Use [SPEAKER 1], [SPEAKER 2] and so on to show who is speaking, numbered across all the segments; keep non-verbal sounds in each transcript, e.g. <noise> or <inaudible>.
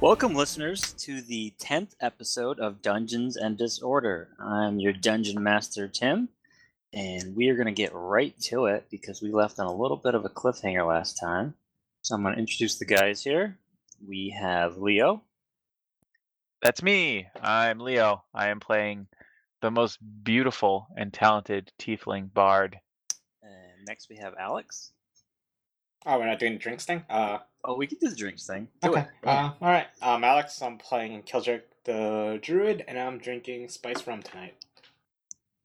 [SPEAKER 1] Welcome, listeners, to the 10th episode of Dungeons and Disorder. I'm your dungeon master, Tim, and we are going to get right to it because we left on a little bit of a cliffhanger last time. So I'm going to introduce the guys here. We have Leo.
[SPEAKER 2] That's me. I'm Leo. I am playing the most beautiful and talented tiefling bard.
[SPEAKER 1] And next, we have Alex.
[SPEAKER 3] Oh, we're not doing the drinks thing? Uh,
[SPEAKER 1] Oh, we can do the drinks thing. Do
[SPEAKER 3] okay.
[SPEAKER 1] it.
[SPEAKER 3] Uh, alright. Um, Alex, I'm playing Killjoy the Druid, and I'm drinking Spice Rum tonight.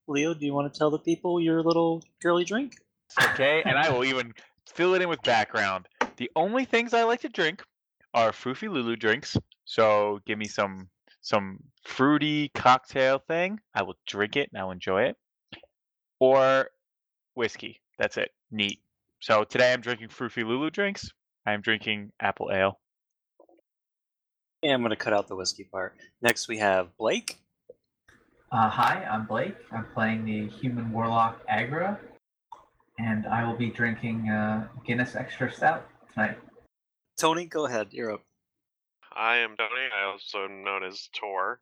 [SPEAKER 1] Leo, do you want to tell the people your little girly drink?
[SPEAKER 2] Okay, and I will even fill it in with background. The only things I like to drink are Foofy Lulu drinks. So give me some some fruity cocktail thing. I will drink it and I'll enjoy it. Or whiskey. That's it. Neat. So today I'm drinking Foofy Lulu drinks. I'm drinking apple ale.
[SPEAKER 1] Yeah, I'm going to cut out the whiskey part. Next, we have Blake.
[SPEAKER 4] Uh, hi, I'm Blake. I'm playing the human warlock Agra, and I will be drinking uh, Guinness Extra Stout tonight.
[SPEAKER 1] Tony, go ahead. You're up.
[SPEAKER 5] I am Tony, I also am known as Tor.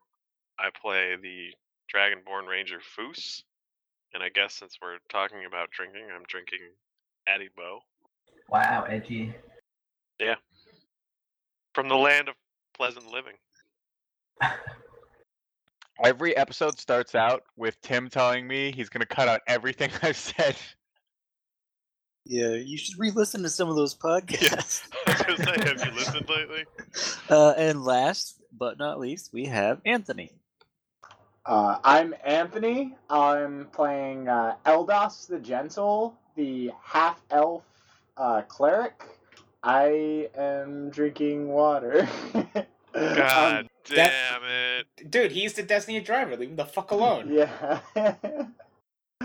[SPEAKER 5] I play the Dragonborn Ranger Foos. And I guess since we're talking about drinking, I'm drinking Addy Bow.
[SPEAKER 4] Wow, edgy.
[SPEAKER 5] From the land of pleasant living. <laughs>
[SPEAKER 2] Every episode starts out with Tim telling me he's gonna cut out everything <laughs> I've said.
[SPEAKER 1] Yeah, you should re-listen to some of those <laughs> podcasts.
[SPEAKER 5] I was gonna say, have you listened lately?
[SPEAKER 1] Uh, and last but not least, we have Anthony.
[SPEAKER 6] Uh, I'm Anthony. I'm playing uh, Eldos the Gentle, the half elf uh, cleric. I am drinking water. <laughs>
[SPEAKER 5] God
[SPEAKER 3] Um, that-
[SPEAKER 5] damn it. <laughs>
[SPEAKER 3] Dude, he's the designated driver. Leave him the fuck alone.
[SPEAKER 6] yeah.
[SPEAKER 2] <laughs>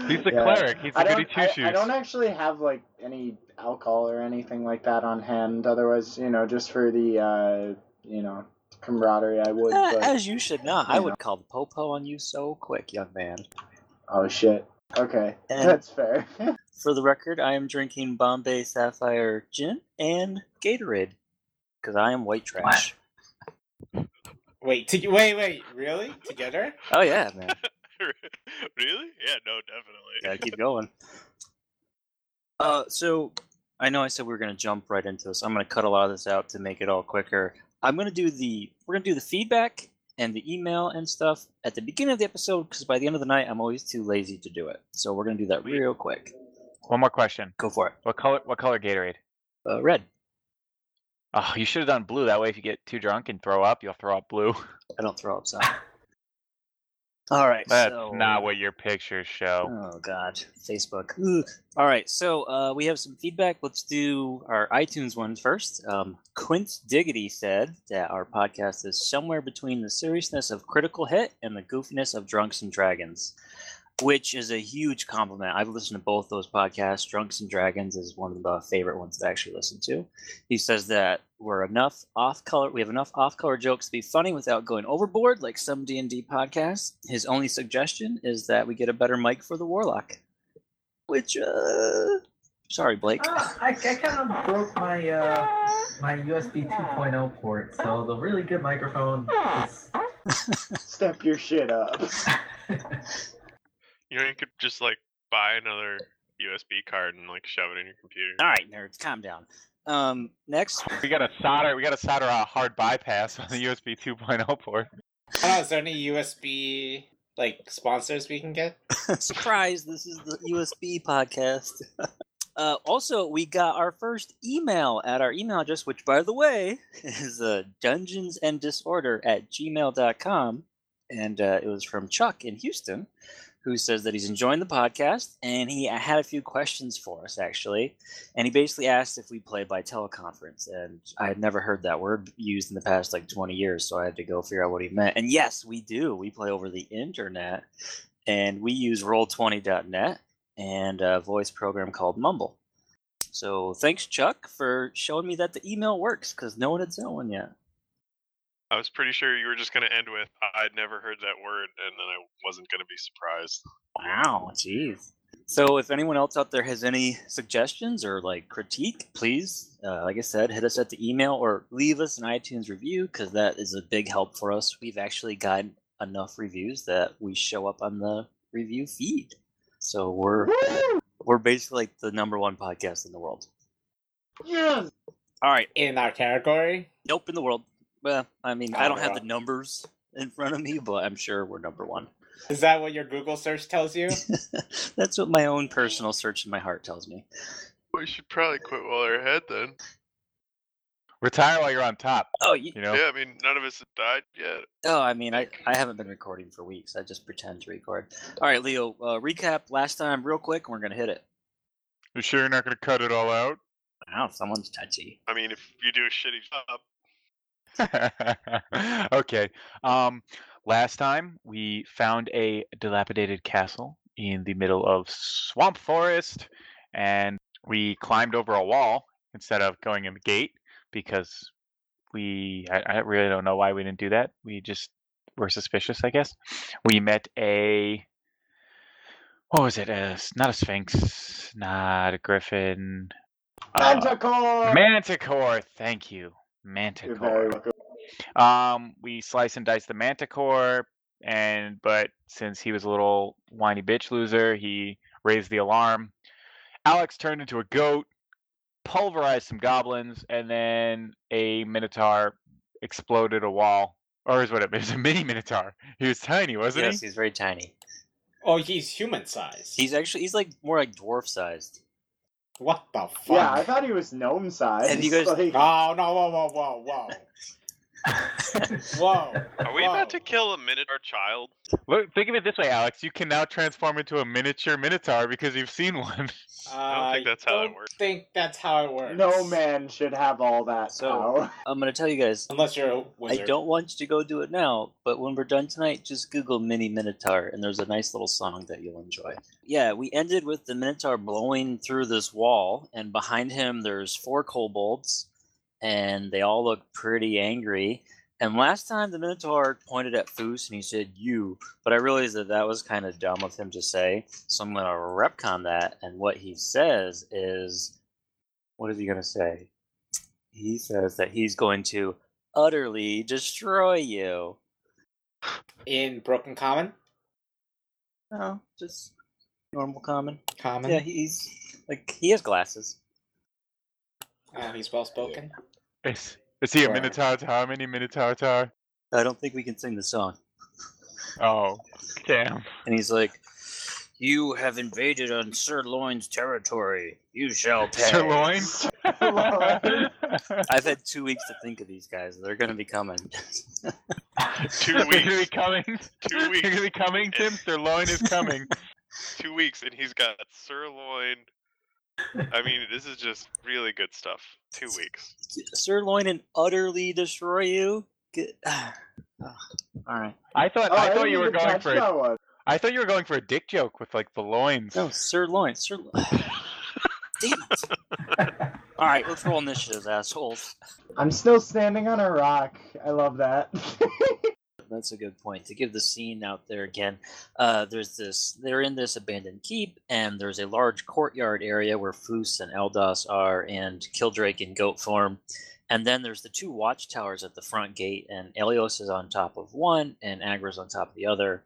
[SPEAKER 2] He's the
[SPEAKER 6] Yeah.
[SPEAKER 2] cleric. He's the
[SPEAKER 6] I
[SPEAKER 2] goody
[SPEAKER 6] don't,
[SPEAKER 2] two
[SPEAKER 6] I,
[SPEAKER 2] shoes.
[SPEAKER 6] I don't actually have like any alcohol or anything like that on hand. Otherwise, you know, just for the uh, you know camaraderie, I would.
[SPEAKER 1] Uh,
[SPEAKER 6] But,
[SPEAKER 1] as you should not. I
[SPEAKER 6] Yeah.
[SPEAKER 1] would call the popo on you so quick, young man.
[SPEAKER 6] oh shit. Okay,
[SPEAKER 1] And-
[SPEAKER 6] that's fair. <laughs>
[SPEAKER 1] For the record, I am drinking Bombay Sapphire Gin and Gatorade because I am white trash.
[SPEAKER 3] Wait, to, wait, wait. Really? Together?
[SPEAKER 1] Oh yeah, man.
[SPEAKER 5] really? Yeah, no, definitely.
[SPEAKER 1] Gotta keep going. Uh, so I know I said we were gonna jump right into this. I'm gonna cut a lot of this out to make it all quicker. I'm gonna do the we're gonna do the feedback and the email and stuff at the beginning of the episode because by the end of the night I'm always too lazy to do it. So we're gonna do that real quick.
[SPEAKER 2] One more question.
[SPEAKER 1] Go for it.
[SPEAKER 2] What color? What color Gatorade?
[SPEAKER 1] Uh, red.
[SPEAKER 2] Oh, you should have done blue. That way, if you get too drunk and throw up, you'll throw up blue. <laughs>
[SPEAKER 1] I don't throw up. So. All right.
[SPEAKER 2] That's
[SPEAKER 1] so...
[SPEAKER 2] not what your pictures show.
[SPEAKER 1] Oh God, Facebook. Ooh. All right, so uh, we have some feedback. Let's do our iTunes one first. Um, Quint Diggity said that our podcast is somewhere between the seriousness of Critical Hit and the goofiness of Drunks and Dragons, which is a huge compliment. I've listened to both those podcasts. Drunks and Dragons is one of the favorite ones that I actually listen to. He says that we're enough off color. We have enough off color jokes to be funny without going overboard, like some D and D podcasts. His only suggestion is that we get a better mic for the warlock. Which, uh, sorry, Blake.
[SPEAKER 4] Ah, I, I kind of broke my uh, my USB 2.0 port, so the really good microphone is.
[SPEAKER 6] Step your shit
[SPEAKER 1] <laughs>
[SPEAKER 6] up.
[SPEAKER 5] You know, you could just like buy another USB card and like shove it in your computer.
[SPEAKER 1] All right, nerds, calm down. Um, next,
[SPEAKER 2] We gotta solder. We gotta solder a hard bypass <laughs> on the USB 2.0 port.
[SPEAKER 3] I don't know, is there any USB, like, sponsors we can get?
[SPEAKER 1] surprise! This is the USB podcast. <laughs> Uh, also, we got our first email at our email address, which, by the way, <laughs> is uh, dungeons and disorder at gmail.com. And uh, it was from Chuck in Houston, who says that he's enjoying the podcast. And he had a few questions for us, actually. And he basically asked if we play by teleconference. And I had never heard that word used in the past like 20 years. So I had to go figure out what he meant. And yes, we do. We play over the internet. And we use roll20.net and a voice program called Mumble. So thanks, Chuck, for showing me that the email works because no one had sent one yet.
[SPEAKER 5] I was pretty sure you were just gonna end with I'd never heard that word and then I wasn't gonna be surprised.
[SPEAKER 1] Wow, jeez. So, if anyone else out there has any suggestions or like critique, please, uh, like I said, hit us at the email or leave us an iTunes review because that is a big help for us. We've actually gotten enough reviews that we show up on the review feed. So we're we're basically like the number one podcast in the world.
[SPEAKER 6] Yes.
[SPEAKER 1] All right,
[SPEAKER 3] in our category.
[SPEAKER 1] nope, in the world. Well, I mean, I
[SPEAKER 3] Oh,
[SPEAKER 1] don't have
[SPEAKER 3] wow.
[SPEAKER 1] the numbers in front of me, but I'm sure we're number one. <laughs>
[SPEAKER 3] Is that what your Google search tells you?
[SPEAKER 1] That's what my own personal search in my heart tells me.
[SPEAKER 5] We should probably quit while they're ahead then.
[SPEAKER 2] Retire while you're on top.
[SPEAKER 1] Oh, you,
[SPEAKER 2] You know.
[SPEAKER 5] Yeah, I mean, none of us have died yet.
[SPEAKER 1] Oh, I mean, I, I haven't been recording for weeks. I just pretend to record. All right, Leo, uh, recap last time real quick, and we're going to hit it.
[SPEAKER 2] You sure you're not gonna cut it all out?
[SPEAKER 1] Wow, someone's touchy.
[SPEAKER 5] I mean, if you do a shitty job,
[SPEAKER 2] <laughs> okay. Um, last time we found a dilapidated castle in the middle of swamp forest, and we climbed over a wall instead of going in the gate because we I, I really don't know why we didn't do that. We just were suspicious, I guess. We met a what was it? A, s- not a sphinx, not a griffin. uh,
[SPEAKER 6] Manticore.
[SPEAKER 2] Manticore, thank you.
[SPEAKER 6] You're
[SPEAKER 2] Manticore.
[SPEAKER 6] very welcome.
[SPEAKER 2] Um, we slice and dice the Manticore, and but since he was a little whiny bitch loser, he raised the alarm. Alex turned into a goat, pulverized some goblins, and then a Minotaur exploded a wall. Or is what it <laughs> was a mini Minotaur. He was tiny, wasn't
[SPEAKER 1] yes,
[SPEAKER 2] he?
[SPEAKER 1] he's very tiny.
[SPEAKER 3] Oh, he's human sized.
[SPEAKER 1] He's actually, he's like more like dwarf sized.
[SPEAKER 3] what the fuck?
[SPEAKER 6] Yeah, I thought he was gnome size.
[SPEAKER 1] Have you guys-
[SPEAKER 6] Like,
[SPEAKER 3] No, no, whoa, whoa, whoa, whoa,
[SPEAKER 6] <laughs>
[SPEAKER 3] whoa.
[SPEAKER 5] are we about to
[SPEAKER 3] Whoa.
[SPEAKER 5] kill a minotaur
[SPEAKER 2] <laughs>
[SPEAKER 5] child?
[SPEAKER 2] Look, think of it this way, Alex. You can now transform into a miniature Minotaur because you've seen one. <laughs>
[SPEAKER 5] don't think that's how it
[SPEAKER 3] don't
[SPEAKER 5] works.
[SPEAKER 3] Think that's how it works.
[SPEAKER 6] no man should have all that
[SPEAKER 1] So-
[SPEAKER 6] power.
[SPEAKER 1] I'm going to tell you guys,
[SPEAKER 3] Unless you're a
[SPEAKER 1] I
[SPEAKER 3] wizard.
[SPEAKER 1] don't want you to go do it now, but when we're done tonight, just Google Mini Minotaur, and there's a nice little song that you'll enjoy. Yeah, we ended with the Minotaur blowing through this wall, and behind him, there's four kobolds, and they all look pretty angry. And last time, the Minotaur pointed at Foos and he said, You. But I realized that that was kind of dumb of him to say, so I'm going to retcon that. And what he says is, What is he going to say? He says that he's going to utterly destroy you.
[SPEAKER 3] In Broken Common?
[SPEAKER 1] No, just normal common.
[SPEAKER 3] Common?
[SPEAKER 1] Yeah, he's like he has glasses.
[SPEAKER 3] Uh, he's well spoken.
[SPEAKER 2] Is, is he a
[SPEAKER 3] Or-
[SPEAKER 2] Minotaur? How many Minotaur? tar?
[SPEAKER 1] I don't think we can sing the song.
[SPEAKER 2] Oh, damn.
[SPEAKER 1] And he's like, "You have invaded on Sir Loin's territory. You
[SPEAKER 2] <laughs>
[SPEAKER 1] shall pay."
[SPEAKER 2] Sirloin?
[SPEAKER 6] Sirloin.
[SPEAKER 1] I've had two weeks to think of these guys. They're gonna be coming.
[SPEAKER 5] <laughs>
[SPEAKER 1] <laughs>
[SPEAKER 5] Two
[SPEAKER 2] They're <laughs>
[SPEAKER 5] weeks.
[SPEAKER 2] gonna be coming.
[SPEAKER 5] Two
[SPEAKER 2] They're gonna be
[SPEAKER 5] weeks.
[SPEAKER 2] coming, Tim. Sirloin is coming.
[SPEAKER 5] Two weeks, and he's got sirloin. I mean, this is just really good stuff. Two weeks.
[SPEAKER 1] Sir Loin and utterly destroy you. <sighs> Get... All right.
[SPEAKER 2] <laughs> I thought.
[SPEAKER 6] <laughs> Oh,
[SPEAKER 2] I thought
[SPEAKER 6] didn't
[SPEAKER 2] you were
[SPEAKER 6] even
[SPEAKER 2] going
[SPEAKER 6] catch
[SPEAKER 2] for. A,
[SPEAKER 6] that one.
[SPEAKER 2] I thought you were going for a dick joke with like the loins.
[SPEAKER 1] No, Sir Loin. Sir. <sighs> Damn it. All right, let's roll initiatives, assholes.
[SPEAKER 6] I'm still standing on a rock. I love that. <laughs>
[SPEAKER 1] That's a good point. To give the scene out there again, uh, there's this. They're in this abandoned keep, and there's a large courtyard area where Foos and Eldas are, and Kildrake in goat form. And then there's the two watchtowers at the front gate, and Elios is on top of one, and Agra's on top of the other.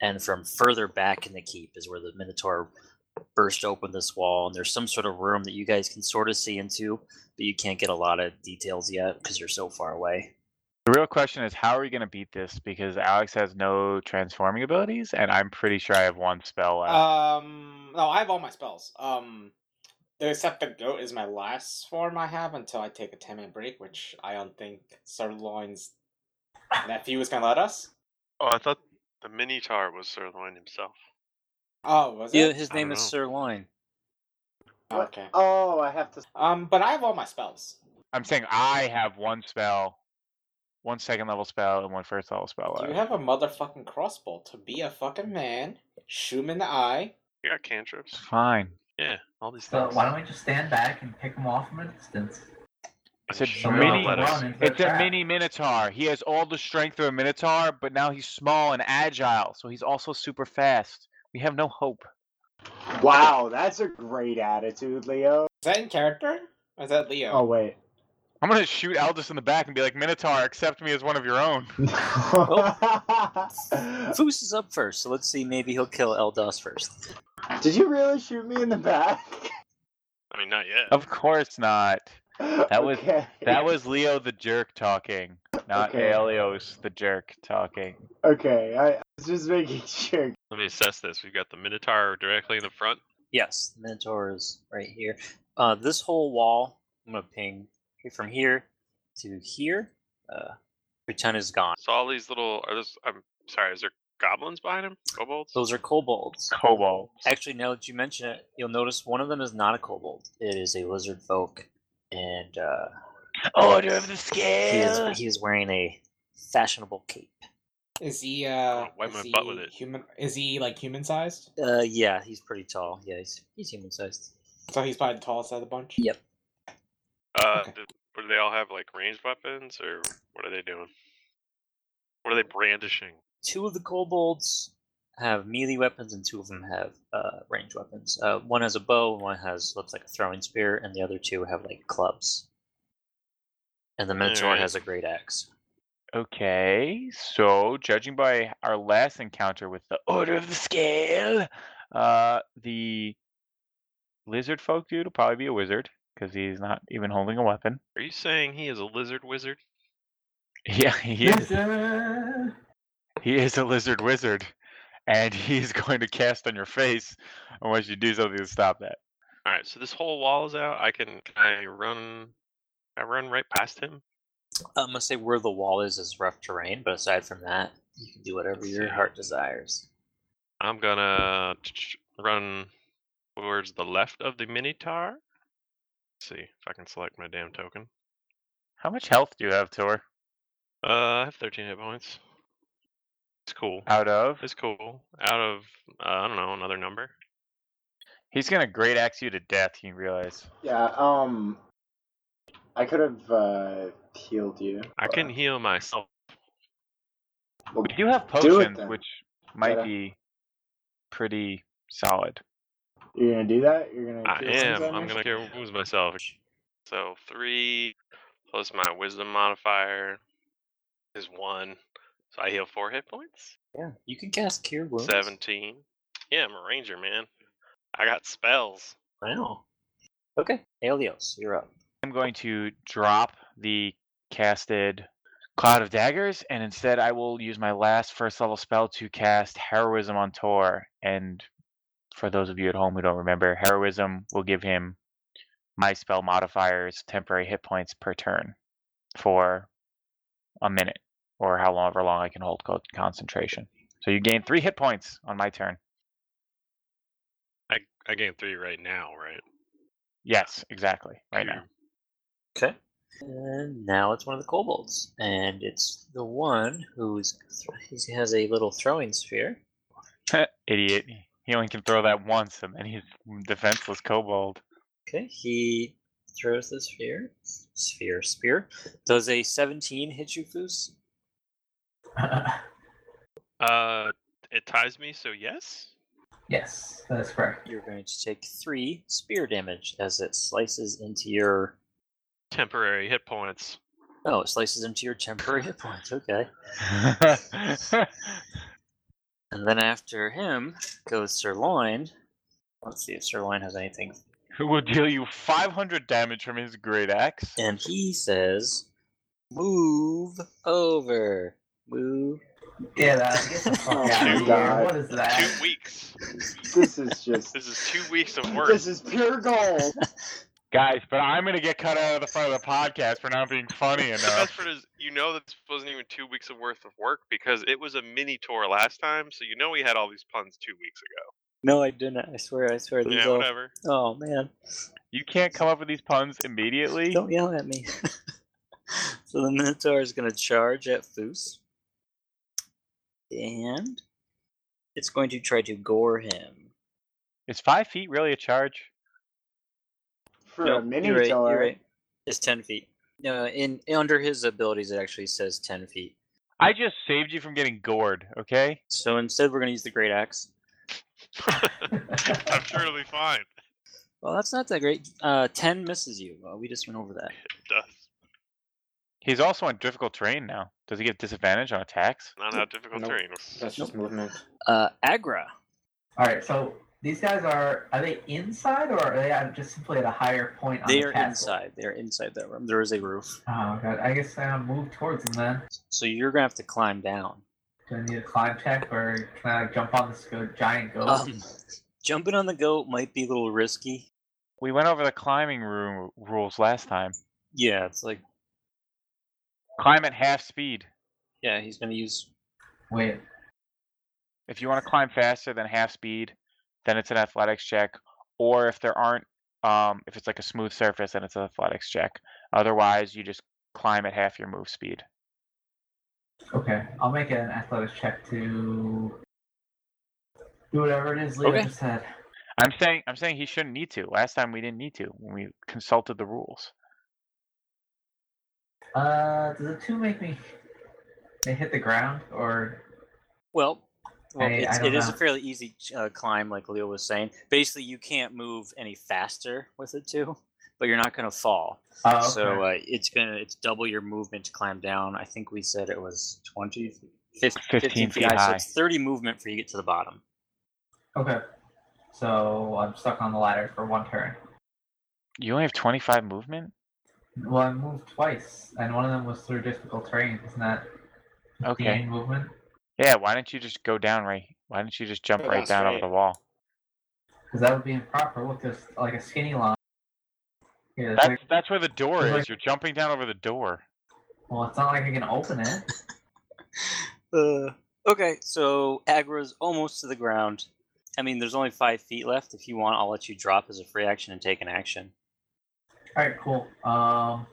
[SPEAKER 1] And from further back in the keep is where the Minotaur burst open this wall, and there's some sort of room that you guys can sort of see into, but you can't get a lot of details yet because you're so far away.
[SPEAKER 2] The real question is, how are we gonna beat this? Because Alex has no transforming abilities, and I'm pretty sure I have one spell left.
[SPEAKER 3] Um, no, I have all my spells. Um, except the goat is my last form I have until I take a 10 minute break, which I don't think Sirloin's nephew is gonna let us.
[SPEAKER 5] Oh, I thought the minotaur was sirloin himself.
[SPEAKER 3] Oh, was
[SPEAKER 1] Yeah,
[SPEAKER 3] it?
[SPEAKER 1] his
[SPEAKER 5] I
[SPEAKER 1] name
[SPEAKER 5] don't
[SPEAKER 1] is
[SPEAKER 5] know.
[SPEAKER 1] Sir Loin.
[SPEAKER 3] Okay.
[SPEAKER 6] oh, I have to.
[SPEAKER 3] Um, but I have all my spells.
[SPEAKER 2] I'm saying I have one spell, one second level spell, and one first level spell
[SPEAKER 3] Do
[SPEAKER 2] left.
[SPEAKER 3] you have a motherfucking crossbow to be a fucking man, shoot him in the eye.
[SPEAKER 5] You got cantrips.
[SPEAKER 2] It's fine.
[SPEAKER 5] Yeah, all these
[SPEAKER 4] <laughs> So
[SPEAKER 5] things.
[SPEAKER 4] why don't we just stand back and pick them off from a distance?
[SPEAKER 2] I said
[SPEAKER 5] Sure,
[SPEAKER 2] mini-
[SPEAKER 5] they'll let us.
[SPEAKER 4] Running for
[SPEAKER 2] It's a
[SPEAKER 4] crap.
[SPEAKER 2] mini minotaur. He has all the strength of a minotaur, but now he's small and agile, so he's also super fast. We have no hope.
[SPEAKER 6] Wow, that's a great attitude, Leo.
[SPEAKER 3] that in character? Or is that Leo?
[SPEAKER 6] Oh wait. <laughs>
[SPEAKER 2] I'm gonna shoot Aldous in the back and be like, Minotaur, accept me as one of your own.
[SPEAKER 1] Foos is up first, so let's see. Maybe he'll kill Eldos first.
[SPEAKER 6] Did you really shoot me in the back?
[SPEAKER 5] I mean, not yet.
[SPEAKER 2] Of course not.
[SPEAKER 6] That
[SPEAKER 2] was-
[SPEAKER 6] <laughs> okay.
[SPEAKER 2] That was Leo the jerk talking, not
[SPEAKER 6] Okay.
[SPEAKER 2] Elios the jerk talking.
[SPEAKER 6] okay. I, I was just making <laughs> sure.
[SPEAKER 5] Let me assess this. We've got the Minotaur directly in the front.
[SPEAKER 1] Yes, Minotaur is right here. Uh, this whole wall, I'm gonna ping from here to here. Uh, pretend is gone.
[SPEAKER 5] So all these little are this. I'm sorry. Is there goblins behind him? Kobolds?
[SPEAKER 1] Those are kobolds.
[SPEAKER 2] Cobalt.
[SPEAKER 1] Actually, now that you mention it, you'll notice one of them is not a kobold. It is a lizard folk, and uh,
[SPEAKER 2] Oh, do I have the
[SPEAKER 1] he
[SPEAKER 2] scale?
[SPEAKER 1] is he is wearing a fashionable cape.
[SPEAKER 3] Is he uh
[SPEAKER 5] Oh, wipe
[SPEAKER 3] is
[SPEAKER 5] my
[SPEAKER 3] he
[SPEAKER 5] butt with it.
[SPEAKER 3] human is he like human sized?
[SPEAKER 1] Uh, yeah, he's pretty tall. Yeah, he's, he's human sized.
[SPEAKER 3] So he's probably the tallest out of the bunch?
[SPEAKER 1] Yep.
[SPEAKER 5] Uh,
[SPEAKER 3] Okay.
[SPEAKER 5] do, what do they all have? Like ranged weapons, or what are they doing? What are they brandishing?
[SPEAKER 1] Two of the kobolds have melee weapons, and two of them have uh, range weapons. Uh, one has a bow, and one has looks like a throwing spear, and the other two have like clubs. And the minotaur
[SPEAKER 5] Alright.
[SPEAKER 1] has a great axe.
[SPEAKER 2] Okay, so judging by our last encounter with the Order of the Scale, uh, the lizard folk dude will probably be a wizard because he's not even holding a weapon. <laughs>
[SPEAKER 5] Are you saying he is a lizard wizard?
[SPEAKER 2] Yeah, he is.
[SPEAKER 4] Lizard!
[SPEAKER 2] He is a lizard wizard, and he's going to cast on your face unless you do something to stop that.
[SPEAKER 5] All right. So this whole wall is out. I can. Can I run? I run right past him.
[SPEAKER 1] I'm gonna say where the wall is is rough terrain, but aside from that, you can do whatever your heart desires.
[SPEAKER 5] I'm gonna ch- run towards the left of the Minotaur. see if I can select my damn token.
[SPEAKER 2] How much health do you have, Tor?
[SPEAKER 5] Uh, I have 13 hit points. It's cool.
[SPEAKER 2] Out of?
[SPEAKER 5] It's cool. Out of uh, I don't know another number.
[SPEAKER 2] He's gonna great axe you to death. You realize?
[SPEAKER 6] Yeah. Um. I could have uh, healed you.
[SPEAKER 5] I
[SPEAKER 6] but-
[SPEAKER 5] can heal myself.
[SPEAKER 6] Well,
[SPEAKER 2] We do have
[SPEAKER 6] Do it
[SPEAKER 2] potions,
[SPEAKER 6] then.
[SPEAKER 2] which might
[SPEAKER 6] Gotta-
[SPEAKER 2] be pretty solid.
[SPEAKER 6] You're gonna do that? You're gonna.
[SPEAKER 5] I
[SPEAKER 6] cure
[SPEAKER 5] am.
[SPEAKER 6] wounds on
[SPEAKER 5] I'm gonna <laughs>
[SPEAKER 6] yourself?
[SPEAKER 5] cure wounds myself. So three plus my wisdom modifier is one. So I heal four hit points.
[SPEAKER 1] Yeah, you can cast Cure Wounds.
[SPEAKER 5] Seventeen. Yeah, I'm a ranger, man. I got spells.
[SPEAKER 1] Wow. Okay, Alios, you're up.
[SPEAKER 2] I'm going to drop the casted Cloud of Daggers, and instead I will use my last first level spell to cast Heroism on Tor. And for those of you at home who don't remember, Heroism will give him my spell modifiers, temporary hit points per turn for a minute or however long I can hold co- concentration. So you gain three hit points on my turn.
[SPEAKER 5] I I gain three right now, right?
[SPEAKER 2] Yes, exactly. Right now.
[SPEAKER 1] Okay. And now it's one of the kobolds, and it's the one who's he has a little throwing sphere.
[SPEAKER 2] Idiot. He only can throw that once, and then he's defenseless kobold.
[SPEAKER 1] Okay, he throws the sphere, sphere, spear. Does a 17 hit you, Foos?
[SPEAKER 5] Uh, it ties me, so yes.
[SPEAKER 4] yes, that is correct.
[SPEAKER 1] You're going to take three spear damage as it slices into your.
[SPEAKER 5] Temporary hit points.
[SPEAKER 1] Oh, it slices into your temporary <laughs> hit points. Okay. And then after him goes Sirloin. Let's see if Sirloin has anything.
[SPEAKER 2] <laughs> Who will deal you 500 damage from his great axe?
[SPEAKER 1] And he says, "Move over, move."
[SPEAKER 4] Get out. Get the fuck out
[SPEAKER 6] <laughs> Oh,
[SPEAKER 4] of
[SPEAKER 6] God.
[SPEAKER 4] here. What is <laughs>
[SPEAKER 5] Two
[SPEAKER 4] that?
[SPEAKER 5] weeks.
[SPEAKER 6] This is just.
[SPEAKER 5] This is two weeks of work.
[SPEAKER 6] this is pure gold.
[SPEAKER 2] Guys, but I'm going to get cut out of the front of the podcast for not being funny
[SPEAKER 5] The best <laughs>
[SPEAKER 2] enough.
[SPEAKER 5] part is, you know that this wasn't even two weeks of worth of work because it was a mini tour last time, so you know we had all these puns two weeks
[SPEAKER 1] <laughs> No, I didn't. I swear. I swear.
[SPEAKER 5] ago.
[SPEAKER 1] These
[SPEAKER 5] Yeah,
[SPEAKER 1] all-
[SPEAKER 5] whatever. <laughs>
[SPEAKER 1] Oh man!
[SPEAKER 2] You can't come up with these puns immediately.
[SPEAKER 1] Don't yell at me. <laughs> so the Minotaur is going to charge at Foos, and it's going to try to gore him.
[SPEAKER 2] Is five feet really a charge?
[SPEAKER 6] For
[SPEAKER 1] Nope,
[SPEAKER 6] a mini
[SPEAKER 1] you're right, you're right. It's ten feet. No, in under his abilities, it actually says ten feet.
[SPEAKER 2] I just saved you from getting gored, okay?
[SPEAKER 1] So instead, we're going to use the great axe,
[SPEAKER 5] I'm sure it'll be fine.
[SPEAKER 1] Well, that's not that great. Uh, ten misses you. Uh, we just went over that.
[SPEAKER 5] It does.
[SPEAKER 2] He's also on difficult terrain now. Does he get disadvantage on attacks?
[SPEAKER 5] Not how difficult
[SPEAKER 3] Nope.
[SPEAKER 5] terrain.
[SPEAKER 3] That's just movement.
[SPEAKER 1] Uh, Agra.
[SPEAKER 4] All right, so these guys are are they inside or are they at- just simply at a higher point on
[SPEAKER 1] They
[SPEAKER 4] the
[SPEAKER 1] are
[SPEAKER 4] castle?
[SPEAKER 1] inside. They are inside that room. There is a roof,
[SPEAKER 4] Oh god, I guess I will move towards them then.
[SPEAKER 1] so you're gonna have to climb down.
[SPEAKER 4] Do I need a climb check or can I like, jump on this go- giant goat?
[SPEAKER 1] Um, <laughs> jumping on the goat might be a little risky.
[SPEAKER 2] We went over the climbing room rules last time.
[SPEAKER 1] Yeah, it's like
[SPEAKER 2] Climb at half speed.
[SPEAKER 1] yeah, he's gonna use.
[SPEAKER 4] Wait,
[SPEAKER 2] If you want to climb faster than half speed, then it's an athletics check. Or if there aren't, um, if it's like a smooth surface, then it's an athletics check. Otherwise, you just climb at half your move speed.
[SPEAKER 4] okay, I'll make an athletics check to do whatever it is Leo
[SPEAKER 1] Okay.
[SPEAKER 4] just said.
[SPEAKER 2] I'm saying, I'm saying he shouldn't need to. Last time we didn't need to when we consulted the rules.
[SPEAKER 4] Uh, does the two make me? They hit the ground or
[SPEAKER 1] Well, well,
[SPEAKER 4] I- I
[SPEAKER 1] it's,
[SPEAKER 4] don't
[SPEAKER 1] it is a
[SPEAKER 4] know.
[SPEAKER 1] fairly easy uh, climb, like Leo was saying. Basically, you can't move any faster with it too, but you're not gonna fall.
[SPEAKER 4] oh, okay.
[SPEAKER 1] So uh, it's gonna it's double your movement to climb down. I think we said it was 20, 15,
[SPEAKER 2] 15
[SPEAKER 1] feet
[SPEAKER 2] feet
[SPEAKER 1] high, so
[SPEAKER 2] high.
[SPEAKER 1] it's thirty movement for you to get to the bottom.
[SPEAKER 4] okay. So I'm stuck on the ladder for one turn.
[SPEAKER 2] You only have 25 movement.
[SPEAKER 4] Well, I moved twice, and one of them was through difficult terrain. Isn't that
[SPEAKER 2] Okay.
[SPEAKER 4] gain movement? Mm-hmm.
[SPEAKER 2] Yeah. Why don't you just go down right? Why don't you just jump
[SPEAKER 3] Go
[SPEAKER 2] right
[SPEAKER 3] down
[SPEAKER 2] down over
[SPEAKER 3] straight.
[SPEAKER 2] the wall?
[SPEAKER 4] Because that would be improper. Look, there's like a skinny line. Yeah, it's
[SPEAKER 2] That's
[SPEAKER 4] like,
[SPEAKER 2] that's where the door
[SPEAKER 4] Like-
[SPEAKER 2] is. You're jumping down over the door.
[SPEAKER 4] well, it's not like I can open it.
[SPEAKER 1] Uh, okay, so Agra's almost to the ground. I mean, there's only five feet left. If you want, I'll let you drop as a free action and take an action.
[SPEAKER 4] All right, cool. Um,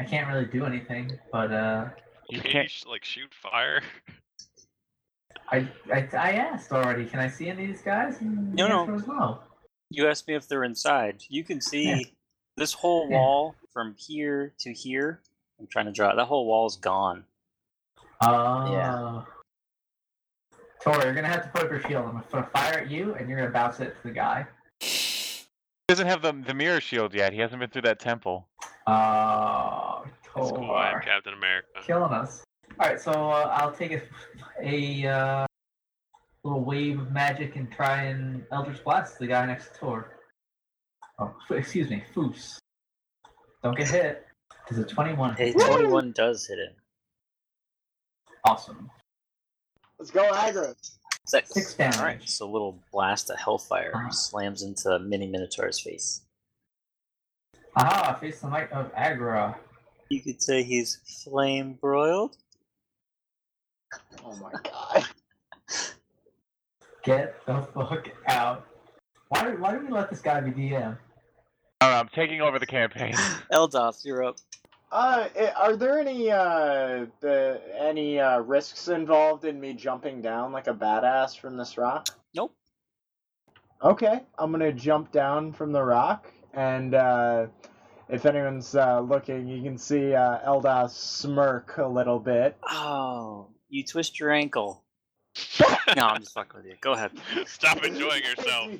[SPEAKER 4] I can't really do anything, but uh,
[SPEAKER 5] <laughs>
[SPEAKER 2] You
[SPEAKER 5] Can
[SPEAKER 2] can't.
[SPEAKER 5] sh- like shoot fire? <laughs>
[SPEAKER 4] I, I I asked already. Can I see any of these guys? And the
[SPEAKER 1] No, no.
[SPEAKER 4] answer was no.
[SPEAKER 1] You asked me if they're inside. You can see
[SPEAKER 4] Yeah.
[SPEAKER 1] this whole
[SPEAKER 4] Yeah.
[SPEAKER 1] wall from here to here. I'm trying to draw. That whole wall's gone.
[SPEAKER 4] Oh.
[SPEAKER 1] Yeah.
[SPEAKER 4] Tori, you're gonna have to put up your shield. I'm gonna fire at you, and you're gonna bounce it to the guy.
[SPEAKER 2] He doesn't have the the mirror shield yet. He hasn't been through that temple.
[SPEAKER 4] Oh,
[SPEAKER 5] That's cool. I'm
[SPEAKER 4] Tor,
[SPEAKER 5] Captain America.
[SPEAKER 4] killing us. All right, so uh, I'll take a, a uh, little wave of magic and try and Eldritch Blast the guy next to Tor. Oh, f- excuse me, Foos. Don't get hit. Does a 21
[SPEAKER 1] Hey,
[SPEAKER 4] hit?
[SPEAKER 1] 21 does hit him.
[SPEAKER 4] Awesome.
[SPEAKER 6] Let's go, Agra.
[SPEAKER 1] Six.
[SPEAKER 4] Six damage.
[SPEAKER 1] All right, so a little blast of hellfire
[SPEAKER 4] Uh-huh.
[SPEAKER 1] slams into Mini Minotaur's face.
[SPEAKER 4] Aha, face the might of Agra.
[SPEAKER 1] You could say he's flame broiled.
[SPEAKER 6] Oh my god.
[SPEAKER 4] Get the fuck out. Why, why do we let this guy be DM?
[SPEAKER 2] I don't know, Uh, I'm taking over the campaign.
[SPEAKER 1] <laughs> Eldoth, you're up.
[SPEAKER 6] Uh, i- are there any uh the any uh risks involved in me jumping down like a badass from this rock?
[SPEAKER 1] Nope.
[SPEAKER 6] Okay, I'm gonna jump down from the rock, and uh, if anyone's uh, looking, you can see uh, Eldas smirk a little bit.
[SPEAKER 1] Oh, you twist your
[SPEAKER 4] <laughs>
[SPEAKER 1] ankle. No, I'm just fucking with you. Go ahead.
[SPEAKER 6] <laughs>
[SPEAKER 5] Stop enjoying yourself.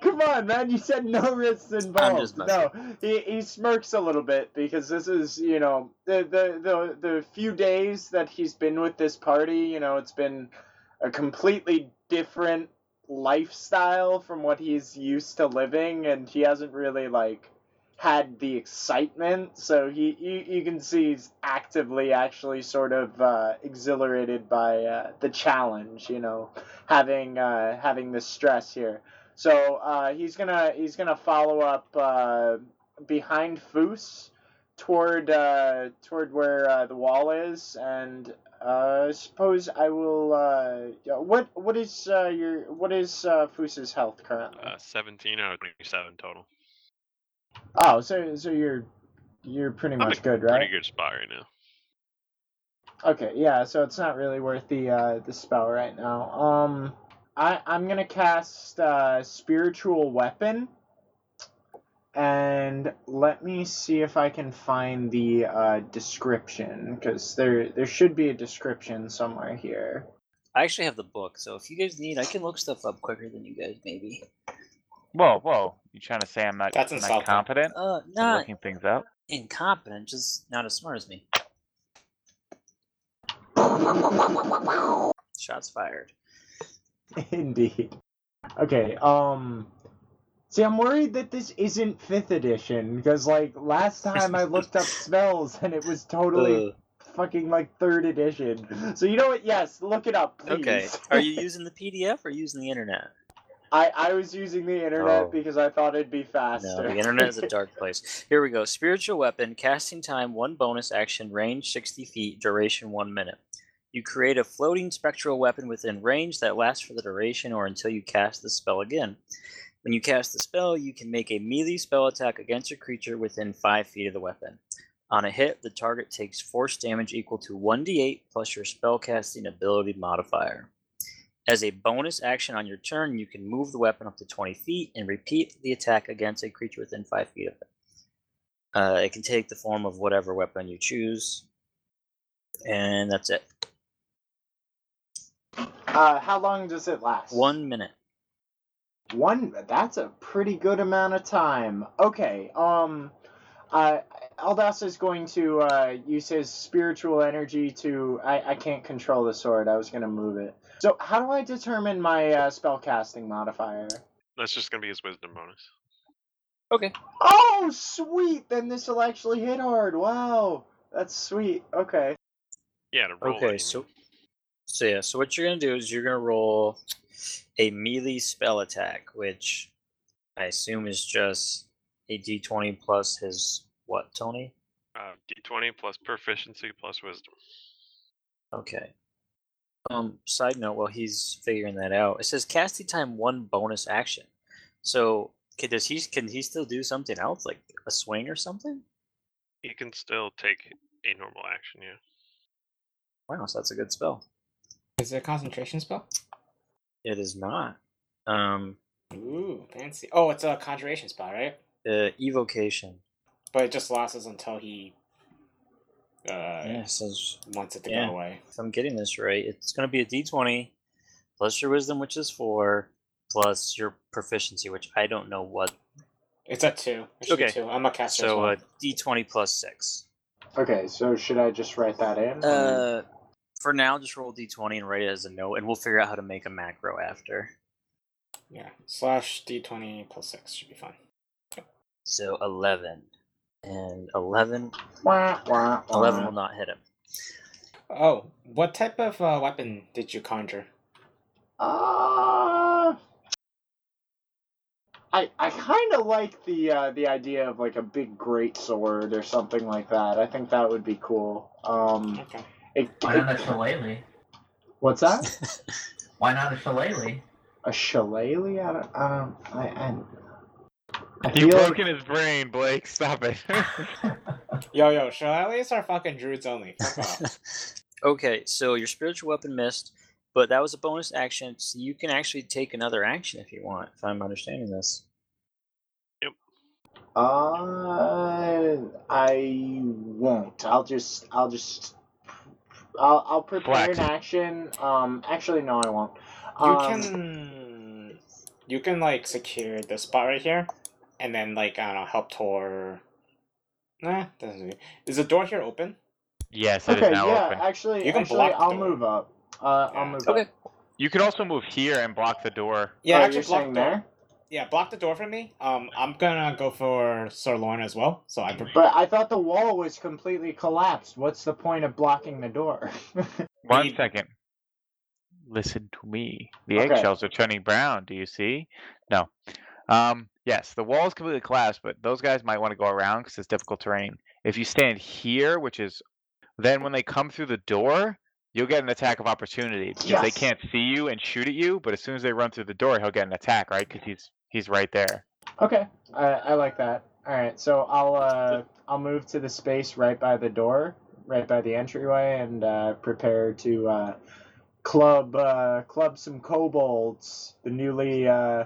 [SPEAKER 6] Come on, man! You said no risks involved.
[SPEAKER 1] just
[SPEAKER 6] no,
[SPEAKER 1] messing.
[SPEAKER 6] he, he smirks a little bit because this is, you know, the, the the the few days that he's been with this party. You know, it's been a completely different lifestyle from what he's used to living, and he hasn't really like had the excitement. So he, you, you can see he's actively actually sort of uh, exhilarated by uh, the challenge. You know having uh, having this stress here. So uh, he's gonna he's gonna follow up uh, behind Foos toward uh, toward where uh, the wall is, and uh, suppose I will. Uh, yeah, what what is uh, your what is uh, Foos's health currently?
[SPEAKER 5] Uh, 17 out of 27 total.
[SPEAKER 6] oh, so so you're you're pretty
[SPEAKER 5] I'm
[SPEAKER 6] much
[SPEAKER 5] in
[SPEAKER 6] good,
[SPEAKER 5] a
[SPEAKER 6] right?
[SPEAKER 5] Pretty good spot right now.
[SPEAKER 6] Okay, yeah, so it's not really worth the uh, the spell right now. Um, I I'm gonna cast uh, spiritual weapon, and let me see if I can find the uh, description because there there should be a description somewhere here. <laughs>
[SPEAKER 1] I actually have the book, so if you guys need, I can look stuff up quicker than you guys maybe.
[SPEAKER 2] Whoa, whoa! You trying to say I'm not
[SPEAKER 3] That's
[SPEAKER 2] not
[SPEAKER 3] insulting.
[SPEAKER 2] competent?
[SPEAKER 1] Uh,
[SPEAKER 2] I'm
[SPEAKER 1] not
[SPEAKER 2] looking things up.
[SPEAKER 1] incompetent, just not as smart as me. Shots fired.
[SPEAKER 6] Indeed. Okay, um See, I'm worried that this isn't 5th edition because like last time I looked up spells and it
[SPEAKER 1] <laughs>
[SPEAKER 6] was totally
[SPEAKER 1] Uh,
[SPEAKER 6] fucking like 3rd edition. So you know what? Yes, look it up, please. <laughs>
[SPEAKER 1] okay. Are <laughs> you using the PDF or using the internet?
[SPEAKER 6] I I was using the internet
[SPEAKER 2] Oh.
[SPEAKER 6] because I thought it'd be faster.
[SPEAKER 1] No,
[SPEAKER 6] <laughs>
[SPEAKER 1] the internet is a dark place. Here we go. Spiritual weapon, casting time, one bonus action, range 60 feet, duration one minute. You create a floating spectral weapon within range that lasts for the duration or until you cast the spell again. When you cast the spell, you can make a melee spell attack against a creature within 5 feet of the weapon. On a hit, the target takes force damage equal to 1d8 plus your spellcasting ability modifier. As a bonus action on your turn, you can move the weapon up to 20 feet and repeat the attack against a creature within 5 feet of it. Uh, it can take the form of whatever weapon you choose. And that's it.
[SPEAKER 6] Uh how long does it last?
[SPEAKER 1] One minute.
[SPEAKER 6] One that's a pretty good amount of time. Okay, um uh Eldas is going to uh use his spiritual energy to I, I can't control the sword, I was gonna move it. So how do I determine my uh spellcasting modifier?
[SPEAKER 5] That's just gonna be his wisdom bonus.
[SPEAKER 6] Oh sweet, then this'll actually hit hard. Wow. That's sweet. Okay.
[SPEAKER 5] Yeah, to roll. I
[SPEAKER 1] Okay,
[SPEAKER 5] mean.
[SPEAKER 1] so so yeah, so what you're gonna do is you're gonna roll a melee spell attack, which I assume is just a d20 plus his what, Tony?
[SPEAKER 5] uh, d20 plus proficiency plus wisdom.
[SPEAKER 1] Okay. Um, side note, while he's figuring that out, it says casting time one bonus action. So can does he can he still do something else like a swing or something?
[SPEAKER 5] He can still take a normal action. Yeah.
[SPEAKER 1] Wow, so that's a good spell.
[SPEAKER 3] Is it a concentration spell?
[SPEAKER 1] It is not. Um,
[SPEAKER 3] Ooh, fancy. Oh, it's a conjuration spell, right?
[SPEAKER 1] uh, evocation.
[SPEAKER 3] But it just lasts until he uh,
[SPEAKER 1] Yeah, says
[SPEAKER 3] wants it to
[SPEAKER 1] Yeah.
[SPEAKER 3] go away.
[SPEAKER 1] if I'm getting this right, it's going to be a d20 plus your wisdom, which is four, plus your proficiency, which I don't know what.
[SPEAKER 3] It's at two. It should be
[SPEAKER 1] Okay.
[SPEAKER 3] two. I'm a caster as
[SPEAKER 1] so
[SPEAKER 3] well.
[SPEAKER 1] uh, d20 plus six.
[SPEAKER 6] Okay, so should I just write that in?
[SPEAKER 1] Uh, for now, just roll d20 and write it as a note, and we'll figure out how to make a macro after.
[SPEAKER 3] yeah. Slash d20 plus six should be fine.
[SPEAKER 1] So 11. And 11,
[SPEAKER 6] Wah, wah, wah.
[SPEAKER 1] 11 will not hit him.
[SPEAKER 3] Oh, what type of uh, weapon did you conjure?
[SPEAKER 6] Uh, I I kind of like the uh, the idea of like a big great sword or something like that. I think that would be cool. Um,
[SPEAKER 3] Okay.
[SPEAKER 6] it,
[SPEAKER 4] Why not a
[SPEAKER 6] it-
[SPEAKER 4] shillelagh?
[SPEAKER 6] what's that?
[SPEAKER 4] Why not a shillelagh? <laughs>
[SPEAKER 6] A shillelagh? I don't. I don't. I. I, I
[SPEAKER 2] You've
[SPEAKER 6] feel like,
[SPEAKER 2] broken his brain, Blake. Stop it. <laughs>
[SPEAKER 3] Yo, yo, shillelaghs are fucking druids only.
[SPEAKER 2] <laughs>
[SPEAKER 3] Fuck off.
[SPEAKER 1] okay, so your spiritual weapon missed, but that was a bonus action, so you can actually take another action if you want, if I'm understanding this.
[SPEAKER 6] uh, I won't. I'll just. I'll just. I'll, I'll prepare
[SPEAKER 2] Flex.
[SPEAKER 6] an action. Um, actually, no, I won't.
[SPEAKER 3] You
[SPEAKER 6] Um,
[SPEAKER 3] can you can like secure the spot right here, and then like I don't know, help Tor. Nah, doesn't. do- Is the door here open?
[SPEAKER 2] yes, it is
[SPEAKER 6] Okay,
[SPEAKER 2] now
[SPEAKER 6] yeah,
[SPEAKER 2] open.
[SPEAKER 6] actually,
[SPEAKER 3] You can
[SPEAKER 6] actually,
[SPEAKER 3] block the
[SPEAKER 6] I'll
[SPEAKER 3] door.
[SPEAKER 6] move up. Uh, I'll
[SPEAKER 3] Yeah.
[SPEAKER 6] move
[SPEAKER 1] Okay.
[SPEAKER 6] up.
[SPEAKER 2] You can also move here and block the door.
[SPEAKER 3] Yeah,
[SPEAKER 6] Oh,
[SPEAKER 3] actually
[SPEAKER 6] you're
[SPEAKER 3] block the
[SPEAKER 6] saying
[SPEAKER 3] door.
[SPEAKER 6] there?
[SPEAKER 3] Yeah, block the door for me. Um, I'm gonna go for Sir Lorne as well. So I. Pre-
[SPEAKER 6] But I thought the wall was completely collapsed. What's the point of blocking the door?
[SPEAKER 2] One
[SPEAKER 3] Read.
[SPEAKER 2] second. Listen to me. The
[SPEAKER 6] Okay.
[SPEAKER 2] eggshells are turning brown. Do you see? No. Um, yes, the wall is completely collapsed, but those guys might want to go around because it's difficult terrain. If you stand here, which is, then when they come through the door, you'll get an attack of opportunity because they
[SPEAKER 6] Yes.
[SPEAKER 2] can't see you and shoot at you. But as soon as they run through the door, he'll get an attack, right? Because he's he's right there.
[SPEAKER 6] okay, I, I like that. All right, so I'll uh, I'll move to the space right by the door, right by the entryway, and uh, prepare to uh, club uh, club some kobolds, the newly uh,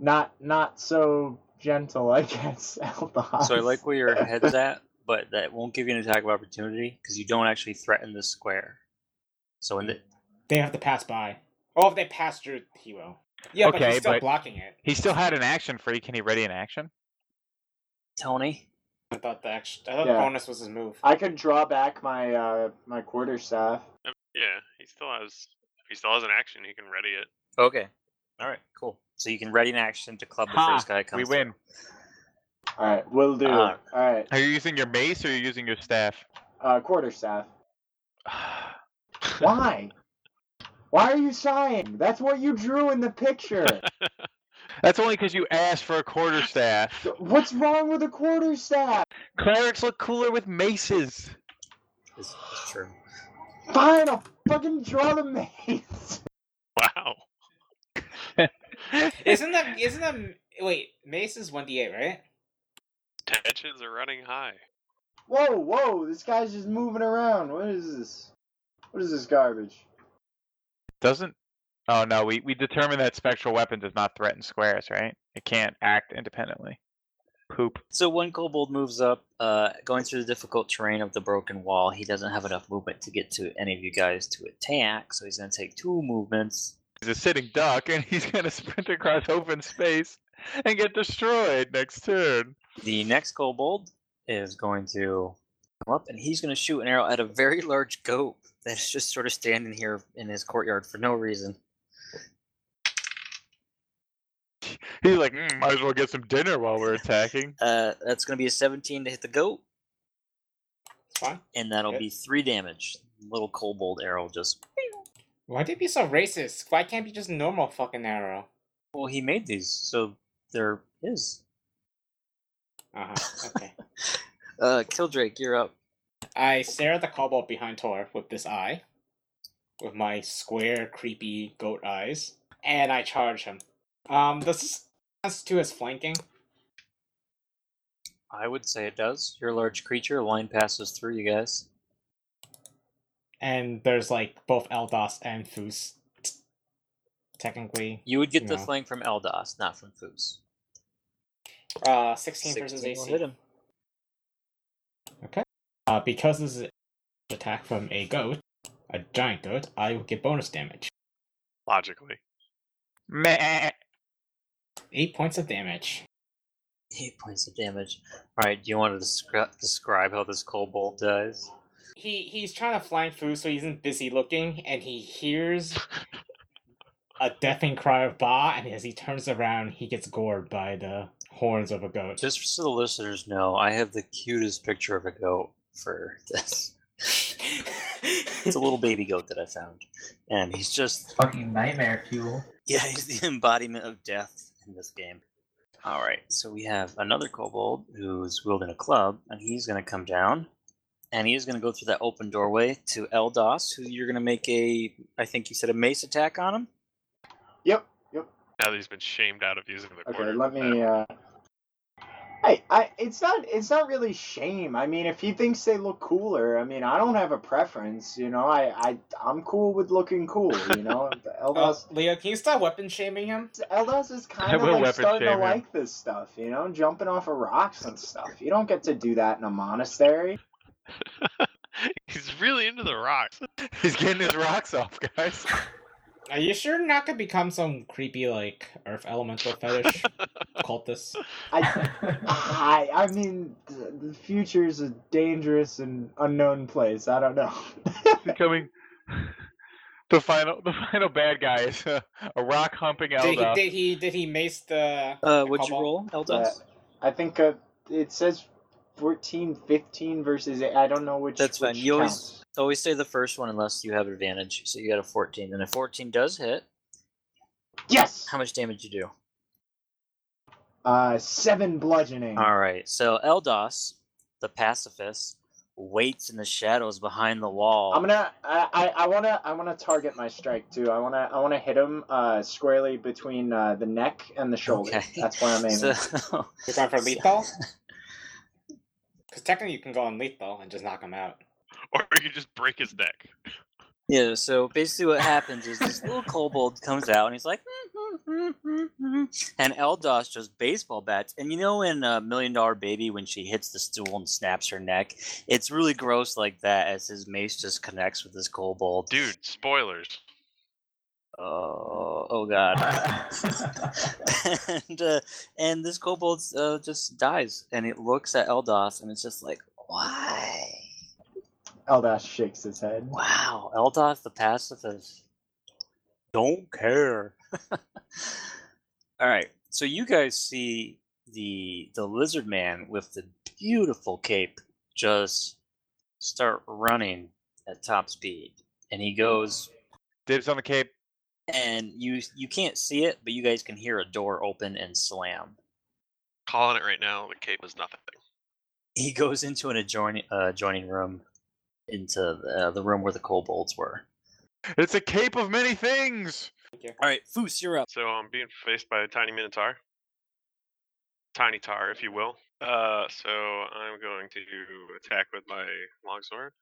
[SPEAKER 6] not not so gentle, I guess. <laughs>
[SPEAKER 1] So I
[SPEAKER 6] Elbaz.
[SPEAKER 2] ah.
[SPEAKER 1] like where your head's at, but that won't give you an attack of opportunity because you don't actually threaten the square. So in the,
[SPEAKER 3] They have to pass by. Or if they pass through, he will. Yeah, but
[SPEAKER 2] Okay,
[SPEAKER 3] he's still
[SPEAKER 2] but-
[SPEAKER 3] blocking it.
[SPEAKER 2] He still had an action free. Can he ready an action?
[SPEAKER 1] Tony.
[SPEAKER 3] I thought the extra, I thought
[SPEAKER 6] Yeah.
[SPEAKER 3] bonus was his move.
[SPEAKER 6] I could draw back my uh my quarter staff.
[SPEAKER 5] Um, Yeah, he still has. If he still has an action, he can ready it. <laughs>
[SPEAKER 1] Okay. All right. Cool. So you can ready an action to club the
[SPEAKER 2] Ha,
[SPEAKER 1] first guy. that Comes
[SPEAKER 2] we
[SPEAKER 1] to-
[SPEAKER 2] win.
[SPEAKER 6] All right, will do.
[SPEAKER 1] Uh,
[SPEAKER 6] All right,
[SPEAKER 2] Are you using your mace or are you using your staff? <sighs>
[SPEAKER 6] uh, quarter staff. Why? Why are you sighing? That's what you drew in
[SPEAKER 1] <laughs>
[SPEAKER 6] the picture.
[SPEAKER 2] That's only because you asked for a quarter staff.
[SPEAKER 6] What's wrong with a quarter staff?
[SPEAKER 2] Clerics look cooler with maces.
[SPEAKER 1] It's, it's true.
[SPEAKER 6] Fine, I'll fucking draw the maze. <laughs>
[SPEAKER 5] Wow.
[SPEAKER 3] Isn't that isn't that wait, Mace is one D eight, right?
[SPEAKER 5] Tensions are running high.
[SPEAKER 6] Whoa, whoa! This guy's just moving around. What is this? What is this garbage?
[SPEAKER 2] Doesn't? Oh no, we we determined that spectral weapon does not threaten squares, right? It can't act independently. Poop.
[SPEAKER 1] So one kobold moves up, uh, going through the difficult terrain of the broken wall. He doesn't have enough movement to get to any of you guys to attack, so he's going to take two movements.
[SPEAKER 2] He's a sitting duck, and he's gonna sprint across open space and get destroyed next turn.
[SPEAKER 1] The next kobold is going to come up, and he's going to shoot an arrow at a very <laughs> large goat that's just sort of standing here in his courtyard for no reason.
[SPEAKER 2] He's like, mm, might as well get some dinner while we're attacking. <laughs>
[SPEAKER 1] Uh, that's going to be a 17 to hit the goat,
[SPEAKER 3] It's fine.
[SPEAKER 1] and that'll
[SPEAKER 3] Okay.
[SPEAKER 1] be three damage. Little kobold arrow just.
[SPEAKER 3] Why do you be so racist? Why can't it be just normal fucking arrow?
[SPEAKER 1] Well, he made these, so they're his.
[SPEAKER 3] Uh huh. Okay.
[SPEAKER 1] Uh, Kildrake, you're up.
[SPEAKER 3] I stare at the kobold behind Tor with this eye, with my square, creepy goat eyes, and I charge him. Um, does this constitute as flanking?
[SPEAKER 1] I would say it does. You're a large creature. Line passes through you guys.
[SPEAKER 3] And there's like both Eldos and Foos, technically.
[SPEAKER 1] You would get the
[SPEAKER 3] No.
[SPEAKER 1] flank from Eldos, not from Foos.
[SPEAKER 3] Uh, 16, versus
[SPEAKER 1] 16 will
[SPEAKER 3] AC.
[SPEAKER 1] hit him.
[SPEAKER 3] Uh, because this is an attack from a goat, a giant goat, I will get bonus damage.
[SPEAKER 5] Logically.
[SPEAKER 2] Meh.
[SPEAKER 3] Eight points of damage.
[SPEAKER 1] Eight points of damage. All right. Do you want to descri- describe how this kobold dies?
[SPEAKER 3] He he's trying to flank Foos, so he's not busy looking, and he hears a deafening cry of Ba, and as he turns around, he gets gored by the horns of a goat.
[SPEAKER 1] Just so the listeners know, I have the cutest picture of a goat for <laughs> this. it's a little baby goat that I found, and he's just
[SPEAKER 4] Fucking nightmare fuel. <laughs>
[SPEAKER 1] yeah, he's the <laughs> embodiment of death in this game. All right. So we have another kobold who's wielding a club, and he's going to come down. And he is going to go through that open doorway to Eldos, who you're going to make a, I think you said a mace attack on him.
[SPEAKER 6] Yep, yep.
[SPEAKER 5] Now that he's been shamed out of using the
[SPEAKER 6] Okay,
[SPEAKER 5] quarter.
[SPEAKER 6] let me. Uh... Hey, I it's not it's not really shame. I mean, if he thinks they look cooler, I mean, I don't have a preference. You know, I I I'm cool with looking cool. You
[SPEAKER 2] <laughs>
[SPEAKER 6] know, The
[SPEAKER 3] Uh,
[SPEAKER 6] Eldos
[SPEAKER 3] Leo, can you stop weapon shaming him?
[SPEAKER 6] Eldos is
[SPEAKER 2] I
[SPEAKER 6] kind of
[SPEAKER 2] will
[SPEAKER 6] like
[SPEAKER 2] weapon
[SPEAKER 6] starting to
[SPEAKER 2] shame him.
[SPEAKER 6] like this stuff. You know, jumping off of rocks and stuff. You don't get to do that in a monastery.
[SPEAKER 5] <laughs> he's really into the rocks. <laughs>
[SPEAKER 2] He's getting his rocks off, <laughs> guys.
[SPEAKER 3] Are you sure not to become some creepy like earth elemental fetish cultist?
[SPEAKER 6] I I mean, th- the future is a dangerous and unknown place. I don't know. <laughs>
[SPEAKER 2] Coming. The final, the final bad guy is a, a rock humping
[SPEAKER 3] Did he,
[SPEAKER 2] elder.
[SPEAKER 3] did he did he mace the?
[SPEAKER 1] Uh,
[SPEAKER 3] the
[SPEAKER 1] would you
[SPEAKER 3] kobold?
[SPEAKER 1] roll, Eldos?
[SPEAKER 6] Yeah. I think uh, it says 14, 15 versus. eight. I don't know which.
[SPEAKER 1] That's fine.
[SPEAKER 6] which
[SPEAKER 1] You always-
[SPEAKER 6] counts.
[SPEAKER 1] Always say the first one unless you have advantage. So you got a 14, and a 14 does hit.
[SPEAKER 6] Yes.
[SPEAKER 1] How much damage you do?
[SPEAKER 6] Uh, seven bludgeoning.
[SPEAKER 1] All right. So Eldos, the pacifist, waits in the shadows behind the wall.
[SPEAKER 6] I'm gonna. I, I, I wanna. I wanna target my strike too. I wanna. I wanna hit him uh, squarely between uh, the neck and the shoulder.
[SPEAKER 1] Okay.
[SPEAKER 6] That's where I'm aiming.
[SPEAKER 1] <laughs> So,
[SPEAKER 3] You're going for lethal? Because technically you can go on lethal and just knock him out.
[SPEAKER 5] Or you just break his neck.
[SPEAKER 1] Yeah, so basically what happens is this little kobold comes out and he's like, <laughs> and Eldos just baseball bats. And you know in uh, Million Dollar Baby when she hits the stool and snaps her neck? It's really gross like that as his mace just connects with this kobold.
[SPEAKER 5] Dude, spoilers.
[SPEAKER 1] Oh, oh god. <laughs> and uh, and this kobold uh, just dies, and it looks at Eldos, and it's just like, why?
[SPEAKER 6] Eldash shakes his head.
[SPEAKER 1] Wow, Eldos the pacifist. Don't care. All right, so you guys see the the lizard man with the beautiful cape just start running at top speed, and he goes
[SPEAKER 2] Dibs on the cape.
[SPEAKER 1] and you you can't see it, but you guys can hear a door open and slam.
[SPEAKER 5] Calling it right now. The cape is nothing.
[SPEAKER 1] He <laughs> goes into an adjoining uh, adjoining room, into the, the room where the kobolds were.
[SPEAKER 2] It's a cape of many things.
[SPEAKER 1] All right, Foos, you're up.
[SPEAKER 5] So I'm being faced by a tiny minotaur, tiny tar, if you will. Uh, so I'm going to attack with my longsword.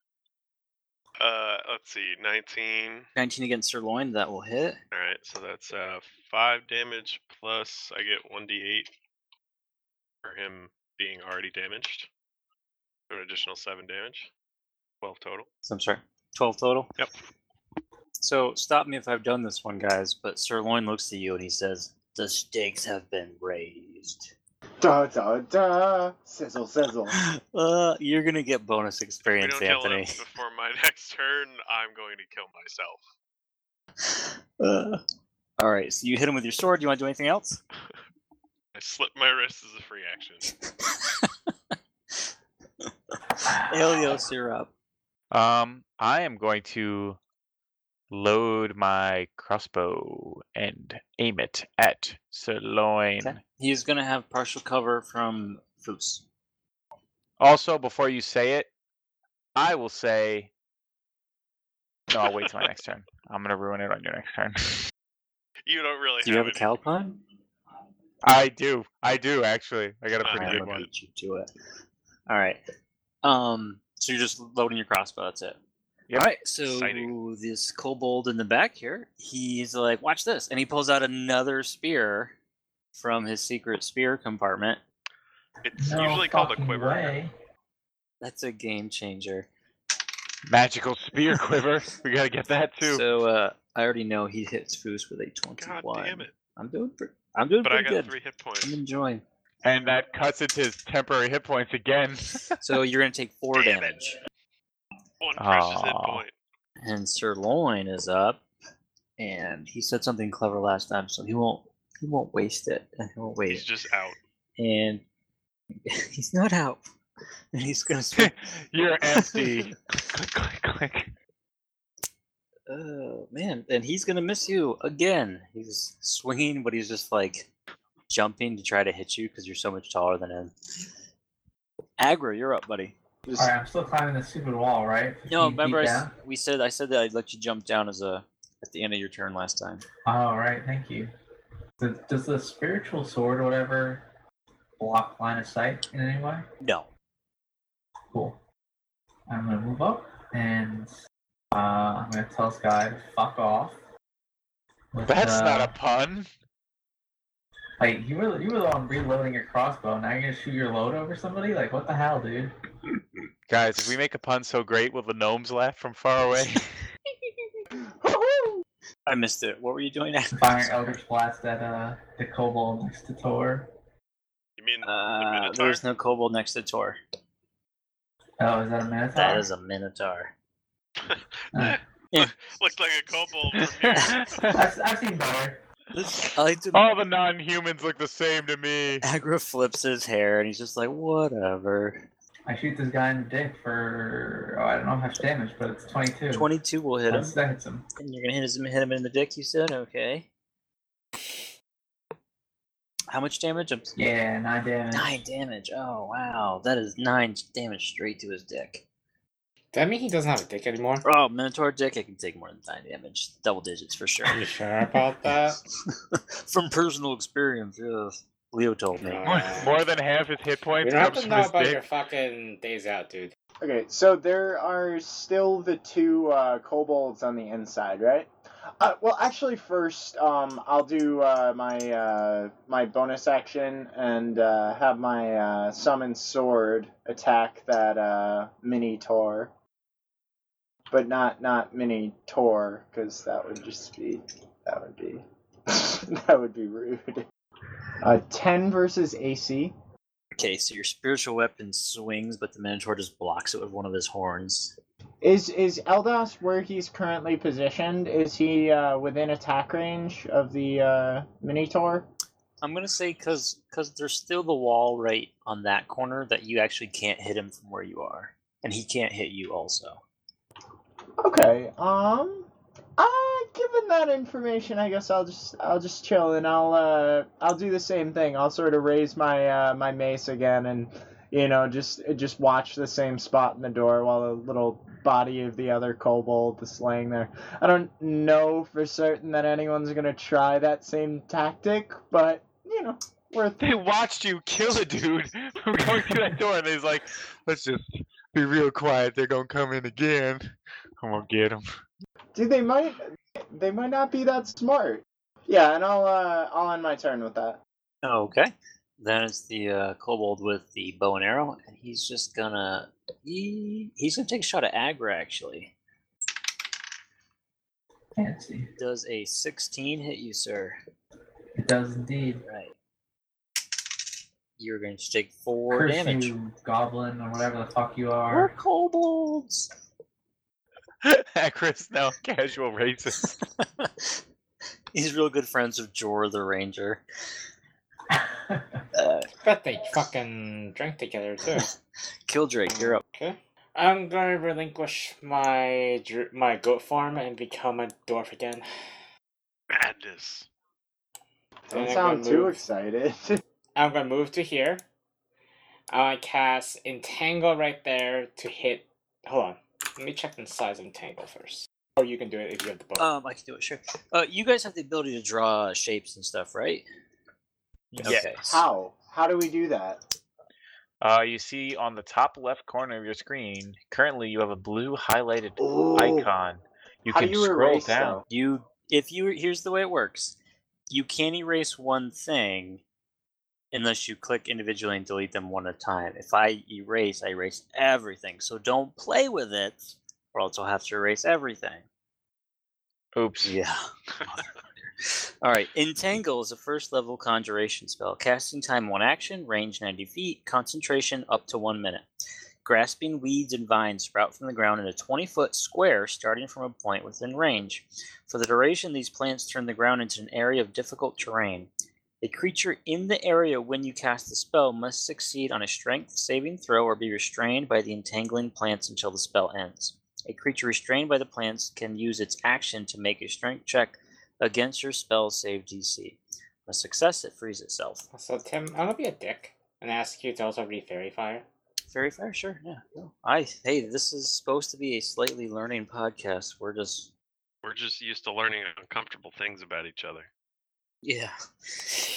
[SPEAKER 5] Uh, let's see, 19.
[SPEAKER 1] 19 against Sirloin, that will hit.
[SPEAKER 5] All right, so that's uh five damage plus I get one d8 for him being already damaged. So an additional seven damage, twelve total.
[SPEAKER 1] So I'm sorry, 12 total.
[SPEAKER 5] Yep.
[SPEAKER 1] So stop me if I've done this one, guys. But Sirloin looks to you and he says, "The stakes have been
[SPEAKER 5] <laughs>
[SPEAKER 1] raised.
[SPEAKER 6] Da da da. Sizzle sizzle.
[SPEAKER 1] Uh, you're gonna get bonus
[SPEAKER 5] If we
[SPEAKER 1] experience,
[SPEAKER 5] don't kill him
[SPEAKER 1] Anthony. <laughs>
[SPEAKER 5] before my <laughs> next turn, I'm going to kill myself.
[SPEAKER 1] Uh, all right, so you hit him with your sword. Do you want to do anything else?
[SPEAKER 5] I slip my wrist as a free action.
[SPEAKER 1] Elios, you're up.
[SPEAKER 2] Um, I am going to load my crossbow and aim it at Sirloin.
[SPEAKER 1] Okay. He's gonna have partial cover from Foos.
[SPEAKER 2] Also, before you say it, I will say. No, I'll wait till my next turn. I'm gonna ruin it on your next turn. <laughs>
[SPEAKER 5] You don't really.
[SPEAKER 1] Do you have a
[SPEAKER 5] any-
[SPEAKER 1] cowpun?
[SPEAKER 2] I do. I do actually. I <laughs> got a pretty
[SPEAKER 5] I'm
[SPEAKER 2] good
[SPEAKER 1] gonna
[SPEAKER 2] one.
[SPEAKER 1] beat you to it. All right. Um. So you're just loading your crossbow. That's it.
[SPEAKER 2] Yep.
[SPEAKER 1] All right. So
[SPEAKER 5] Exciting.
[SPEAKER 1] this kobold in the back here, he's like, "Watch this!" And he pulls out another spear from his secret spear compartment.
[SPEAKER 5] It's
[SPEAKER 4] No
[SPEAKER 5] usually called a
[SPEAKER 4] fucking
[SPEAKER 5] quiver.
[SPEAKER 4] Way.
[SPEAKER 1] That's a game changer.
[SPEAKER 2] Magical <laughs> spear quiver. We gotta get that too.
[SPEAKER 1] So uh, I already know he hits Foos with a
[SPEAKER 5] God
[SPEAKER 1] twenty-one.
[SPEAKER 5] damn it!
[SPEAKER 1] I'm doing. Pre- I'm doing
[SPEAKER 5] But I
[SPEAKER 1] pretty
[SPEAKER 5] got
[SPEAKER 1] good.
[SPEAKER 5] three hit points.
[SPEAKER 1] I'm
[SPEAKER 5] <laughs>
[SPEAKER 1] enjoying.
[SPEAKER 2] and that cuts into his temporary hit points again. <laughs>
[SPEAKER 1] So you're gonna take four
[SPEAKER 5] Damn it.
[SPEAKER 1] damage.
[SPEAKER 5] One precious hit
[SPEAKER 2] Aw.
[SPEAKER 5] point.
[SPEAKER 1] And Sirloin is up, and he said something clever last time, so he won't he won't waste it. and He won't
[SPEAKER 5] He's
[SPEAKER 1] waste
[SPEAKER 5] just out.
[SPEAKER 1] it. And <laughs> he's not out. And he's
[SPEAKER 5] <laughs>
[SPEAKER 1] gonna swing.
[SPEAKER 2] You're empty. <laughs> click, click, click.
[SPEAKER 1] <laughs> oh man! And he's gonna miss you again. He's swinging, but he's just like jumping to try to hit you because you're so much taller than him. Aggro, you're up, buddy.
[SPEAKER 6] Just
[SPEAKER 4] All right, I'm still climbing the stupid wall, right?
[SPEAKER 1] No,
[SPEAKER 4] 15 feet
[SPEAKER 1] remember I, s-
[SPEAKER 4] down?
[SPEAKER 1] we said I said that I'd let you jump down as a at the end of your turn last time.
[SPEAKER 4] All right, thank you. Does, does the spiritual sword or whatever block line of sight in any way?
[SPEAKER 1] No,
[SPEAKER 4] Cool. I'm gonna move up and uh, I'm gonna tell this guy to fuck off. With,
[SPEAKER 2] That's not
[SPEAKER 4] uh,
[SPEAKER 2] a pun.
[SPEAKER 4] Like you were you were the one reloading your crossbow. Now you're gonna shoot your load over somebody? Like what the hell, dude?
[SPEAKER 2] Guys, if we make a pun so great, will the gnomes laugh from far
[SPEAKER 1] <laughs>
[SPEAKER 2] away? <laughs>
[SPEAKER 1] I missed it. What were you doing? <laughs> Aggro?
[SPEAKER 4] Firing Eldritch Blast at uh the kobold next to Tor.
[SPEAKER 5] You mean <laughs>
[SPEAKER 1] Uh,
[SPEAKER 5] Minotaur?
[SPEAKER 1] there's no kobold next to Tor.
[SPEAKER 4] Oh, is that a minotaur?
[SPEAKER 1] That is a minotaur.
[SPEAKER 5] <laughs>
[SPEAKER 4] Uh,
[SPEAKER 5] looks like a kobold from
[SPEAKER 4] <laughs>
[SPEAKER 5] here. <laughs>
[SPEAKER 2] All
[SPEAKER 4] I've, I've seen better.
[SPEAKER 1] <laughs> I like to.
[SPEAKER 2] the non-humans look the same to me.
[SPEAKER 1] Agra flips his hair and he's just like, whatever.
[SPEAKER 4] I shoot this guy in the dick for oh I don't know how much damage, but it's twenty two.
[SPEAKER 1] 22 will
[SPEAKER 4] <laughs>
[SPEAKER 1] hit him.
[SPEAKER 4] That's- That hits him.
[SPEAKER 1] And you're gonna hit him, hit him in the dick. You said, okay. How much damage? I'm...
[SPEAKER 4] Yeah, nine damage.
[SPEAKER 1] Nine damage. Oh wow, that is nine damage straight to his dick.
[SPEAKER 3] Does that mean he doesn't have a dick anymore?
[SPEAKER 1] Oh, minotaur dick. It can take more than nine damage. Double digits for sure.
[SPEAKER 3] Are you sure about that?
[SPEAKER 1] <laughs> From personal experience, yes. Leo told me.
[SPEAKER 2] More, more than half his hit
[SPEAKER 3] We
[SPEAKER 2] points
[SPEAKER 3] don't have
[SPEAKER 2] comes
[SPEAKER 3] to
[SPEAKER 2] from
[SPEAKER 3] know
[SPEAKER 2] his
[SPEAKER 3] about your
[SPEAKER 2] dick.
[SPEAKER 3] fucking days out, dude.
[SPEAKER 6] Okay, so there are still the two uh, kobolds on the inside, right? Uh, well, actually, first, um, I'll do uh, my uh, my bonus action and uh, have my uh, summon sword attack that uh, mini tor, but not not mini tor because that would just be That would be <laughs> that would be rude. Uh, ten versus AC.
[SPEAKER 1] Okay, so your spiritual weapon swings, but the Minotaur just blocks it with one of his horns.
[SPEAKER 6] Is is Eldas where he's currently positioned? Is he uh, within attack range of the uh, Minotaur?
[SPEAKER 1] I'm gonna say because there's still the wall right on that corner that you actually can't hit him from where you are, and he can't hit you also.
[SPEAKER 6] Okay. Um. Uh, given that information, I guess I'll just I'll just chill and I'll uh I'll do the same thing. I'll sort of raise my uh my mace again and you know just just watch the same spot in the door while the little body of the other kobold is laying there. I don't know for certain that anyone's gonna try that same tactic, but you know
[SPEAKER 2] <laughs>
[SPEAKER 6] worth
[SPEAKER 2] They watched you kill a dude <laughs> from going through that door, and he's like, <laughs> "Let's just be real quiet. They're gonna come in again. I'm gonna get them."
[SPEAKER 6] Dude, they might they might not be that smart. Yeah, and I'll uh I'll end my turn with that.
[SPEAKER 1] Okay. Then it's the uh, kobold with the bow and arrow, and he's just gonna he, he's gonna take a shot at Agra actually.
[SPEAKER 4] Fancy.
[SPEAKER 1] Does a 16 hit you, sir?
[SPEAKER 4] It does indeed.
[SPEAKER 1] Right. You're going to take four
[SPEAKER 4] Curse
[SPEAKER 1] damage.
[SPEAKER 4] you, goblin, or whatever the fuck you
[SPEAKER 1] We're
[SPEAKER 4] are.
[SPEAKER 1] kobolds.
[SPEAKER 2] Chris now <laughs> casual racist.
[SPEAKER 1] <laughs> He's real good friends with Jor the Ranger.
[SPEAKER 3] Bet they fucking drank together too.
[SPEAKER 1] Killdrake, you're up.
[SPEAKER 3] Okay. I'm gonna relinquish my dr- my goat farm and become a dwarf again.
[SPEAKER 5] Madness.
[SPEAKER 3] Then
[SPEAKER 6] Don't
[SPEAKER 3] I'm
[SPEAKER 6] sound
[SPEAKER 3] gonna
[SPEAKER 6] too
[SPEAKER 3] move-
[SPEAKER 6] excited. <laughs>
[SPEAKER 3] I'm gonna move to here. I'm gonna cast Entangle right there to hit. Hold on. Let me check the size of Entangle first. Or you can do it if you have the book.
[SPEAKER 1] Um, I can do it, sure. Uh, you guys have the ability to draw shapes and stuff, right?
[SPEAKER 2] Yes.
[SPEAKER 1] Okay.
[SPEAKER 6] How? How do we do that?
[SPEAKER 2] Uh, you see on the top left corner of your screen, currently you have a blue highlighted
[SPEAKER 3] Oh.
[SPEAKER 6] Ooh.
[SPEAKER 2] icon. You
[SPEAKER 6] How
[SPEAKER 2] can
[SPEAKER 6] do you
[SPEAKER 2] scroll
[SPEAKER 6] erase,
[SPEAKER 2] down.
[SPEAKER 6] though?
[SPEAKER 1] You, if you, here's the way it works. You can't erase one thing unless you click individually and delete them one at a time. If I erase, I erase everything. So don't play with it, or else I'll have to erase everything.
[SPEAKER 2] Oops.
[SPEAKER 1] Yeah. <laughs> All right. Entangle is a first level conjuration spell. Casting time one action, range 90 feet, concentration up to one minute. Grasping weeds and vines sprout from the ground in a 20 foot square starting from a point within range. For the duration, these plants turn the ground into an area of difficult terrain. A creature in the area when you cast the spell must succeed on a strength saving throw or be restrained by the entangling plants until the spell ends. A creature restrained by the plants can use its action to make a strength check against your spell save DC. On a success, it frees itself.
[SPEAKER 3] So Tim, I'm gonna be a dick and ask you to also read Fairy Fire.
[SPEAKER 1] Very fair, sure. Yeah. No. I hey, this is supposed to be a slightly learning podcast. We're just
[SPEAKER 5] We're just used to learning uncomfortable things about each other.
[SPEAKER 1] yeah.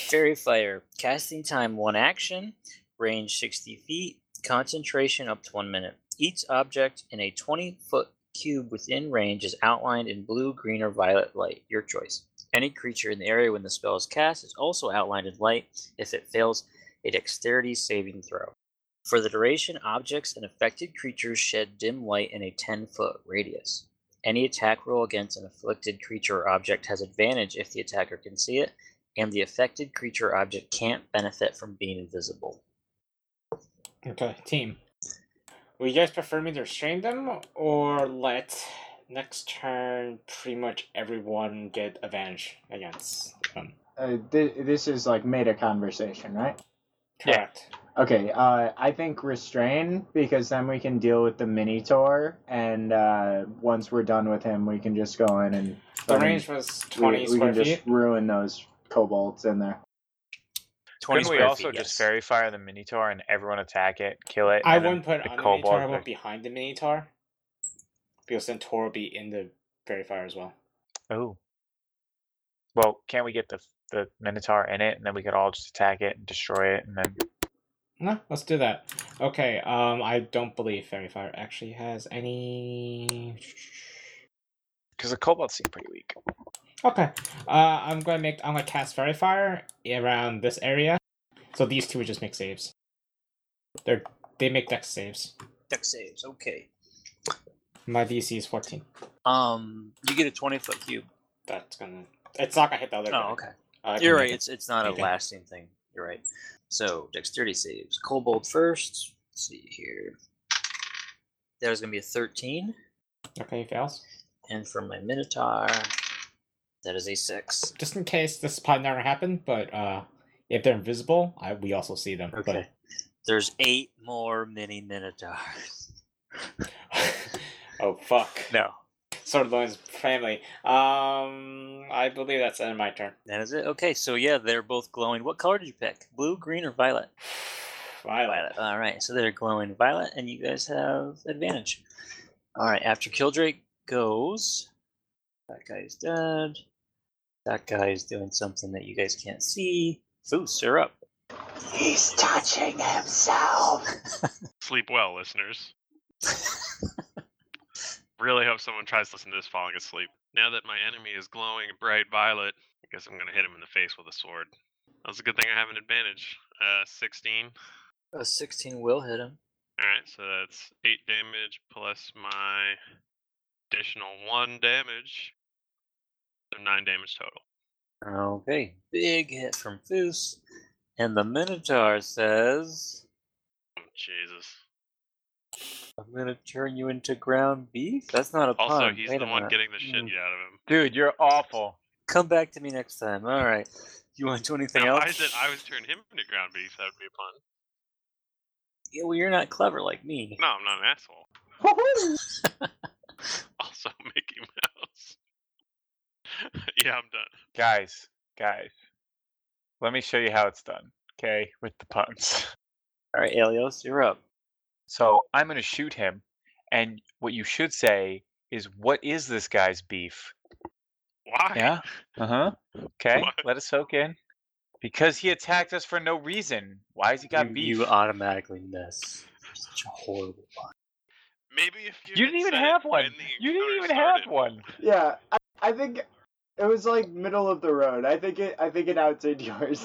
[SPEAKER 1] Fairy fire. Casting time one action, range sixty feet, concentration up to one minute. Each object in a twenty foot cube within range is outlined in blue, green, or violet light. Your choice. Any creature in the area when the spell is cast is also outlined in light. If it fails, a dexterity saving throw. For the duration, objects and affected creatures shed dim light in a 10 foot radius. Any attack roll against an afflicted creature or object has advantage if the attacker can see it, and the affected creature or object can't benefit from being invisible.
[SPEAKER 3] Okay, team. Will you guys prefer me to restrain them or let next turn pretty much everyone get advantage against them?
[SPEAKER 6] Uh, thi- this is like meta conversation, right?
[SPEAKER 2] Yeah.
[SPEAKER 3] Correct.
[SPEAKER 6] Okay, uh, I think restrain because then we can deal with the mini tour, and uh, once we're done with him, we can just go in and
[SPEAKER 3] The
[SPEAKER 6] um,
[SPEAKER 3] range was
[SPEAKER 6] we-
[SPEAKER 3] 20
[SPEAKER 6] we,
[SPEAKER 3] square
[SPEAKER 6] can just
[SPEAKER 3] feet.
[SPEAKER 6] ruin those kobolds in there.
[SPEAKER 1] 20
[SPEAKER 2] Couldn't we
[SPEAKER 1] square
[SPEAKER 2] also
[SPEAKER 1] feet,
[SPEAKER 2] just
[SPEAKER 1] yes.
[SPEAKER 2] fairy fire the minotaur and everyone attack it, kill it?
[SPEAKER 3] I
[SPEAKER 2] and then
[SPEAKER 3] wouldn't put it
[SPEAKER 2] the
[SPEAKER 3] on the
[SPEAKER 2] kobold
[SPEAKER 3] Minotaur, I
[SPEAKER 2] would
[SPEAKER 3] would behind the Minotaur. Because then Tor will be in the Fairy Fire as well.
[SPEAKER 2] be- Oh. Well, can't we get the the minotaur in it, and then we could all just attack it and destroy it, and then
[SPEAKER 3] No, let's do that. Okay, um, I don't believe Fairy Fire actually has any.
[SPEAKER 2] because the kobolds seem pretty weak.
[SPEAKER 3] Okay, uh, I'm gonna make I'm gonna cast Fairy Fire around this area, so these two would just make saves. They're they make dex saves.
[SPEAKER 1] Deck saves, okay.
[SPEAKER 3] My DC is 14.
[SPEAKER 1] Um, you get a 20 foot cube.
[SPEAKER 3] That's gonna It's not gonna hit the other. guy.
[SPEAKER 1] Oh, okay.
[SPEAKER 3] Uh, it
[SPEAKER 1] You're
[SPEAKER 3] can
[SPEAKER 1] right.
[SPEAKER 3] hit
[SPEAKER 1] It's it's not a
[SPEAKER 3] Okay.
[SPEAKER 1] lasting thing. You're right. So dexterity saves. Kobold first. Let's see here. That is going to be a 13,
[SPEAKER 3] the- Okay, he fails.
[SPEAKER 1] and for my Minotaur, that is a six.
[SPEAKER 3] Just in case this probably never happened, but uh, if they're invisible, I, we also see them. but-
[SPEAKER 1] Okay. There's eight more mini Minotaurs.
[SPEAKER 3] <laughs>
[SPEAKER 1] <laughs>
[SPEAKER 3] oh fuck!
[SPEAKER 1] No,
[SPEAKER 3] Sword of Lone's family. Um, I believe that's the end of my turn. <sighs>
[SPEAKER 1] that is it. Okay, so yeah, they're both glowing. What color did you pick? Blue, green, or violet?
[SPEAKER 3] Violet.
[SPEAKER 1] Violet. All right, so they're glowing violet, and you guys have advantage. All right, after Killdrake goes, that guy's dead. That guy is doing something that you guys can't see. Foos, you're up.
[SPEAKER 6] He's touching himself.
[SPEAKER 5] Sleep well, listeners. really hope someone tries to listen to this falling asleep. Now that my enemy is glowing bright violet, I guess I'm gonna hit him in the face with a sword. That's a good thing I have an advantage. Uh, 16.
[SPEAKER 1] <laughs> A 16 will hit him.
[SPEAKER 5] Alright, so that's 8 damage plus my additional 1 damage. So 9 damage total.
[SPEAKER 1] Okay, big hit from Foos. And the Minotaur says,
[SPEAKER 5] Oh, Jesus.
[SPEAKER 1] I'm going to turn you into ground beef? That's not a pun.
[SPEAKER 5] Also, he's
[SPEAKER 1] Wait
[SPEAKER 5] the
[SPEAKER 1] a
[SPEAKER 5] one
[SPEAKER 1] minute.
[SPEAKER 5] getting the shit
[SPEAKER 1] Mm.
[SPEAKER 5] beat
[SPEAKER 2] Hmm.
[SPEAKER 5] out of him.
[SPEAKER 2] Dude, you're awful.
[SPEAKER 1] Come back to me next time. All right. You want to do anything
[SPEAKER 5] Now,
[SPEAKER 1] else?
[SPEAKER 5] why is it I would turn him into ground beef? That would be fun.
[SPEAKER 1] Yeah, well, you're not clever like me.
[SPEAKER 5] No, I'm not an asshole. <laughs>
[SPEAKER 6] Woohoo!
[SPEAKER 5] Also, Mickey Mouse. <laughs> yeah, I'm done.
[SPEAKER 2] Guys, guys. Let me show you how it's done, okay? With the puns.
[SPEAKER 1] <laughs>
[SPEAKER 2] <laughs>
[SPEAKER 1] All right, Elios, you're up.
[SPEAKER 2] So I'm going to shoot him. And what you should say is, what is this guy's beef?
[SPEAKER 5] Why?
[SPEAKER 2] Yeah. Uh huh. Okay.
[SPEAKER 5] What?
[SPEAKER 2] Let it soak in. Because he attacked us for no reason. Why has he got
[SPEAKER 1] you,
[SPEAKER 2] beef?
[SPEAKER 1] you automatically miss. Such a horrible one.
[SPEAKER 5] Maybe if you.
[SPEAKER 2] You
[SPEAKER 5] had
[SPEAKER 2] didn't even
[SPEAKER 5] said it
[SPEAKER 2] have
[SPEAKER 5] when
[SPEAKER 2] one.
[SPEAKER 5] the
[SPEAKER 2] You didn't
[SPEAKER 5] encounter
[SPEAKER 2] even
[SPEAKER 5] started.
[SPEAKER 2] have one.
[SPEAKER 6] Yeah, I, I think it was like middle of the road. I think it. I think it outdid <laughs> yours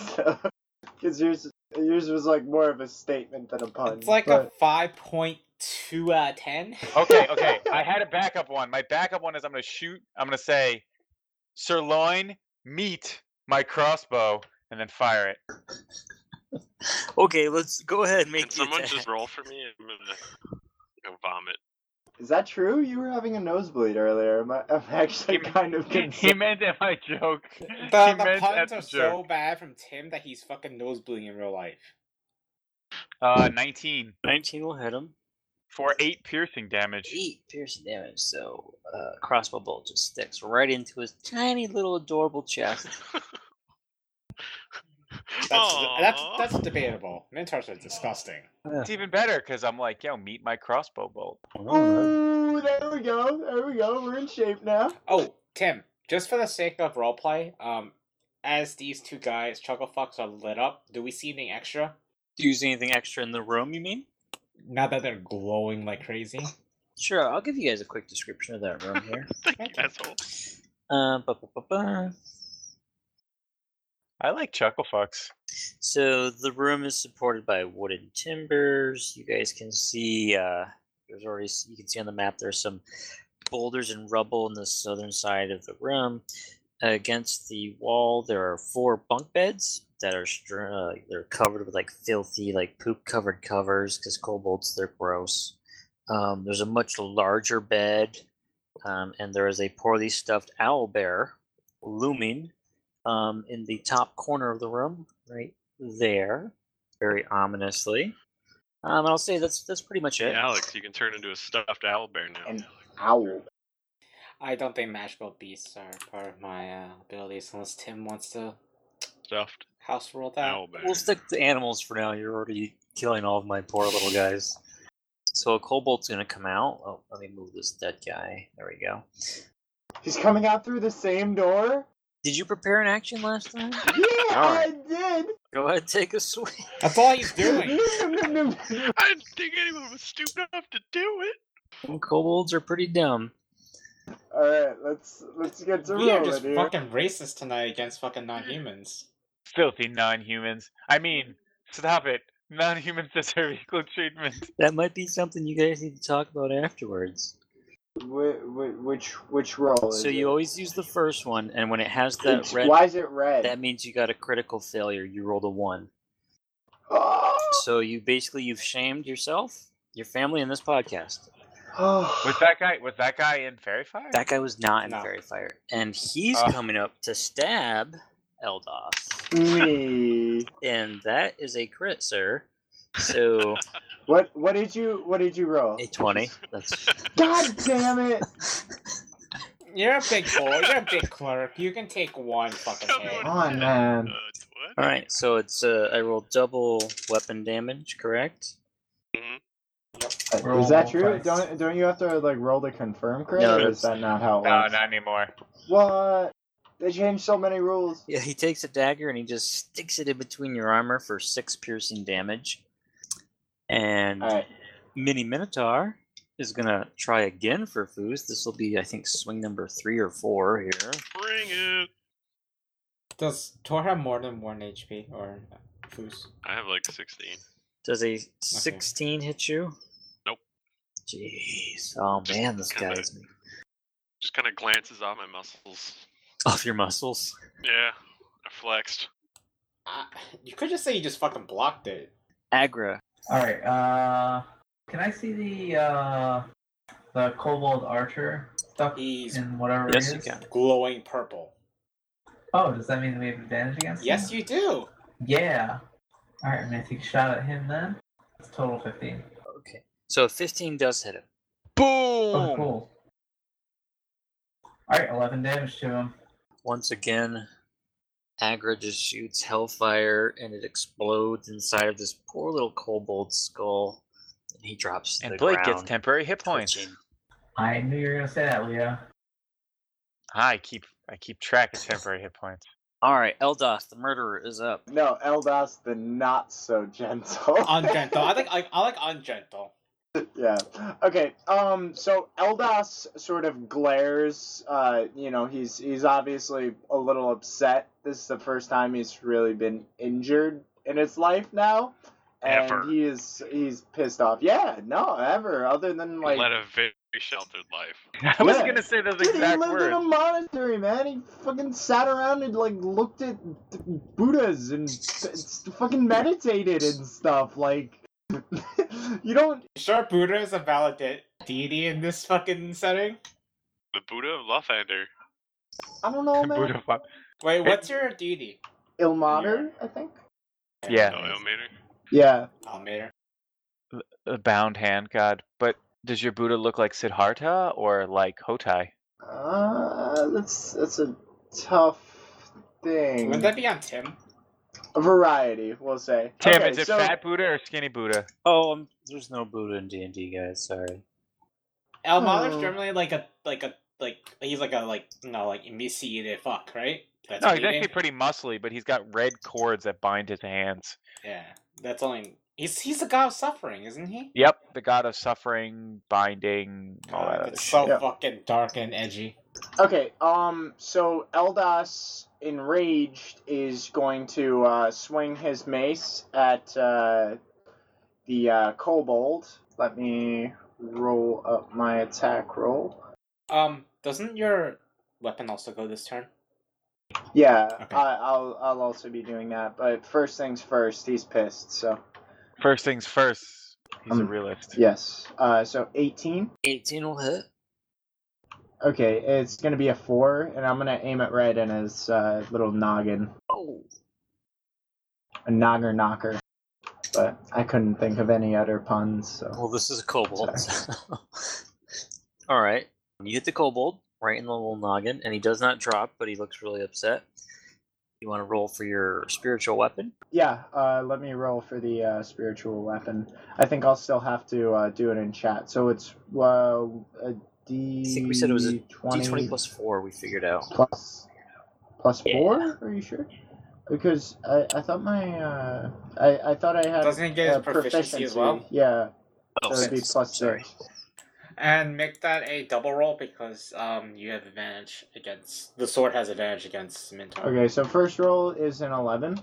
[SPEAKER 6] because yours yours was like more of a statement than a pun.
[SPEAKER 3] It's like
[SPEAKER 6] but-
[SPEAKER 3] a five point two out of ten.
[SPEAKER 2] <laughs> Okay, okay. I had a backup one. My backup one is I'm going to shoot, I'm going to say, sirloin, meat, my crossbow, and then fire it.
[SPEAKER 1] Okay, let's go ahead and make
[SPEAKER 5] Can
[SPEAKER 1] the
[SPEAKER 5] someone
[SPEAKER 1] attack.
[SPEAKER 5] just roll for me? I'm gonna go vomit. <laughs>
[SPEAKER 6] Is that true? You were having a nosebleed earlier. I'm, I'm actually
[SPEAKER 2] He- <laughs>
[SPEAKER 6] kind of
[SPEAKER 2] He, he
[SPEAKER 6] concerned.
[SPEAKER 2] meant at my joke.
[SPEAKER 3] The,
[SPEAKER 2] <laughs> he
[SPEAKER 3] the
[SPEAKER 2] meant
[SPEAKER 3] puns
[SPEAKER 2] at
[SPEAKER 3] are
[SPEAKER 2] the
[SPEAKER 3] so
[SPEAKER 2] joke.
[SPEAKER 3] bad from Tim that he's fucking nosebleeding in real life.
[SPEAKER 2] Uh, 19
[SPEAKER 1] 19 will hit him.
[SPEAKER 2] for eight piercing damage.
[SPEAKER 1] 8 piercing damage, so uh, crossbow bolt just sticks right into his tiny little adorable chest.
[SPEAKER 3] That's that's
[SPEAKER 5] Aw. <laughs>
[SPEAKER 3] that's debatable. Minotaurs are disgusting.
[SPEAKER 2] It's even better because I'm like, yo, meet my crossbow bolt.
[SPEAKER 6] Ooh, there we go. There we go. We're in shape now.
[SPEAKER 3] Oh, Tim, just for the sake of roleplay, um, as these two guys, Chuckle Fucks, are lit up, do we see anything extra?
[SPEAKER 1] Do you see anything extra in the room, you mean?
[SPEAKER 3] Now that they're glowing like crazy.
[SPEAKER 1] Sure, I'll give you guys a quick description of that room
[SPEAKER 5] <laughs>
[SPEAKER 1] here.
[SPEAKER 5] Thank you,
[SPEAKER 3] Okay.
[SPEAKER 5] asshole.
[SPEAKER 1] Uh, ba ba ba ba.
[SPEAKER 2] I like chuckle fucks.
[SPEAKER 1] So the room is supported by wooden timbers. You guys can see uh, there's already s- you can see on the map there's some boulders and rubble on the southern side of the room. Against the wall, there are four bunk beds that are str- uh, they're covered with like filthy like poop covered covers because kobolds they're gross. Um, there's a much larger bed, um, and there is a poorly stuffed owl bear looming um, in the top corner of the room, right there, very ominously. Um, and I'll say that's that's pretty much it.
[SPEAKER 5] Alex, you can turn into a stuffed owlbear now.
[SPEAKER 6] An owl.
[SPEAKER 3] I don't think magical beasts are part of my uh, abilities unless Tim wants to
[SPEAKER 5] Stuffed
[SPEAKER 3] house rule that.
[SPEAKER 5] owlbear.
[SPEAKER 1] We'll stick to animals for now. You're already killing all of my poor little guys. So a kobold's gonna come out. Oh, let me move this dead guy. There we go.
[SPEAKER 6] He's coming out through the same door.
[SPEAKER 1] Did you prepare an action last time?
[SPEAKER 6] Yeah, I did.
[SPEAKER 1] Go ahead, take a swing.
[SPEAKER 3] That's all he's
[SPEAKER 6] <laughs>
[SPEAKER 3] doing.
[SPEAKER 5] I didn't think anyone was stupid enough to do
[SPEAKER 1] <laughs>
[SPEAKER 5] it.
[SPEAKER 1] Kobolds are pretty dumb.
[SPEAKER 6] All right, let's let's get to
[SPEAKER 3] we are
[SPEAKER 6] rolling
[SPEAKER 3] just
[SPEAKER 6] here.
[SPEAKER 3] fucking racist tonight against fucking non-humans.
[SPEAKER 2] Filthy non humans. I mean, stop it. Non <laughs> humans deserve equal treatment.
[SPEAKER 1] That might be something you guys need to talk about afterwards.
[SPEAKER 6] Wh- wh- which which roll? Is
[SPEAKER 1] So
[SPEAKER 6] it?
[SPEAKER 1] you always use the first one, and when it has that
[SPEAKER 6] It's-
[SPEAKER 1] red,
[SPEAKER 6] Why is it red? <gasps>
[SPEAKER 1] that means you got a critical failure. You rolled a one.
[SPEAKER 6] Oh!
[SPEAKER 1] So you basically you've shamed yourself, your family, and this podcast.
[SPEAKER 6] Oh,
[SPEAKER 2] Was that guy? Was that guy in Fairy Fire?
[SPEAKER 1] That guy was not in
[SPEAKER 3] No.
[SPEAKER 1] Fairy Fire, and he's
[SPEAKER 2] Ah.
[SPEAKER 1] coming up to stab Eldos,
[SPEAKER 6] Me.
[SPEAKER 1] and that is a crit, sir. So
[SPEAKER 6] What what did you what did you roll? Uh,
[SPEAKER 1] a twenty. That's
[SPEAKER 6] God damn it!
[SPEAKER 3] You're a big boy. You're a
[SPEAKER 6] <laughs>
[SPEAKER 3] big clerk. You can take one fucking hit.
[SPEAKER 6] Come on, man.
[SPEAKER 5] Uh,
[SPEAKER 1] all
[SPEAKER 5] what?
[SPEAKER 1] right. So it's uh, I rolled double weapon damage, correct?
[SPEAKER 4] Roll
[SPEAKER 6] is that
[SPEAKER 4] more
[SPEAKER 6] true?
[SPEAKER 4] dice.
[SPEAKER 6] Don't don't you have to like roll to confirm crit?
[SPEAKER 1] No,
[SPEAKER 6] or is
[SPEAKER 1] that's-
[SPEAKER 6] that not how it
[SPEAKER 2] No,
[SPEAKER 6] works?
[SPEAKER 2] not anymore.
[SPEAKER 6] What? They changed so many rules.
[SPEAKER 1] Yeah, he takes a dagger and he just sticks it in between your armor for six piercing damage. And
[SPEAKER 6] All right.
[SPEAKER 1] Mini Minotaur is gonna try again for Foos. This will be, I think, swing number three or four here.
[SPEAKER 5] Bring it.
[SPEAKER 3] Does Tor have more than one HP or Foos?
[SPEAKER 5] I have like 16.
[SPEAKER 1] Does a sixteen hit you?
[SPEAKER 5] Nope.
[SPEAKER 1] Jeez. Oh
[SPEAKER 5] Just
[SPEAKER 1] man, this
[SPEAKER 5] kinda-
[SPEAKER 1] guy's
[SPEAKER 5] Just kind of glances off my muscles.
[SPEAKER 1] <laughs> off your muscles.
[SPEAKER 5] Yeah, I flexed.
[SPEAKER 3] Uh, you could just say you just fucking blocked it.
[SPEAKER 1] Agra.
[SPEAKER 4] All right. Uh, can I see the uh, the Kobold Archer stuff
[SPEAKER 3] He's
[SPEAKER 4] in whatever
[SPEAKER 1] Yes,
[SPEAKER 4] it
[SPEAKER 1] you
[SPEAKER 4] is?
[SPEAKER 1] can.
[SPEAKER 3] glowing purple.
[SPEAKER 4] Oh, does that mean we have advantage against
[SPEAKER 3] Yes,
[SPEAKER 4] him?
[SPEAKER 3] you do.
[SPEAKER 4] Yeah. All right, I'm gonna take a shot at him then. It's total fifteen.
[SPEAKER 1] Okay. So fifteen does hit him.
[SPEAKER 4] Oh,
[SPEAKER 2] Boom!
[SPEAKER 4] cool. All right, eleven damage to him.
[SPEAKER 1] Once again, Agra just shoots hellfire and it explodes inside of this poor little kobold skull. And he drops to
[SPEAKER 2] And
[SPEAKER 1] the
[SPEAKER 2] Blake
[SPEAKER 1] ground.
[SPEAKER 2] gets temporary hit points.
[SPEAKER 1] twitching.
[SPEAKER 4] I knew you were gonna say that, Leo.
[SPEAKER 2] I keep I keep track of temporary hit points.
[SPEAKER 1] All right, Eldoth, the murderer, is up.
[SPEAKER 6] No, Eldas the not so gentle.
[SPEAKER 3] Ungentle. I like I, I like ungentle.
[SPEAKER 6] yeah. Okay. Um. So Eldas sort of glares. Uh. You know, he's he's obviously a little upset. This is the first time he's really been injured in his life now, and
[SPEAKER 5] Ever.
[SPEAKER 6] he is he's pissed off. Yeah. No. Ever. Other than like.
[SPEAKER 5] Led a very sheltered life.
[SPEAKER 2] <laughs> I was
[SPEAKER 6] Yeah.
[SPEAKER 2] gonna say those
[SPEAKER 6] Dude, he
[SPEAKER 2] exact
[SPEAKER 6] lived in a
[SPEAKER 2] words.
[SPEAKER 6] monastery, man. He fucking sat around and like looked at th- Buddhas and s- s- fucking meditated and stuff. Like, <laughs> you don't
[SPEAKER 3] Sure, Buddha is a valid de- deity in this fucking setting.
[SPEAKER 5] The Buddha of Lothander.
[SPEAKER 6] I don't know, man.
[SPEAKER 2] Buddha fuck.
[SPEAKER 3] Wait, what's your deity?
[SPEAKER 6] Ilmater, I think.
[SPEAKER 2] Yeah.
[SPEAKER 5] No, Elmater.
[SPEAKER 6] Oh, Yeah.
[SPEAKER 3] Almater.
[SPEAKER 2] A bound hand god. But does your Buddha look like Siddhartha or like Hotai?
[SPEAKER 6] Uh, that's that's a tough thing.
[SPEAKER 3] Wouldn't that be on Tim?
[SPEAKER 6] A variety, we'll say.
[SPEAKER 2] Tim,
[SPEAKER 6] okay,
[SPEAKER 2] is it
[SPEAKER 6] so
[SPEAKER 2] fat Buddha or skinny Buddha?
[SPEAKER 1] Oh, um, there's no Buddha in D and D, guys. Sorry.
[SPEAKER 3] Almater's
[SPEAKER 6] Oh.
[SPEAKER 3] generally like a like a like he's like a like no like emaciated fuck, right? That's
[SPEAKER 2] No,
[SPEAKER 3] what
[SPEAKER 2] he's
[SPEAKER 3] he
[SPEAKER 2] actually
[SPEAKER 3] did?
[SPEAKER 2] pretty muscly, but he's got red cords that bind his hands.
[SPEAKER 3] Yeah, that's only he's he's the god of suffering, isn't he?
[SPEAKER 2] Yep, the god of suffering, binding, all that
[SPEAKER 3] God,
[SPEAKER 2] other
[SPEAKER 3] it's
[SPEAKER 2] shit.
[SPEAKER 3] so
[SPEAKER 6] Yeah.
[SPEAKER 3] fucking dark and edgy.
[SPEAKER 6] Okay, um, so Eldas, enraged, is going to uh, swing his mace at uh, the uh, kobold. Let me roll up my attack roll.
[SPEAKER 3] Um, doesn't your weapon also go this turn?
[SPEAKER 6] Yeah,
[SPEAKER 3] Okay.
[SPEAKER 6] I, I'll I'll also be doing that. But first things first, he's pissed. So
[SPEAKER 2] First things first, he's a
[SPEAKER 6] Um,
[SPEAKER 2] realist.
[SPEAKER 6] yes, uh, so eighteen.
[SPEAKER 1] Eighteen will hit.
[SPEAKER 6] Okay, it's gonna be a four, and I'm gonna aim it right in his uh, little noggin,
[SPEAKER 1] Oh,
[SPEAKER 6] a nogger knocker. But I couldn't think of any other puns, so.
[SPEAKER 1] well, this is a kobold. <laughs> All right, you hit the kobold right in the little noggin, and he does not drop, but he looks really upset. You want to roll for your spiritual weapon?
[SPEAKER 6] Yeah, uh, let me roll for the uh, spiritual weapon. I think I'll still have to uh, do it in chat. So it's uh, a D.
[SPEAKER 1] I think we said it was a
[SPEAKER 6] 20
[SPEAKER 1] D20 plus four. We figured out.
[SPEAKER 6] plus plus
[SPEAKER 1] Yeah.
[SPEAKER 6] four. Are you sure? Because I, I thought my uh, I I thought I had
[SPEAKER 3] Doesn't it get
[SPEAKER 6] uh,
[SPEAKER 3] his proficiency as well?
[SPEAKER 6] Yeah,
[SPEAKER 1] Oh,
[SPEAKER 6] so it'd be
[SPEAKER 1] six.
[SPEAKER 6] plus
[SPEAKER 1] Sorry.
[SPEAKER 6] six.
[SPEAKER 3] And make that a double roll because um you have advantage against the sword has advantage against Minotaur.
[SPEAKER 6] Okay, so first roll is an eleven,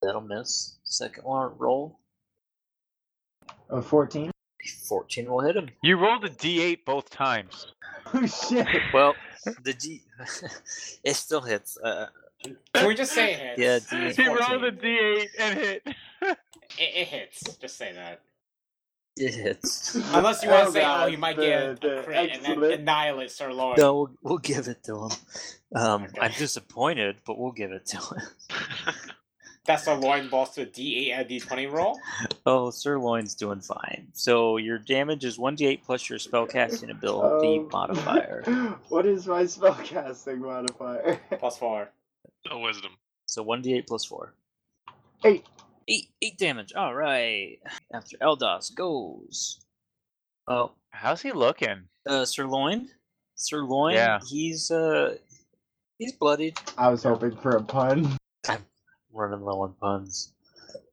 [SPEAKER 1] That'll miss. Second one, roll.
[SPEAKER 6] a fourteen. <laughs>
[SPEAKER 1] Fourteen will hit him.
[SPEAKER 2] You rolled a d8 both times.
[SPEAKER 6] Oh shit!
[SPEAKER 1] Well, the D, <laughs> it still hits. Uh,
[SPEAKER 3] Can we just say it hits?
[SPEAKER 1] Yeah, D-
[SPEAKER 3] It's
[SPEAKER 2] He rolled a
[SPEAKER 3] 14.
[SPEAKER 2] d8 and hit.
[SPEAKER 3] It, it hits. Just say that.
[SPEAKER 1] it
[SPEAKER 6] <laughs>
[SPEAKER 1] hits.
[SPEAKER 3] Unless you want
[SPEAKER 6] Oh
[SPEAKER 3] to say, oh,
[SPEAKER 6] God,
[SPEAKER 3] you might
[SPEAKER 6] the-
[SPEAKER 3] get
[SPEAKER 6] the
[SPEAKER 3] a crit and then
[SPEAKER 6] excellent-
[SPEAKER 3] annihilate Sir Lord.
[SPEAKER 1] No, we'll, we'll give it to him. Um,
[SPEAKER 3] Okay.
[SPEAKER 1] I'm disappointed, but we'll give it to him.
[SPEAKER 3] That's Sir Lord involves a D8 and a D20 roll.
[SPEAKER 1] Oh, sirloin's doing fine. So your damage is one d8 plus your spellcasting ability
[SPEAKER 6] Um,
[SPEAKER 1] modifier.
[SPEAKER 6] <laughs> what is my spellcasting modifier? <laughs>
[SPEAKER 3] Plus four.
[SPEAKER 5] Oh, wisdom.
[SPEAKER 1] So one d8 plus four.
[SPEAKER 6] Eight.
[SPEAKER 1] Eight, eight damage. All right. After Eldos goes. Oh,
[SPEAKER 2] How's he looking?
[SPEAKER 1] uh, sirloin. Sirloin.
[SPEAKER 2] Yeah.
[SPEAKER 1] He's uh, he's bloodied.
[SPEAKER 6] I was hoping for a pun.
[SPEAKER 1] Running low on puns.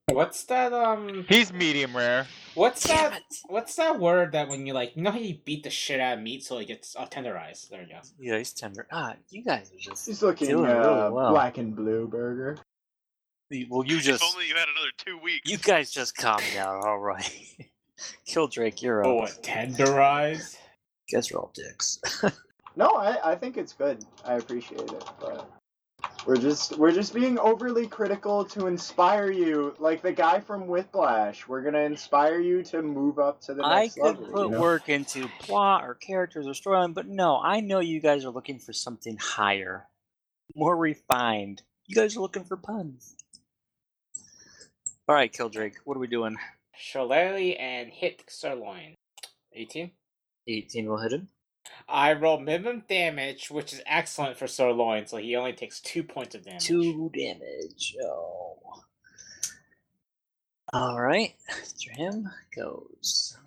[SPEAKER 3] What's that, um.
[SPEAKER 2] He's medium rare.
[SPEAKER 3] What's
[SPEAKER 1] Damn
[SPEAKER 3] that? What's that word that when you like, you know how you beat the shit out of meat so it gets uh, tenderized? There you go.
[SPEAKER 1] Yeah, he's tender. Ah, you guys are just.
[SPEAKER 6] He's looking
[SPEAKER 1] Doing really
[SPEAKER 6] uh,
[SPEAKER 1] well.
[SPEAKER 6] black and blue burger.
[SPEAKER 1] Well, you
[SPEAKER 5] If
[SPEAKER 1] just.
[SPEAKER 5] only you had another two weeks.
[SPEAKER 1] You guys just calm down. All right. <laughs> Kill Drake. You're up.
[SPEAKER 3] Oh, what, tenderized?
[SPEAKER 1] guys are all dicks. <laughs>
[SPEAKER 6] No, I, I think it's good. I appreciate it, but we're just we're just being overly critical to inspire you, like the guy from Whiplash. We're gonna inspire you to move up to the
[SPEAKER 1] I
[SPEAKER 6] next
[SPEAKER 1] could
[SPEAKER 6] level.
[SPEAKER 1] put
[SPEAKER 6] you know?
[SPEAKER 1] work into plot or characters or storyline, but no, I know you guys are looking for something higher, more refined. You guys are looking for puns. All right, Kildrake, what are we doing?
[SPEAKER 3] Shillelagh and hit sirloin. 18.
[SPEAKER 1] 18 will hit him.
[SPEAKER 3] I roll minimum damage, which is excellent for sirloin, so he only takes two points of damage.
[SPEAKER 1] Two damage. Oh. All right, <laughs> after him goes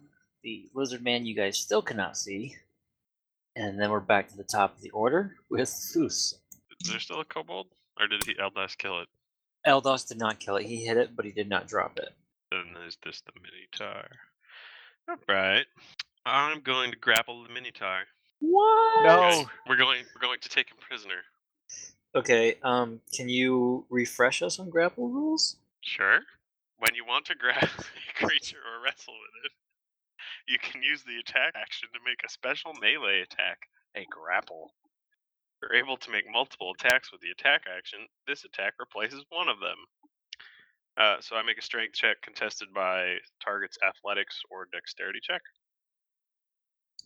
[SPEAKER 1] the lizard man you guys still cannot see. And then we're back to the top of the order with Foos.
[SPEAKER 5] Is there still a kobold? Or did he Eldas kill it?
[SPEAKER 1] Eldos did not kill it. He hit it, but he did not drop it.
[SPEAKER 5] Then there's just the Minotaur. Alright. I'm going to grapple the Minotaur.
[SPEAKER 1] What?
[SPEAKER 2] No.
[SPEAKER 5] Guys, We're going we're going to take him prisoner.
[SPEAKER 1] Okay, um, can you refresh us on grapple rules?
[SPEAKER 5] Sure. When you want to grab <laughs> a creature or wrestle with it, you can use the attack action to make a special melee attack, a grapple. You're able to make multiple attacks with the attack action. This attack replaces one of them. Uh, so I make a strength check contested by target's athletics or dexterity check.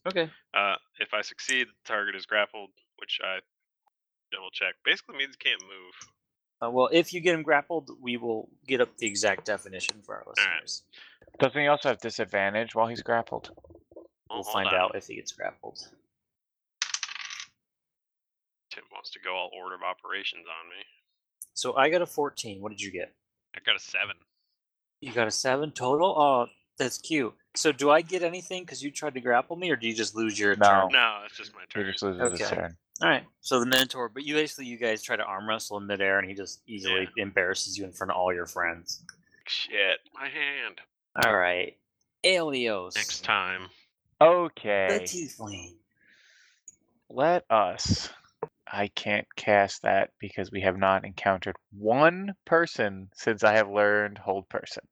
[SPEAKER 1] Okay.
[SPEAKER 5] Uh, if I succeed, the target is grappled, which I double check. Basically means can't move.
[SPEAKER 1] Uh, well, if you get him grappled, we will get up the exact definition for our
[SPEAKER 5] right.
[SPEAKER 1] listeners.
[SPEAKER 2] Doesn't he also have disadvantage while he's grappled?
[SPEAKER 5] Oh,
[SPEAKER 1] We'll
[SPEAKER 5] hold
[SPEAKER 1] find
[SPEAKER 5] on.
[SPEAKER 1] out if he gets grappled.
[SPEAKER 5] Tim wants to go all order of operations on me.
[SPEAKER 1] So I got a 14. What did you get?
[SPEAKER 5] I got a seven.
[SPEAKER 1] You got a 7 total? Oh, that's cute. So do I get anything because you tried to grapple me, or do you just lose your
[SPEAKER 2] No.
[SPEAKER 1] turn?
[SPEAKER 5] No, it's just my
[SPEAKER 2] He
[SPEAKER 5] turn.
[SPEAKER 2] just loses his
[SPEAKER 1] Okay.
[SPEAKER 2] turn.
[SPEAKER 1] All right. So the mentor, but you basically, you guys try to arm wrestle in midair, and he just easily embarrasses you in front of all your friends.
[SPEAKER 5] Shit, my hand.
[SPEAKER 1] All right. Alios.
[SPEAKER 5] Next
[SPEAKER 2] <laughs>
[SPEAKER 5] time. <laughs>
[SPEAKER 1] The
[SPEAKER 2] Okay.
[SPEAKER 1] Tiefling.
[SPEAKER 2] Let us. I can't cast that because we have not encountered one person since I have learned hold person.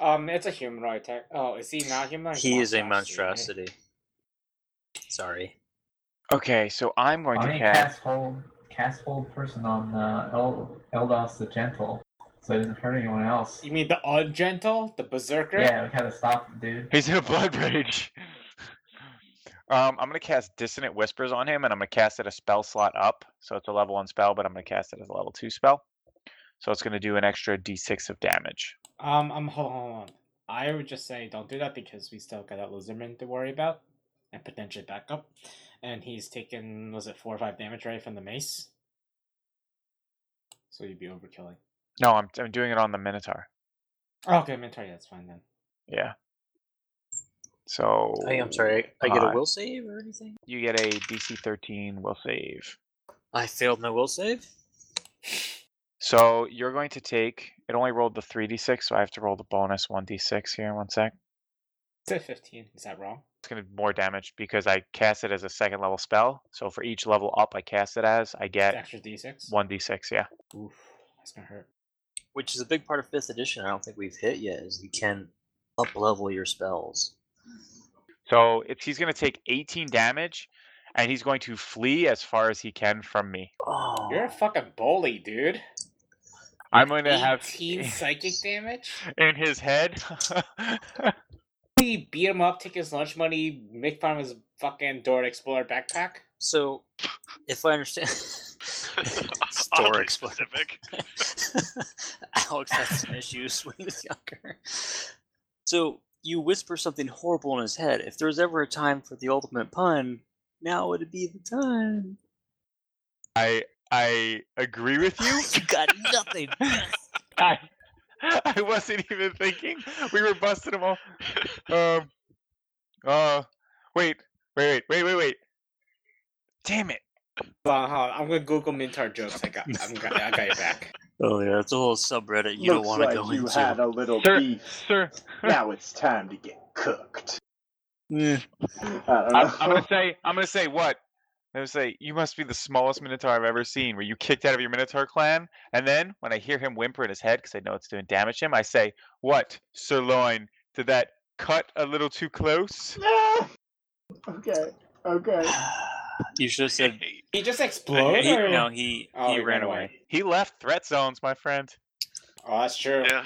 [SPEAKER 3] Um, it's a humanoid attack. Oh, is he not human?
[SPEAKER 1] He is a
[SPEAKER 3] monstrosity.
[SPEAKER 1] monstrosity. Sorry.
[SPEAKER 2] Okay, so I'm going
[SPEAKER 4] I
[SPEAKER 2] to
[SPEAKER 4] mean,
[SPEAKER 2] cast.
[SPEAKER 4] cast hold, cast hold person on uh, El, Eldos the Gentle, so it doesn't hurt anyone else.
[SPEAKER 3] You mean the ungentle? The berserker?
[SPEAKER 4] Yeah, we gotta stop the dude.
[SPEAKER 2] <laughs> He's in a blood rage. <laughs> um, I'm going to cast Dissonant Whispers on him, and I'm going to cast it a spell slot up. So it's a level one spell, but I'm going to cast it as a level two spell. So it's going to do an extra d6 of damage.
[SPEAKER 3] Um, I'm hold on, hold on. I would just say don't do that because we still got that lizardman to worry about and potentially backup. And he's taken was it four or five damage right from the mace. So you'd be overkilling.
[SPEAKER 2] No, I'm, I'm doing it on the Minotaur.
[SPEAKER 3] Oh, okay, Mentor, yeah, that's fine then.
[SPEAKER 2] Yeah. So.
[SPEAKER 1] Hey, I'm sorry. I, I get a
[SPEAKER 2] uh,
[SPEAKER 1] will save or anything?
[SPEAKER 2] You get a DC 13 will save.
[SPEAKER 1] I failed my will save.
[SPEAKER 2] So you're going to take. It only rolled the 3d6, so I have to roll the bonus 1d6 here in one sec.
[SPEAKER 3] Said fifteen. Is that wrong?
[SPEAKER 2] It's going to be more damage because I cast it as a second level spell. So for each level up I cast it as, I
[SPEAKER 3] It's
[SPEAKER 2] get
[SPEAKER 3] Extra D six.
[SPEAKER 2] 1d6, yeah.
[SPEAKER 3] Oof, that's gonna hurt.
[SPEAKER 1] Which is a big part of fifth edition. I don't think we've hit yet. Is you can up level your spells.
[SPEAKER 2] So it's he's going to take 18 damage, and he's going to flee as far as he can from me.
[SPEAKER 1] Oh,
[SPEAKER 3] You're a fucking bully, dude.
[SPEAKER 2] I'm going to have <laughs>
[SPEAKER 3] 18 psychic damage?
[SPEAKER 2] in his head. <laughs>
[SPEAKER 3] We beat him up, take his lunch money, make fun of his fucking Dora Explorer backpack?
[SPEAKER 1] so if I understand, <laughs>
[SPEAKER 5] Oddly
[SPEAKER 1] store explorer.
[SPEAKER 5] specific.
[SPEAKER 1] <laughs> Alex had some issues <laughs> when he was younger. So you whisper something horrible in his head. If there was ever a time for the ultimate pun, now would be the time.
[SPEAKER 2] I I agree with you.
[SPEAKER 1] You got nothing.
[SPEAKER 2] I <laughs> I wasn't even thinking. We were busting them all. Um. Uh. Wait. Wait. Wait. Wait. Wait. Wait. Damn it.
[SPEAKER 3] Hold on, hold on. I'm gonna Google Mintar jokes. I got, I'm got, I got you back.
[SPEAKER 1] <laughs> oh yeah, it's a whole subreddit you don't
[SPEAKER 6] Looks
[SPEAKER 1] want to
[SPEAKER 6] like
[SPEAKER 1] go
[SPEAKER 6] you
[SPEAKER 1] into.
[SPEAKER 6] had a little
[SPEAKER 2] Sir-
[SPEAKER 6] beef.
[SPEAKER 3] <laughs>
[SPEAKER 2] Sir,
[SPEAKER 6] Now it's time to get cooked. <laughs>
[SPEAKER 1] Yeah.
[SPEAKER 6] I don't
[SPEAKER 2] I'm,
[SPEAKER 6] know.
[SPEAKER 2] I'm gonna say. I'm gonna say what? I'm gonna say you must be the smallest minotaur I've ever seen. Were you kicked out of your minotaur clan? And then when I hear him whimper in his head, because I know it's doing damage to him, I say, "What, sirloin? Did that cut a little too close?"
[SPEAKER 6] Ah! <laughs> okay.
[SPEAKER 1] <sighs>
[SPEAKER 6] Okay.
[SPEAKER 1] <sighs> You should have said
[SPEAKER 3] He just exploded?
[SPEAKER 1] he,
[SPEAKER 3] or-
[SPEAKER 1] no. He
[SPEAKER 3] Oh,
[SPEAKER 1] he ran away.
[SPEAKER 2] He left threat zones, my friend.
[SPEAKER 3] Oh, that's true.
[SPEAKER 5] Yeah,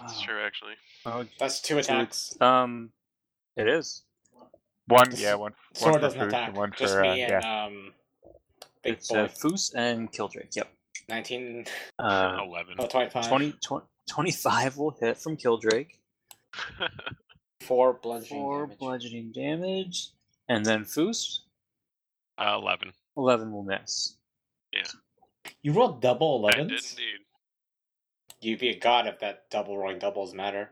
[SPEAKER 5] that's true actually.
[SPEAKER 3] That's two attacks.
[SPEAKER 1] Um, it is.
[SPEAKER 2] One,
[SPEAKER 3] This
[SPEAKER 2] yeah,
[SPEAKER 3] is-
[SPEAKER 2] one.
[SPEAKER 3] Sword
[SPEAKER 2] for
[SPEAKER 3] doesn't
[SPEAKER 2] Fruit and
[SPEAKER 3] attack.
[SPEAKER 2] one
[SPEAKER 3] just
[SPEAKER 2] for, uh,
[SPEAKER 3] me and um, big
[SPEAKER 1] It's
[SPEAKER 3] boy.
[SPEAKER 1] uh, Foos and Kildrake. Yep.
[SPEAKER 3] 19,
[SPEAKER 1] Uh,
[SPEAKER 5] Eleven.
[SPEAKER 3] oh, 25.
[SPEAKER 1] 20, 20 25 will hit from Kildrake.
[SPEAKER 3] Four bludgeoning
[SPEAKER 1] Four
[SPEAKER 3] damage.
[SPEAKER 1] bludgeoning damage. And then Foos,
[SPEAKER 5] Uh, <laughs> Eleven.
[SPEAKER 1] 11 will miss.
[SPEAKER 3] You rolled double
[SPEAKER 5] I e- did
[SPEAKER 3] 11s?
[SPEAKER 5] indeed.
[SPEAKER 3] You'd be a god if that double rolling doubles matter.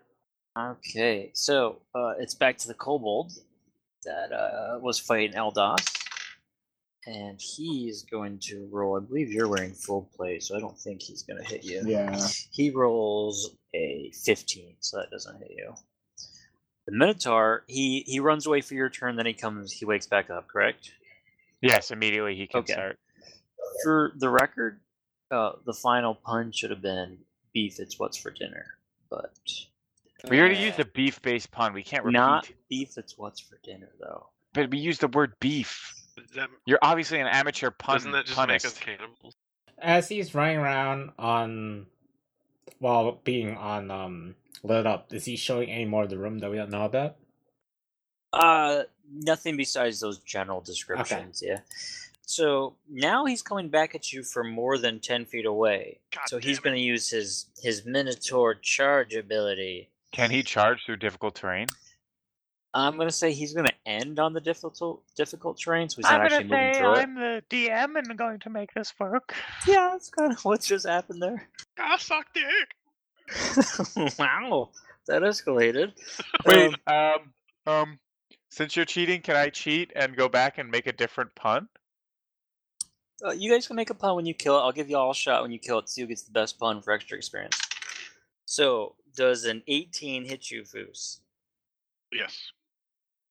[SPEAKER 1] Okay, so uh, it's back to the kobold that uh, was fighting Eldos. And he's going to roll. I believe you're wearing full plate, so I don't think he's going to hit you.
[SPEAKER 6] Yeah.
[SPEAKER 1] He rolls a 15, so that doesn't hit you. The Minotaur, he, he runs away for your turn, then he comes, he wakes back up, correct?
[SPEAKER 2] Yes, immediately he can
[SPEAKER 1] Okay.
[SPEAKER 2] start.
[SPEAKER 1] for the record, uh, the final pun should have been beef. It's what's for dinner, but
[SPEAKER 2] We already
[SPEAKER 3] Uh,
[SPEAKER 2] used a beef-based pun. We can't repeat.
[SPEAKER 1] not beef. It's what's for dinner, though.
[SPEAKER 2] But we used the word beef.
[SPEAKER 5] Does that,
[SPEAKER 2] You're obviously an amateur pun.
[SPEAKER 5] doesn't that just make us
[SPEAKER 2] punist.
[SPEAKER 5] cannibals?
[SPEAKER 3] as he's running around on while being on um lit up is he showing any more of the room that we don't know about
[SPEAKER 1] Uh, nothing besides those general descriptions. Yeah. So now he's coming back at you from more than ten feet away.
[SPEAKER 5] God
[SPEAKER 1] so he's
[SPEAKER 5] damn
[SPEAKER 1] going to use his his Minotaur charge ability.
[SPEAKER 2] Can he charge through difficult terrain?
[SPEAKER 1] I'm going to say he's going to end on the difficult difficult terrain, so he's not actually moving through it.
[SPEAKER 2] the DM and going to make this work.
[SPEAKER 1] Yeah, that's <laughs> kind of what's just happened there.
[SPEAKER 5] it. I Ah, suck dick.
[SPEAKER 1] <laughs> wow, that escalated.
[SPEAKER 2] <laughs> Wait,
[SPEAKER 1] Um,
[SPEAKER 2] um, um, since you're cheating, can I cheat and go back and make a different pun?
[SPEAKER 1] Uh, you guys can make a pun when you kill it. I'll give you all a shot when you kill it. See who gets the best pun for extra experience. So, does an 18 hit you, Foos?
[SPEAKER 5] Yes.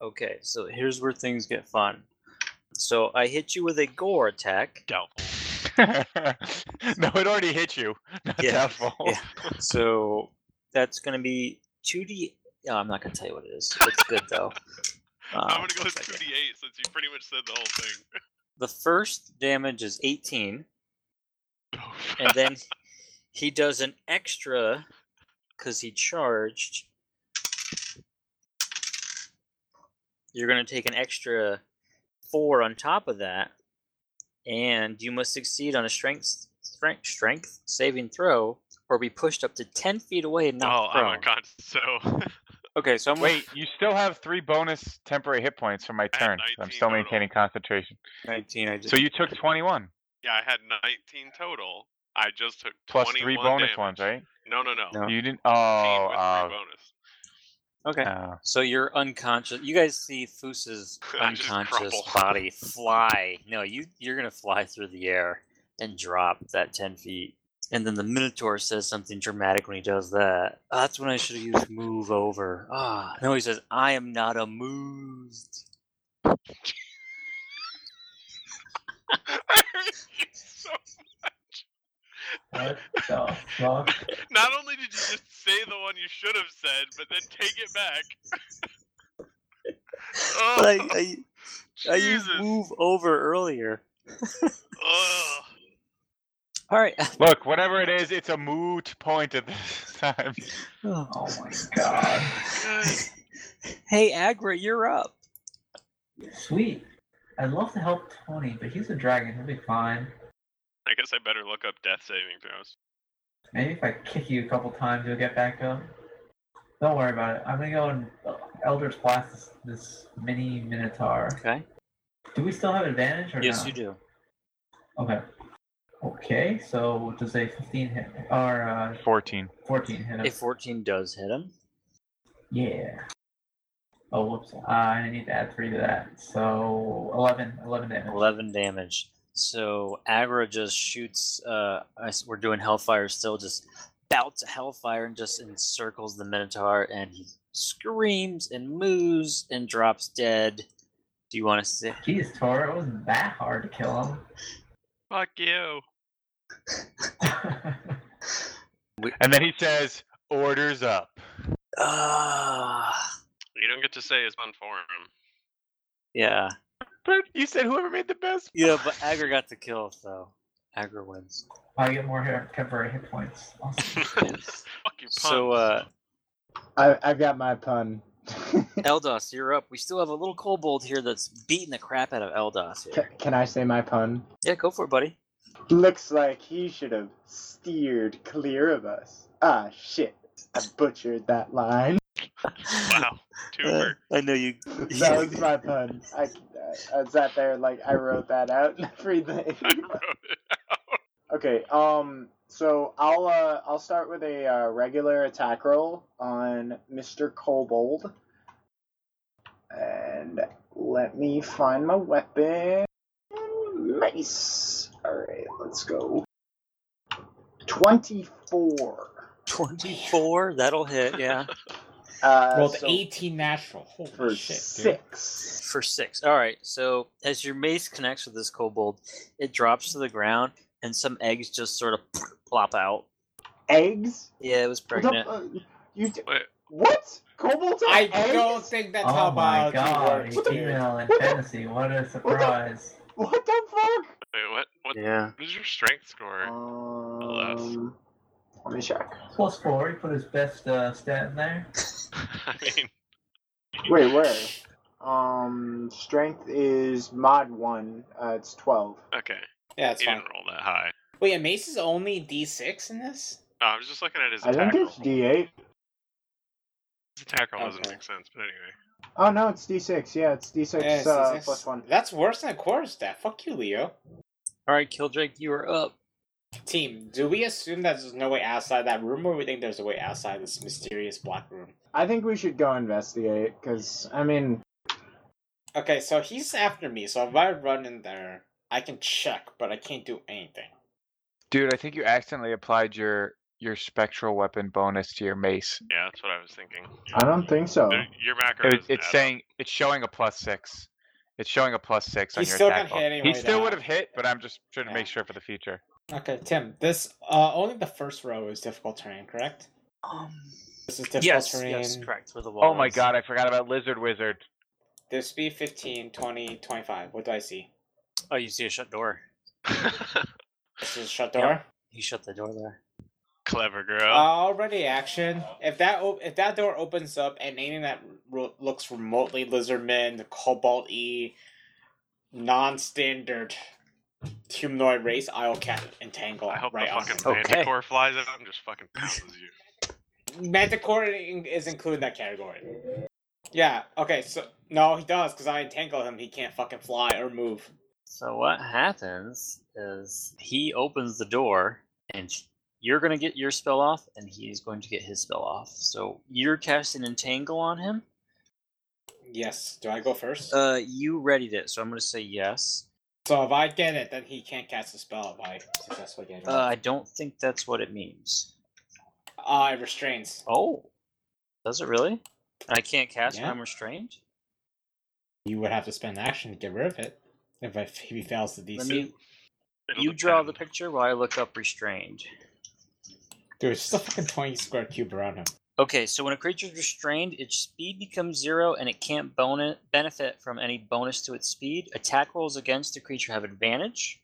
[SPEAKER 1] Okay, so here's where things get fun. So, I hit you with a gore attack. <laughs>
[SPEAKER 5] Doubtful.
[SPEAKER 2] <laughs> no, it already hit you. Not
[SPEAKER 1] Yeah,
[SPEAKER 2] doubtful.
[SPEAKER 1] yeah. So, that's going to be 2D. Oh, I'm not going to tell you what it is. It's good, though. Uh,
[SPEAKER 5] I'm gonna go with
[SPEAKER 1] one
[SPEAKER 5] two
[SPEAKER 1] second.
[SPEAKER 5] d eight since you pretty much said the whole thing.
[SPEAKER 1] The first damage is 18,
[SPEAKER 5] Oof.
[SPEAKER 1] <laughs>
[SPEAKER 5] <laughs>
[SPEAKER 1] and then he does an extra because he charged. You're going to take an extra four on top of that, and you must succeed on a strength strength strength saving throw or be pushed up to ten feet away and
[SPEAKER 5] oh,
[SPEAKER 1] not
[SPEAKER 5] oh my
[SPEAKER 1] thrown.
[SPEAKER 5] god! So <laughs>
[SPEAKER 1] Okay, so I'm
[SPEAKER 2] Wait,
[SPEAKER 1] <laughs>
[SPEAKER 2] you still have three bonus temporary hit points from my
[SPEAKER 5] I had
[SPEAKER 2] turn. so I'm
[SPEAKER 5] 19
[SPEAKER 2] still
[SPEAKER 5] total.
[SPEAKER 2] maintaining concentration.
[SPEAKER 1] nineteen. I just
[SPEAKER 2] So you took 21
[SPEAKER 5] yeah, I had 19 total. I just took
[SPEAKER 2] plus
[SPEAKER 5] 21
[SPEAKER 2] three bonus
[SPEAKER 5] damage.
[SPEAKER 2] ones, right?
[SPEAKER 5] No, no, no.
[SPEAKER 1] No.
[SPEAKER 2] You didn't.
[SPEAKER 5] 15
[SPEAKER 2] Oh,
[SPEAKER 5] with
[SPEAKER 2] uh,
[SPEAKER 5] three bonus.
[SPEAKER 1] okay.
[SPEAKER 2] uh,
[SPEAKER 1] So you're unconscious. You guys see Foos's
[SPEAKER 5] <laughs> I just
[SPEAKER 1] unconscious
[SPEAKER 5] crumple. <laughs>
[SPEAKER 1] body fly. No, you you're gonna fly through the air and drop that ten feet. And then the Minotaur says something dramatic when he does that. "Ah, that's when I should have used move over. Ah, no, he says I am not amused.
[SPEAKER 2] oh.
[SPEAKER 5] <laughs> I hate you so
[SPEAKER 4] What the fuck?
[SPEAKER 5] Not
[SPEAKER 1] <laughs>
[SPEAKER 5] only did you just say the one you should have said, but then take it back. Oh,
[SPEAKER 1] But I, I, I used
[SPEAKER 5] Jesus.
[SPEAKER 1] move over earlier.
[SPEAKER 5] Ugh.
[SPEAKER 1] All right. <laughs>
[SPEAKER 2] Look, whatever it is, it's a moot point at this <laughs> time.
[SPEAKER 1] Oh.
[SPEAKER 4] Oh my god.
[SPEAKER 5] Guys,
[SPEAKER 1] <laughs> Hey, Agra, you're up.
[SPEAKER 4] Sweet. I'd love to help Tony, but he's a dragon. He'll be fine.
[SPEAKER 5] I guess I better look up death saving throws.
[SPEAKER 4] Maybe if I kick you a couple times, you'll get back up. Don't worry about it. I'm gonna go and uh, Elder's Blast this, this mini Minotaur.
[SPEAKER 1] Okay.
[SPEAKER 4] Do we still have advantage or
[SPEAKER 1] Yes,
[SPEAKER 4] no?
[SPEAKER 1] you do.
[SPEAKER 4] Okay. Okay, so does a 15 hit or uh,
[SPEAKER 2] 14.
[SPEAKER 4] 14 hit?
[SPEAKER 1] A
[SPEAKER 4] us?
[SPEAKER 1] 14 does hit him.
[SPEAKER 4] Yeah. Oh, whoops. Uh, I need to add 3 to that. So 11, 11 damage.
[SPEAKER 1] 11 damage. So Agra just shoots. Uh, I s- we're doing Hellfire still, just bouts of Hellfire and just encircles the Minotaur, and he screams and moves and drops dead. Do you want to sit?
[SPEAKER 4] Jeez, Tor, it wasn't that hard to kill him. <laughs>
[SPEAKER 5] Fuck you.
[SPEAKER 2] And then he says, orders up.
[SPEAKER 1] Uh,
[SPEAKER 5] You don't get to say his fun form.
[SPEAKER 1] yeah,
[SPEAKER 2] But you said whoever made the best.
[SPEAKER 1] <sighs> yeah, but Agra got the kill, so Agra wins.
[SPEAKER 4] I get more hit, temporary hit points. Awesome.
[SPEAKER 5] Fuck your pun.
[SPEAKER 1] <laughs> So uh,
[SPEAKER 6] I, I've got my pun. <laughs>
[SPEAKER 1] Eldos, you're up. We still have a little kobold here that's beating the crap out of Eldos.
[SPEAKER 6] C-
[SPEAKER 1] Here.
[SPEAKER 6] can I say my pun?
[SPEAKER 1] Yeah, go for it, buddy.
[SPEAKER 6] Looks like he should have steered clear of us. Ah, shit. I butchered that line. <laughs>
[SPEAKER 1] <laughs>
[SPEAKER 5] wow, twofer.
[SPEAKER 1] Uh, I know you.
[SPEAKER 6] That was my pun. I, I, I sat there like I wrote that out and <laughs> everything.
[SPEAKER 5] <laughs> I wrote it.
[SPEAKER 6] Okay. Um. So I'll uh, I'll start with a uh, regular attack roll on Mister Kobold, and let me find my weapon. Nice. All right. Let's go. Twenty-four.
[SPEAKER 1] 24 that'll hit yeah
[SPEAKER 6] Uh,
[SPEAKER 3] Rolled
[SPEAKER 6] so
[SPEAKER 3] 18 natural. Holy
[SPEAKER 6] for
[SPEAKER 3] shit, dude.
[SPEAKER 6] six.
[SPEAKER 1] for six all right so as your mace connects with this kobold it drops to the ground and some eggs just sort of <sniffs> plop out
[SPEAKER 6] Eggs.
[SPEAKER 1] yeah it was
[SPEAKER 6] What the
[SPEAKER 1] pregnant
[SPEAKER 6] fu- you d-
[SPEAKER 5] Wait.
[SPEAKER 6] what? Kobolds have
[SPEAKER 3] I
[SPEAKER 6] eggs?
[SPEAKER 3] don't think that's how
[SPEAKER 4] oh my god,
[SPEAKER 3] biology works, dude.
[SPEAKER 4] female and
[SPEAKER 6] What the-
[SPEAKER 4] fantasy, what a surprise.
[SPEAKER 6] What the fuck?
[SPEAKER 5] Wait, what? What
[SPEAKER 1] yeah
[SPEAKER 5] what is your strength score?
[SPEAKER 6] Um, let me check.
[SPEAKER 4] Plus four, he put his best uh, stat in there.
[SPEAKER 5] <laughs> I mean,
[SPEAKER 6] Wait, where? Um, strength is mod one. Uh, it's twelve.
[SPEAKER 5] okay.
[SPEAKER 3] Yeah, that's
[SPEAKER 5] he
[SPEAKER 3] fine.
[SPEAKER 5] didn't roll that high.
[SPEAKER 3] Wait, a mace is only D6 in this?
[SPEAKER 5] No, I was just looking at his
[SPEAKER 6] I
[SPEAKER 5] attack
[SPEAKER 6] think
[SPEAKER 5] roll.
[SPEAKER 6] it's D eight.
[SPEAKER 5] His attack roll doesn't
[SPEAKER 3] Okay.
[SPEAKER 5] make sense, but anyway.
[SPEAKER 6] Oh no, it's D six. Yeah, it's D six
[SPEAKER 3] Yeah, it's
[SPEAKER 6] uh,
[SPEAKER 3] D6.
[SPEAKER 6] plus one.
[SPEAKER 3] That's worse than a quarter staff. Fuck you, Leo.
[SPEAKER 1] all right killdrake you are up
[SPEAKER 3] Team, do we assume that there's no way outside that room, or we think there's a way outside this mysterious black room?
[SPEAKER 6] I think we should go investigate because I mean,
[SPEAKER 3] Okay, so he's after me, so if I run in there, I can check, but I can't do anything.
[SPEAKER 2] Dude, I think you accidentally applied your your spectral weapon bonus to your mace.
[SPEAKER 5] Yeah, that's what I was thinking.
[SPEAKER 6] I don't think so.
[SPEAKER 5] There- Your macro.
[SPEAKER 2] It,
[SPEAKER 5] doesn't
[SPEAKER 2] it's
[SPEAKER 5] add
[SPEAKER 2] saying it's showing a plus six. It's showing a plus six on
[SPEAKER 3] He's
[SPEAKER 2] your
[SPEAKER 3] still
[SPEAKER 2] attack.
[SPEAKER 3] gonna
[SPEAKER 2] roll.
[SPEAKER 3] hit
[SPEAKER 2] he
[SPEAKER 3] anyway,
[SPEAKER 2] still
[SPEAKER 3] though.
[SPEAKER 2] would have hit, but I'm just trying to
[SPEAKER 3] Yeah.
[SPEAKER 2] make sure for the future.
[SPEAKER 3] Okay, Tim, this uh only the first row is difficult terrain, correct?
[SPEAKER 1] um,
[SPEAKER 3] This is difficult
[SPEAKER 1] yes
[SPEAKER 3] terrain.
[SPEAKER 1] yes correct with the wall
[SPEAKER 2] Oh my god, I forgot about Lizard Wizard.
[SPEAKER 3] This be 15, 20, 25. What do I see?
[SPEAKER 1] oh you see a shut door
[SPEAKER 5] up. <laughs>
[SPEAKER 3] This is shut
[SPEAKER 1] Yep.
[SPEAKER 3] door.
[SPEAKER 1] he shut the door there
[SPEAKER 5] Clever
[SPEAKER 1] Uh,
[SPEAKER 5] girl.
[SPEAKER 3] Already action. If that o- if that door opens up and anything that ro- looks remotely lizardman, cobalt e, non-standard humanoid race, I'll cat entangle.
[SPEAKER 5] I hope
[SPEAKER 3] right
[SPEAKER 5] the
[SPEAKER 3] on
[SPEAKER 5] fucking
[SPEAKER 3] him.
[SPEAKER 2] Okay.
[SPEAKER 5] manticore flies out and just fucking pounces you.
[SPEAKER 3] Manticore in- is included in that category. Yeah. Okay. So no, he does because I entangle him. He can't fucking fly or move.
[SPEAKER 1] so what happens is he opens the door and you're going to get your spell off and he's going to get his spell off so you're casting entangle on him
[SPEAKER 3] Yes. Do I go first?
[SPEAKER 1] Uh, you readied it, so I'm gonna say yes.
[SPEAKER 3] so if I get it, then he can't cast a spell. If I successfully get it,
[SPEAKER 1] Uh, I don't think that's what it means.
[SPEAKER 3] uh, it restrains.
[SPEAKER 1] Oh, does it really? I can't cast when
[SPEAKER 3] Yeah.
[SPEAKER 1] I'm restrained.
[SPEAKER 3] You would have to spend action to get rid of it if, I, if he fails the DC.
[SPEAKER 1] Let me.
[SPEAKER 5] It'll
[SPEAKER 1] You draw the
[SPEAKER 5] depend.
[SPEAKER 1] picture while I look up restrained.
[SPEAKER 3] Dude, it's just a fucking 20 square cube around him.
[SPEAKER 1] Okay, so when a creature is restrained, its speed becomes zero and it can't bone benefit from any bonus to its speed. Attack rolls against the creature have advantage,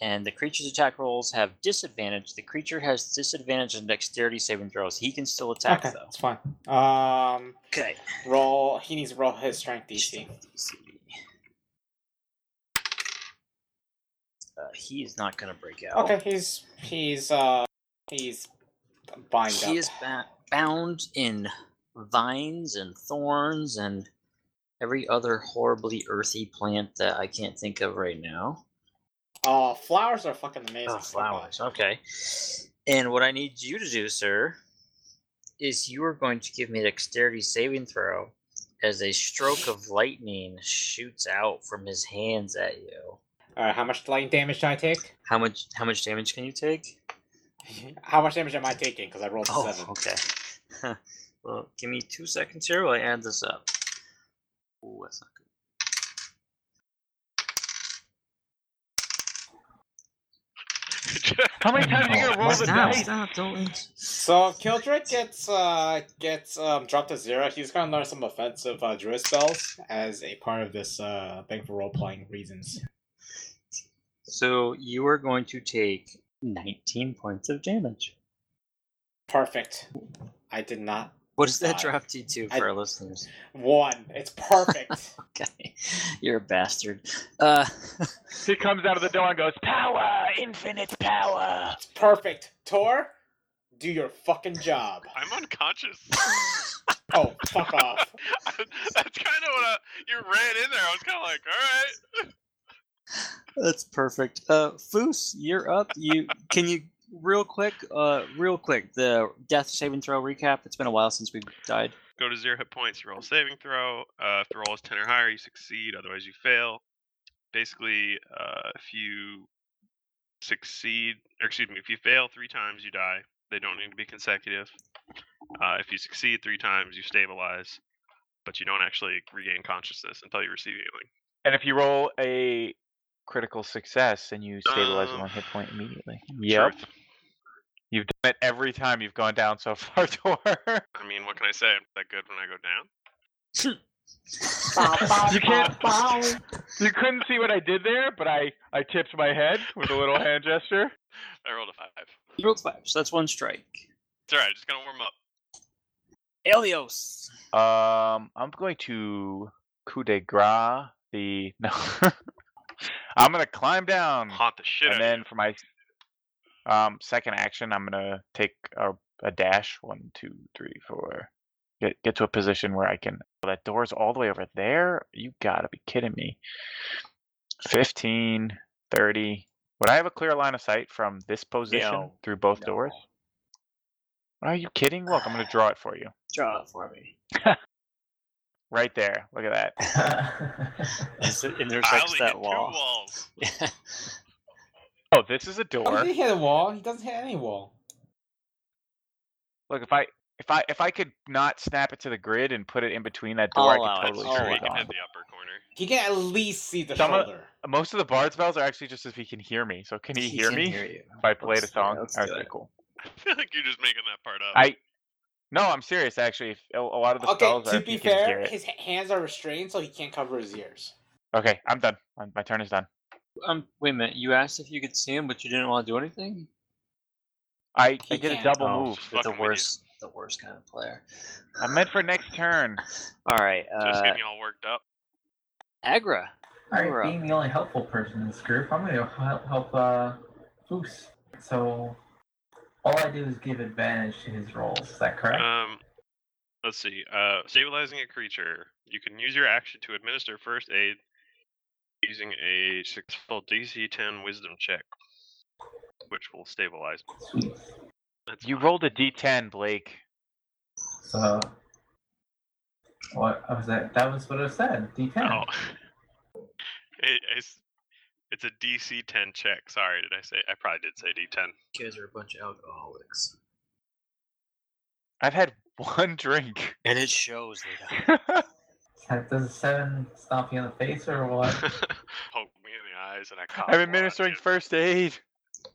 [SPEAKER 1] and the creature's attack rolls have disadvantage. The creature has disadvantage on dexterity saving throws. He can still attack,
[SPEAKER 3] Okay,
[SPEAKER 1] though.
[SPEAKER 3] that's fine. Um,
[SPEAKER 1] Okay.
[SPEAKER 3] roll. He needs to roll his strength DC.
[SPEAKER 1] Uh, he is not going to break out.
[SPEAKER 3] Okay, he's he's uh he's bind up.
[SPEAKER 1] He is ba- bound in vines and thorns and every other horribly earthy plant that I can't think of right now.
[SPEAKER 3] Oh, flowers are fucking amazing.
[SPEAKER 1] Oh, flowers. Okay. And what I need you to do, sir, is you are going to give me a dexterity saving throw as a stroke of lightning shoots out from his hands at you.
[SPEAKER 3] All right, how much lightning damage do I take? <laughs>
[SPEAKER 1] How much? How much damage can you take?
[SPEAKER 3] How much damage am I taking? Because I rolled a
[SPEAKER 1] Oh,
[SPEAKER 3] seven.
[SPEAKER 1] okay. well, give me two seconds here while I add this up. Oh, that's not good.
[SPEAKER 2] How many times are you
[SPEAKER 4] Oh,
[SPEAKER 2] gonna roll
[SPEAKER 4] what's
[SPEAKER 2] the
[SPEAKER 1] Stop,
[SPEAKER 2] dice?
[SPEAKER 1] stop, don't.
[SPEAKER 3] So if Kildrick gets uh gets um dropped to zero. He's gonna learn some offensive uh, druid spells as a part of this uh thing for role playing reasons.
[SPEAKER 1] So you are going to take 19 points of damage.
[SPEAKER 3] Perfect. I did not
[SPEAKER 1] What does that
[SPEAKER 3] Die.
[SPEAKER 1] drop you to
[SPEAKER 3] I-
[SPEAKER 1] for our listeners?
[SPEAKER 3] one. It's <laughs> perfect.
[SPEAKER 1] Okay, <laughs> you're a bastard. Uh, <laughs>
[SPEAKER 2] He comes out of the door and goes, "Power, infinite power."
[SPEAKER 3] it's perfect. Tor, do your fucking job.
[SPEAKER 5] <laughs> I'm unconscious. <laughs>
[SPEAKER 3] Oh, fuck
[SPEAKER 2] <laughs>
[SPEAKER 3] off.
[SPEAKER 5] That's kind of what I, you ran in there. I was kind of like, all
[SPEAKER 1] that's perfect. Uh, Foos, you're up. You can you real quick, uh, real quick the death saving throw recap. It's been a while since we've died.
[SPEAKER 5] right, go to zero hit points. You roll a saving throw. Uh, if the roll is ten or higher, you succeed. Otherwise, you fail. Basically, uh, if you succeed, or excuse me, if you fail three times, you die. They don't need to be consecutive. Uh, if you succeed three times, you stabilize, but you don't actually regain consciousness until you receive healing.
[SPEAKER 2] And if you roll a critical success, and you stabilize
[SPEAKER 3] Uh.
[SPEAKER 5] Um,
[SPEAKER 2] one hit point immediately. Yep.
[SPEAKER 5] Truth.
[SPEAKER 2] You've done it every time you've gone down so <laughs> far, Tor.
[SPEAKER 5] I mean, what can I say? I'm that good when I go down.
[SPEAKER 6] Bow, bow,
[SPEAKER 2] You
[SPEAKER 5] <laughs>
[SPEAKER 6] bow,
[SPEAKER 2] can't-
[SPEAKER 6] bow.
[SPEAKER 2] you couldn't see what I did there, but I, I tipped my head with a little hand gesture.
[SPEAKER 5] I rolled a five.
[SPEAKER 1] You rolled five, so that's one strike.
[SPEAKER 5] It's all right. Just gonna warm up.
[SPEAKER 1] Elios.
[SPEAKER 2] Um, I'm going to coup de grace the <laughs> no. I'm gonna climb down,
[SPEAKER 5] Haunt the shit
[SPEAKER 2] Hmm. and
[SPEAKER 5] out of
[SPEAKER 2] then for my um second action, I'm gonna take a, a dash. One, two, three, four. Get get to a position where I can. Oh, that door's all the way over there. You gotta be kidding me. 15, 30. Would I have a clear line of sight from this position
[SPEAKER 1] No.
[SPEAKER 2] through both doors? Are you kidding? Look, I'm gonna draw it for you.
[SPEAKER 1] Draw it for me.
[SPEAKER 2] Right there. Look at that.
[SPEAKER 4] <laughs>
[SPEAKER 2] <laughs>
[SPEAKER 1] As it
[SPEAKER 5] I
[SPEAKER 1] intersects
[SPEAKER 5] only hit
[SPEAKER 1] that
[SPEAKER 5] two
[SPEAKER 1] wall.
[SPEAKER 5] walls.
[SPEAKER 1] <laughs>
[SPEAKER 2] Oh, this is a
[SPEAKER 3] Oh,
[SPEAKER 2] door.
[SPEAKER 3] he didn't hit a wall. He doesn't hit any wall.
[SPEAKER 2] Look, if I if I if I could not snap it to the grid and put it in between that
[SPEAKER 1] I'll
[SPEAKER 2] door,
[SPEAKER 1] allow it.
[SPEAKER 2] I could totally
[SPEAKER 3] I'll
[SPEAKER 5] Sure,
[SPEAKER 2] turn
[SPEAKER 5] you
[SPEAKER 3] allow
[SPEAKER 2] it
[SPEAKER 5] can hit
[SPEAKER 2] on.
[SPEAKER 5] the upper corner. <laughs>
[SPEAKER 3] He can at least see the
[SPEAKER 2] Some of-
[SPEAKER 3] shoulder.
[SPEAKER 2] Most of the bard spells are actually just if he can hear me. So can he, hear
[SPEAKER 1] can
[SPEAKER 2] me
[SPEAKER 1] hear you.
[SPEAKER 2] if I played a
[SPEAKER 1] Let's- yeah,
[SPEAKER 2] song?
[SPEAKER 1] let's do
[SPEAKER 2] okay,
[SPEAKER 1] it.
[SPEAKER 2] cool.
[SPEAKER 5] I feel like you're just making that part up.
[SPEAKER 2] I no, I'm serious. Actually, if, a, a lot of the
[SPEAKER 3] Okay,
[SPEAKER 2] spells are
[SPEAKER 3] to
[SPEAKER 2] if
[SPEAKER 3] be
[SPEAKER 2] you can hear
[SPEAKER 3] fair,
[SPEAKER 2] it.
[SPEAKER 3] his h- hands are restrained, so he can't cover his ears.
[SPEAKER 2] Okay, I'm done. I'm, my turn is done.
[SPEAKER 1] Um, wait a minute. You asked if you could see him, but you didn't want to do anything.
[SPEAKER 2] I, I
[SPEAKER 3] He
[SPEAKER 2] did a
[SPEAKER 3] can't.
[SPEAKER 2] double
[SPEAKER 1] Oh,
[SPEAKER 2] move.
[SPEAKER 1] You're
[SPEAKER 5] fucking
[SPEAKER 1] the
[SPEAKER 5] with you.
[SPEAKER 1] worst, the worst kind of player.
[SPEAKER 2] I'm meant for next turn.
[SPEAKER 1] <laughs> All right,
[SPEAKER 5] Just
[SPEAKER 1] uh,
[SPEAKER 5] getting all worked up.
[SPEAKER 1] Agra.
[SPEAKER 4] All
[SPEAKER 1] You're
[SPEAKER 4] right,
[SPEAKER 1] up.
[SPEAKER 4] being the only helpful person in this group, I'm gonna help, help uh, Foos. So all I do is give advantage to his rolls. Is that correct?
[SPEAKER 5] Um, let's see. Uh, stabilizing a creature. You can use your action to administer first aid using a successful DC 10 Wisdom check, which will stabilize. me.
[SPEAKER 4] Sweet.
[SPEAKER 5] That's
[SPEAKER 2] You
[SPEAKER 5] fine.
[SPEAKER 2] rolled a d10, Blake.
[SPEAKER 4] So what I was that? That was what I said. D10.
[SPEAKER 5] Oh. <laughs> It- it's, it's a DC 10 check. Sorry, did I say? I probably did say D10.
[SPEAKER 1] You guys are a bunch of alcoholics,
[SPEAKER 2] I've had <laughs> one drink.
[SPEAKER 1] and it shows. They <laughs>
[SPEAKER 4] That- Does a seven stomp
[SPEAKER 5] <laughs>
[SPEAKER 4] you in the face or what?
[SPEAKER 5] Poke me in the eyes, and I. cough a
[SPEAKER 2] I'm
[SPEAKER 5] lot,
[SPEAKER 2] administering
[SPEAKER 5] dude.
[SPEAKER 2] first aid.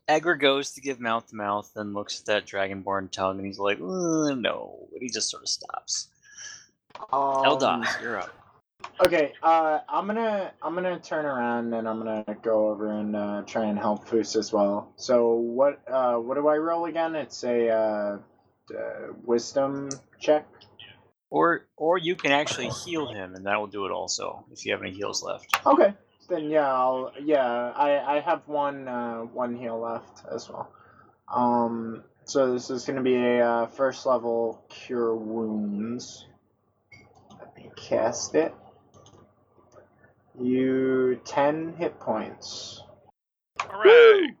[SPEAKER 1] Edgar goes to give mouth to mouth, then looks at that dragonborn tongue, and he's like, "Uh, "No," and he just sort of stops.
[SPEAKER 6] Um,
[SPEAKER 1] Eldos, you're up.
[SPEAKER 6] Okay, uh, I'm gonna I'm gonna turn around and I'm gonna go over and uh, try and help Foose as well. So what uh, what do I roll again? It's a uh, uh, wisdom check.
[SPEAKER 1] Or or you can actually heal him, and that will do it also if you have any heals left. <laughs>
[SPEAKER 6] Okay, then yeah, I'll yeah I I have one uh, one heal left as well. Um, so this is gonna be a uh, first level cure wounds. Let me cast it. You ten hit points.
[SPEAKER 5] Hooray!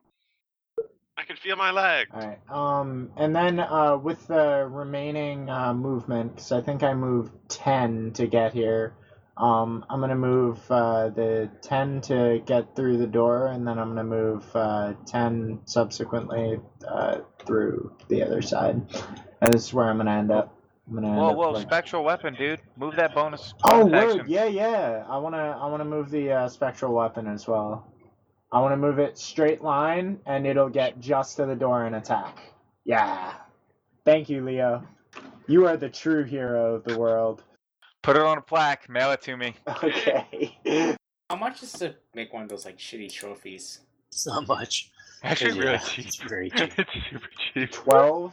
[SPEAKER 5] I can feel my leg.
[SPEAKER 6] All right. Um, and then uh, with the remaining uh, movement, because I think I moved ten to get here. Um, I'm gonna move uh, the ten to get through the door, and then I'm gonna move uh, ten subsequently uh, through the other side. And this is where I'm gonna end up. I'm gonna. end
[SPEAKER 2] Whoa,
[SPEAKER 6] up
[SPEAKER 2] whoa,
[SPEAKER 6] like-
[SPEAKER 2] spectral weapon, dude. Move that bonus.
[SPEAKER 6] Oh,
[SPEAKER 2] bonus
[SPEAKER 6] word,
[SPEAKER 2] action.
[SPEAKER 6] yeah, yeah. I wanna, I wanna move the uh, spectral weapon as well. I wanna move it straight line, and it'll get just to the door and attack. Yeah. Thank you, Leo. You are the true hero of
[SPEAKER 1] <laughs>
[SPEAKER 6] the world.
[SPEAKER 2] Put it on a plaque. Mail it to me.
[SPEAKER 6] Okay.
[SPEAKER 3] How much is to make one of those like shitty trophies?
[SPEAKER 1] It's not much.
[SPEAKER 2] <laughs> Actually,
[SPEAKER 1] Yeah,
[SPEAKER 2] really
[SPEAKER 1] it's
[SPEAKER 2] cheap. <laughs>
[SPEAKER 1] very cheap.
[SPEAKER 2] it's super cheap.
[SPEAKER 6] Twelve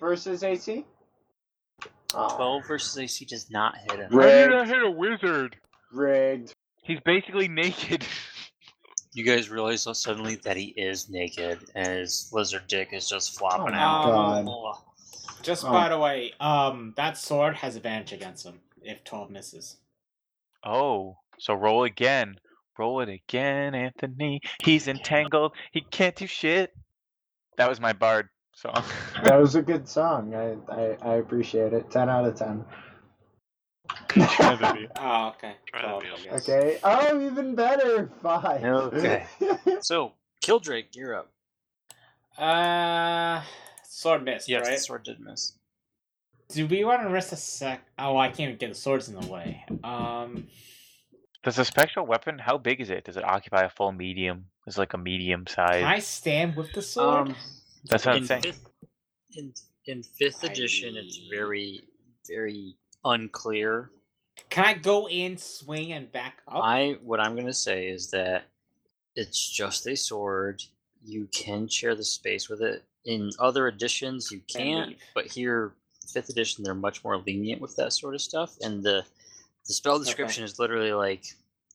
[SPEAKER 6] versus AC. Oh,
[SPEAKER 1] Twelve versus AC does not hit him.
[SPEAKER 6] Right. Rigged.
[SPEAKER 2] hit a wizard?
[SPEAKER 6] Rigged.
[SPEAKER 2] He's basically naked. <laughs>
[SPEAKER 1] You guys realize so- suddenly that he is naked, and his lizard dick is just flopping
[SPEAKER 6] Oh,
[SPEAKER 1] out.
[SPEAKER 6] God.
[SPEAKER 1] Ugh.
[SPEAKER 3] Just
[SPEAKER 6] Oh.
[SPEAKER 3] by the way, um, that sword has advantage against him if twelve misses.
[SPEAKER 2] oh, so roll again. Roll it again, Anthony. He's entangled. He can't do shit. That was my bard song. <laughs>
[SPEAKER 6] That was a good song. I, I, I appreciate it. Ten out of ten.
[SPEAKER 3] Oh, okay.
[SPEAKER 5] Try that
[SPEAKER 3] 12,
[SPEAKER 5] deal.
[SPEAKER 3] I guess.
[SPEAKER 6] Okay. Oh, even better. Five. <laughs>
[SPEAKER 1] Okay. So, Killdrake, you're up.
[SPEAKER 3] Uh, sword missed,
[SPEAKER 1] Yes, the
[SPEAKER 3] right?
[SPEAKER 1] sword did miss.
[SPEAKER 3] Do we want to risk a sec? Oh, I can't even get the swords in the way. Um,
[SPEAKER 2] Does a spectral weapon? How big is it? Does it occupy a full medium? Is it like a medium
[SPEAKER 3] can I
[SPEAKER 2] size?
[SPEAKER 3] stand with the sword?
[SPEAKER 1] Um,
[SPEAKER 2] That's what I'm
[SPEAKER 1] in
[SPEAKER 2] saying.
[SPEAKER 1] fifth, in, in fifth edition, it's very, very unclear.
[SPEAKER 3] Can I go in, swing, and back up?
[SPEAKER 1] I what I'm gonna say is that it's just a sword. You can share the space with it. In other editions, you can't.
[SPEAKER 3] leave.
[SPEAKER 1] But here, fifth edition, they're much more lenient with that sort of stuff. And the the spell description is literally like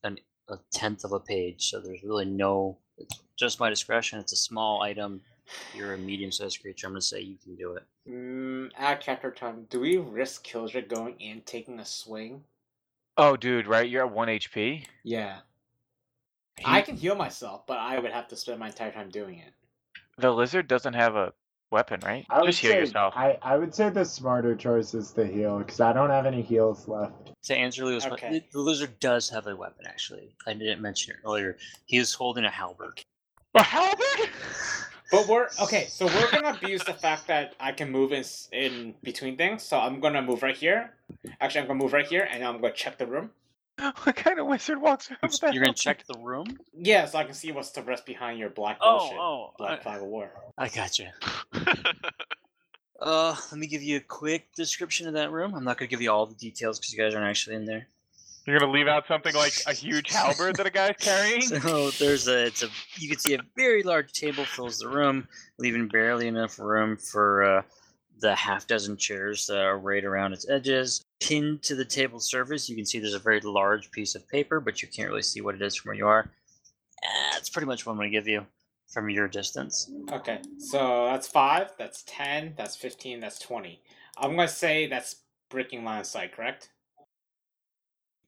[SPEAKER 1] an a tenth of a page. So there's really no. It's just my discretion. It's a small item. You're a medium-sized creature. I'm gonna say you can do it.
[SPEAKER 3] Mm, at chapter time, do we risk Kildrick going in, taking a swing?
[SPEAKER 2] Oh, dude, right? You're at one HP.
[SPEAKER 3] Yeah.
[SPEAKER 2] He-
[SPEAKER 3] I can heal myself, but I would have to spend my entire time doing it.
[SPEAKER 2] The lizard doesn't have a weapon, right?
[SPEAKER 6] I would
[SPEAKER 2] Just heal
[SPEAKER 6] say,
[SPEAKER 2] yourself.
[SPEAKER 6] I, I would say the smarter choice is to heal because I don't have any heals left.
[SPEAKER 1] To answer Leo's que-
[SPEAKER 3] Okay.
[SPEAKER 1] the lizard does have a weapon. Actually, I didn't mention it earlier. He is holding a halberd.
[SPEAKER 2] A halberd?
[SPEAKER 3] But we're okay, so we're gonna abuse the fact that I can move in, s- in between things. So I'm gonna move right here. Actually, I'm gonna move right here, and I'm gonna check the room.
[SPEAKER 2] <laughs> what kind of wizard walks around with that <laughs>
[SPEAKER 1] You're gonna
[SPEAKER 2] halberd?
[SPEAKER 1] check the room.
[SPEAKER 3] Yeah, so I can see what's the rest behind your black bullshit,
[SPEAKER 1] Oh, oh,
[SPEAKER 3] black
[SPEAKER 1] I,
[SPEAKER 3] flag of war.
[SPEAKER 1] I gotcha. Uh, let me give you a quick description of that room. I'm not gonna give you all the details because you guys aren't actually in there.
[SPEAKER 2] You're gonna leave out something like a huge halberd that a guy's carrying?
[SPEAKER 1] So there's a, it's a, you can see a very large table fills the room, leaving barely enough room for uh, the half dozen chairs that are right around its edges. Pinned to the table surface, you can see there's a very large piece of paper, but you can't really see what it is from where you are. Uh, That's pretty much what I'm gonna give you from your distance.
[SPEAKER 3] Okay, so that's five, that's ten, that's fifteen, that's twenty. I'm gonna say that's breaking line of sight, correct?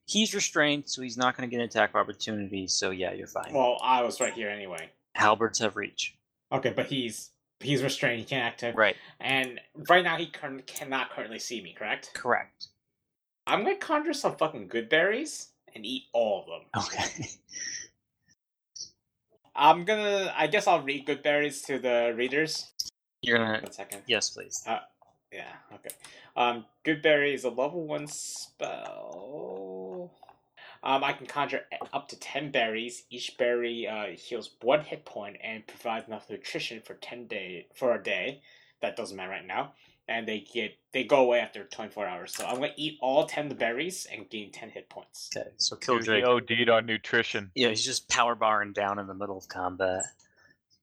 [SPEAKER 1] He's restrained, so he's not gonna get an attack of opportunity. So yeah, you're fine.
[SPEAKER 3] Well, I was right here anyway.
[SPEAKER 1] Halberds have reach.
[SPEAKER 3] Okay, but he's he's restrained. He can't active.
[SPEAKER 1] Right.
[SPEAKER 3] And right now he current cannot currently see me, correct?
[SPEAKER 1] Correct.
[SPEAKER 3] I'm gonna conjure some fucking good berries and eat all of them.
[SPEAKER 1] Okay. <laughs>
[SPEAKER 3] I'm gonna. I guess I'll read good berries to the readers.
[SPEAKER 1] You're gonna.
[SPEAKER 3] One second.
[SPEAKER 1] Yes, please.
[SPEAKER 3] Yeah. Okay. Um, good berry is a level one spell. Um, I can conjure up to 10 berries. Each berry uh, heals one hit point and provides enough nutrition for 10 day for a day. That doesn't matter right now. And they get they go away after 24 hours. So I'm going to eat all 10 of the berries and gain 10 hit points.
[SPEAKER 1] Okay, so
[SPEAKER 2] Dude, he
[SPEAKER 1] Killdrake.
[SPEAKER 2] OD'd on nutrition.
[SPEAKER 1] Yeah, he's just power barring down in the middle of <laughs> combat.
[SPEAKER 2] <laughs>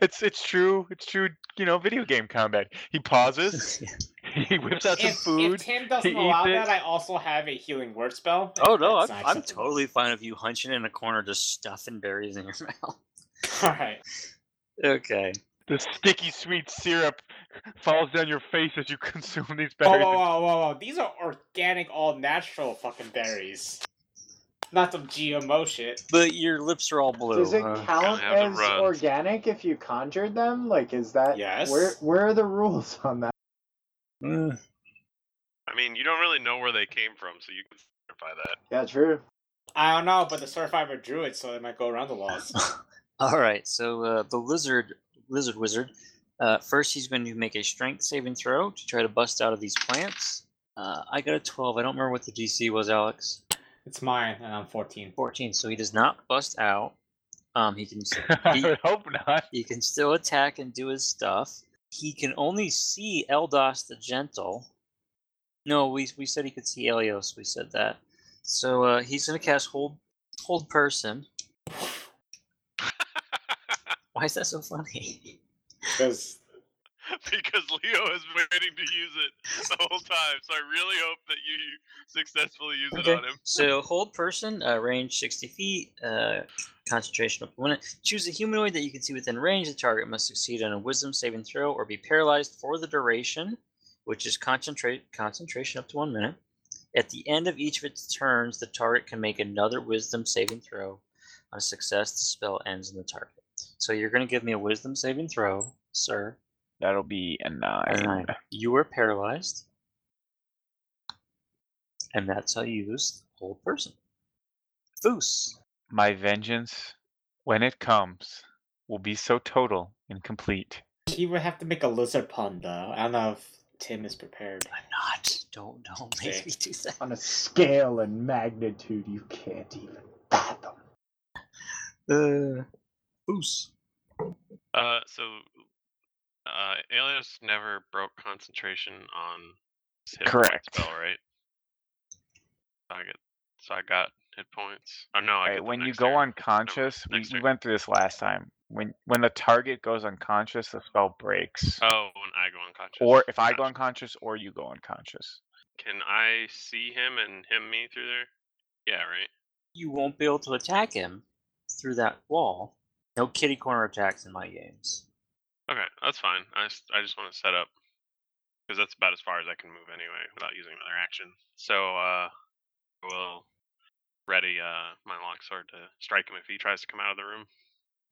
[SPEAKER 2] It's it's true. It's true. You know, video game combat. He pauses. <laughs> He whips out some
[SPEAKER 3] If, if
[SPEAKER 2] food.
[SPEAKER 3] Tim doesn't
[SPEAKER 2] to eat
[SPEAKER 3] allow
[SPEAKER 2] it.
[SPEAKER 3] that, I also have a healing word spell.
[SPEAKER 1] oh no,
[SPEAKER 3] That's
[SPEAKER 1] I'm,
[SPEAKER 3] not
[SPEAKER 1] I'm
[SPEAKER 3] acceptable.
[SPEAKER 1] totally fine with you hunching in a corner, just stuffing berries in your <laughs> mouth.
[SPEAKER 3] All right.
[SPEAKER 1] Okay.
[SPEAKER 2] The sticky sweet syrup falls down your face as you <laughs> consume these
[SPEAKER 3] Whoa,
[SPEAKER 2] berries.
[SPEAKER 3] whoa, whoa, whoa, whoa. These are organic, all natural fucking berries. Not some GMO shit.
[SPEAKER 1] But your lips are all blue.
[SPEAKER 6] Does it
[SPEAKER 1] huh?
[SPEAKER 6] count
[SPEAKER 5] have to
[SPEAKER 6] as
[SPEAKER 5] run.
[SPEAKER 6] organic if you conjured them? Like, is that
[SPEAKER 3] Yes.
[SPEAKER 6] Where where are the rules <laughs> on that?
[SPEAKER 1] Mm,
[SPEAKER 5] <laughs>
[SPEAKER 1] <laughs>
[SPEAKER 5] I mean, you don't really know where they came from, so you can verify that. <laughs>
[SPEAKER 6] Yeah, true.
[SPEAKER 3] I don't know, but the certified were druids, so they might go around the laws.
[SPEAKER 1] all right, so uh, the lizard, lizard wizard. Uh, first, he's going to make a strength saving throw to try to bust out of these plants. Uh, I got a 12. I don't remember what the DC was, Alex.
[SPEAKER 3] It's mine, and I'm 14.
[SPEAKER 1] 14. So he does not bust out. Um, he can
[SPEAKER 2] <laughs> I
[SPEAKER 1] he-
[SPEAKER 2] would hope not.
[SPEAKER 1] He can still attack and do his stuff. He can only see Eldos the Gentle. No, we we said he could see Elios. We said that. So uh, he's gonna cast hold hold person. Why is that so funny? <laughs>
[SPEAKER 3] Because
[SPEAKER 5] because Leo has been waiting to use it the whole time, so I really hope that you successfully use
[SPEAKER 1] Okay.
[SPEAKER 5] it on him.
[SPEAKER 1] So hold person, uh, range sixty feet, uh, concentration of opponent. Choose a humanoid that you can see within range. The target must succeed on a Wisdom saving throw or be paralyzed for the duration, which is concentrate concentration up to one minute. At the end of each of its turns, the target can make another Wisdom saving throw. On success, the spell ends in the target. So you're going to give me a Wisdom saving throw, sir.
[SPEAKER 2] That'll be a nine.
[SPEAKER 1] And I- you were paralyzed. And that's how you use whole person. Foos.
[SPEAKER 2] My vengeance, when it comes, will be so total and complete.
[SPEAKER 3] he would have to make a lizard pun, though. I don't know if Tim is prepared.
[SPEAKER 1] I'm not. Don't don't <laughs> make
[SPEAKER 3] Okay.
[SPEAKER 1] me do that.
[SPEAKER 6] On a scale and magnitude you can't even fathom.
[SPEAKER 1] Uh, foos.
[SPEAKER 5] Uh, so, uh, Alias never broke concentration on his hit point
[SPEAKER 2] Correct.
[SPEAKER 5] spell, right? So I get, so I got hit points. Oh no, I
[SPEAKER 2] Right,
[SPEAKER 5] get them
[SPEAKER 2] when you
[SPEAKER 5] next
[SPEAKER 2] go
[SPEAKER 5] turn.
[SPEAKER 2] unconscious, we,
[SPEAKER 5] next
[SPEAKER 2] we
[SPEAKER 5] turn.
[SPEAKER 2] went through this last time. When when the target goes unconscious, the spell breaks.
[SPEAKER 5] Oh, when I go unconscious.
[SPEAKER 2] or if I
[SPEAKER 5] Gotcha.
[SPEAKER 2] go unconscious, or you go unconscious.
[SPEAKER 5] Can I see him and him me through there? Yeah, right.
[SPEAKER 1] You won't be able to attack him through that wall. No kitty corner attacks in my games.
[SPEAKER 5] Okay, that's fine. I just, I just want to set up because that's about as far as I can move anyway without using another action. So uh, we'll ready uh my longsword to strike him if he tries to come out of the room.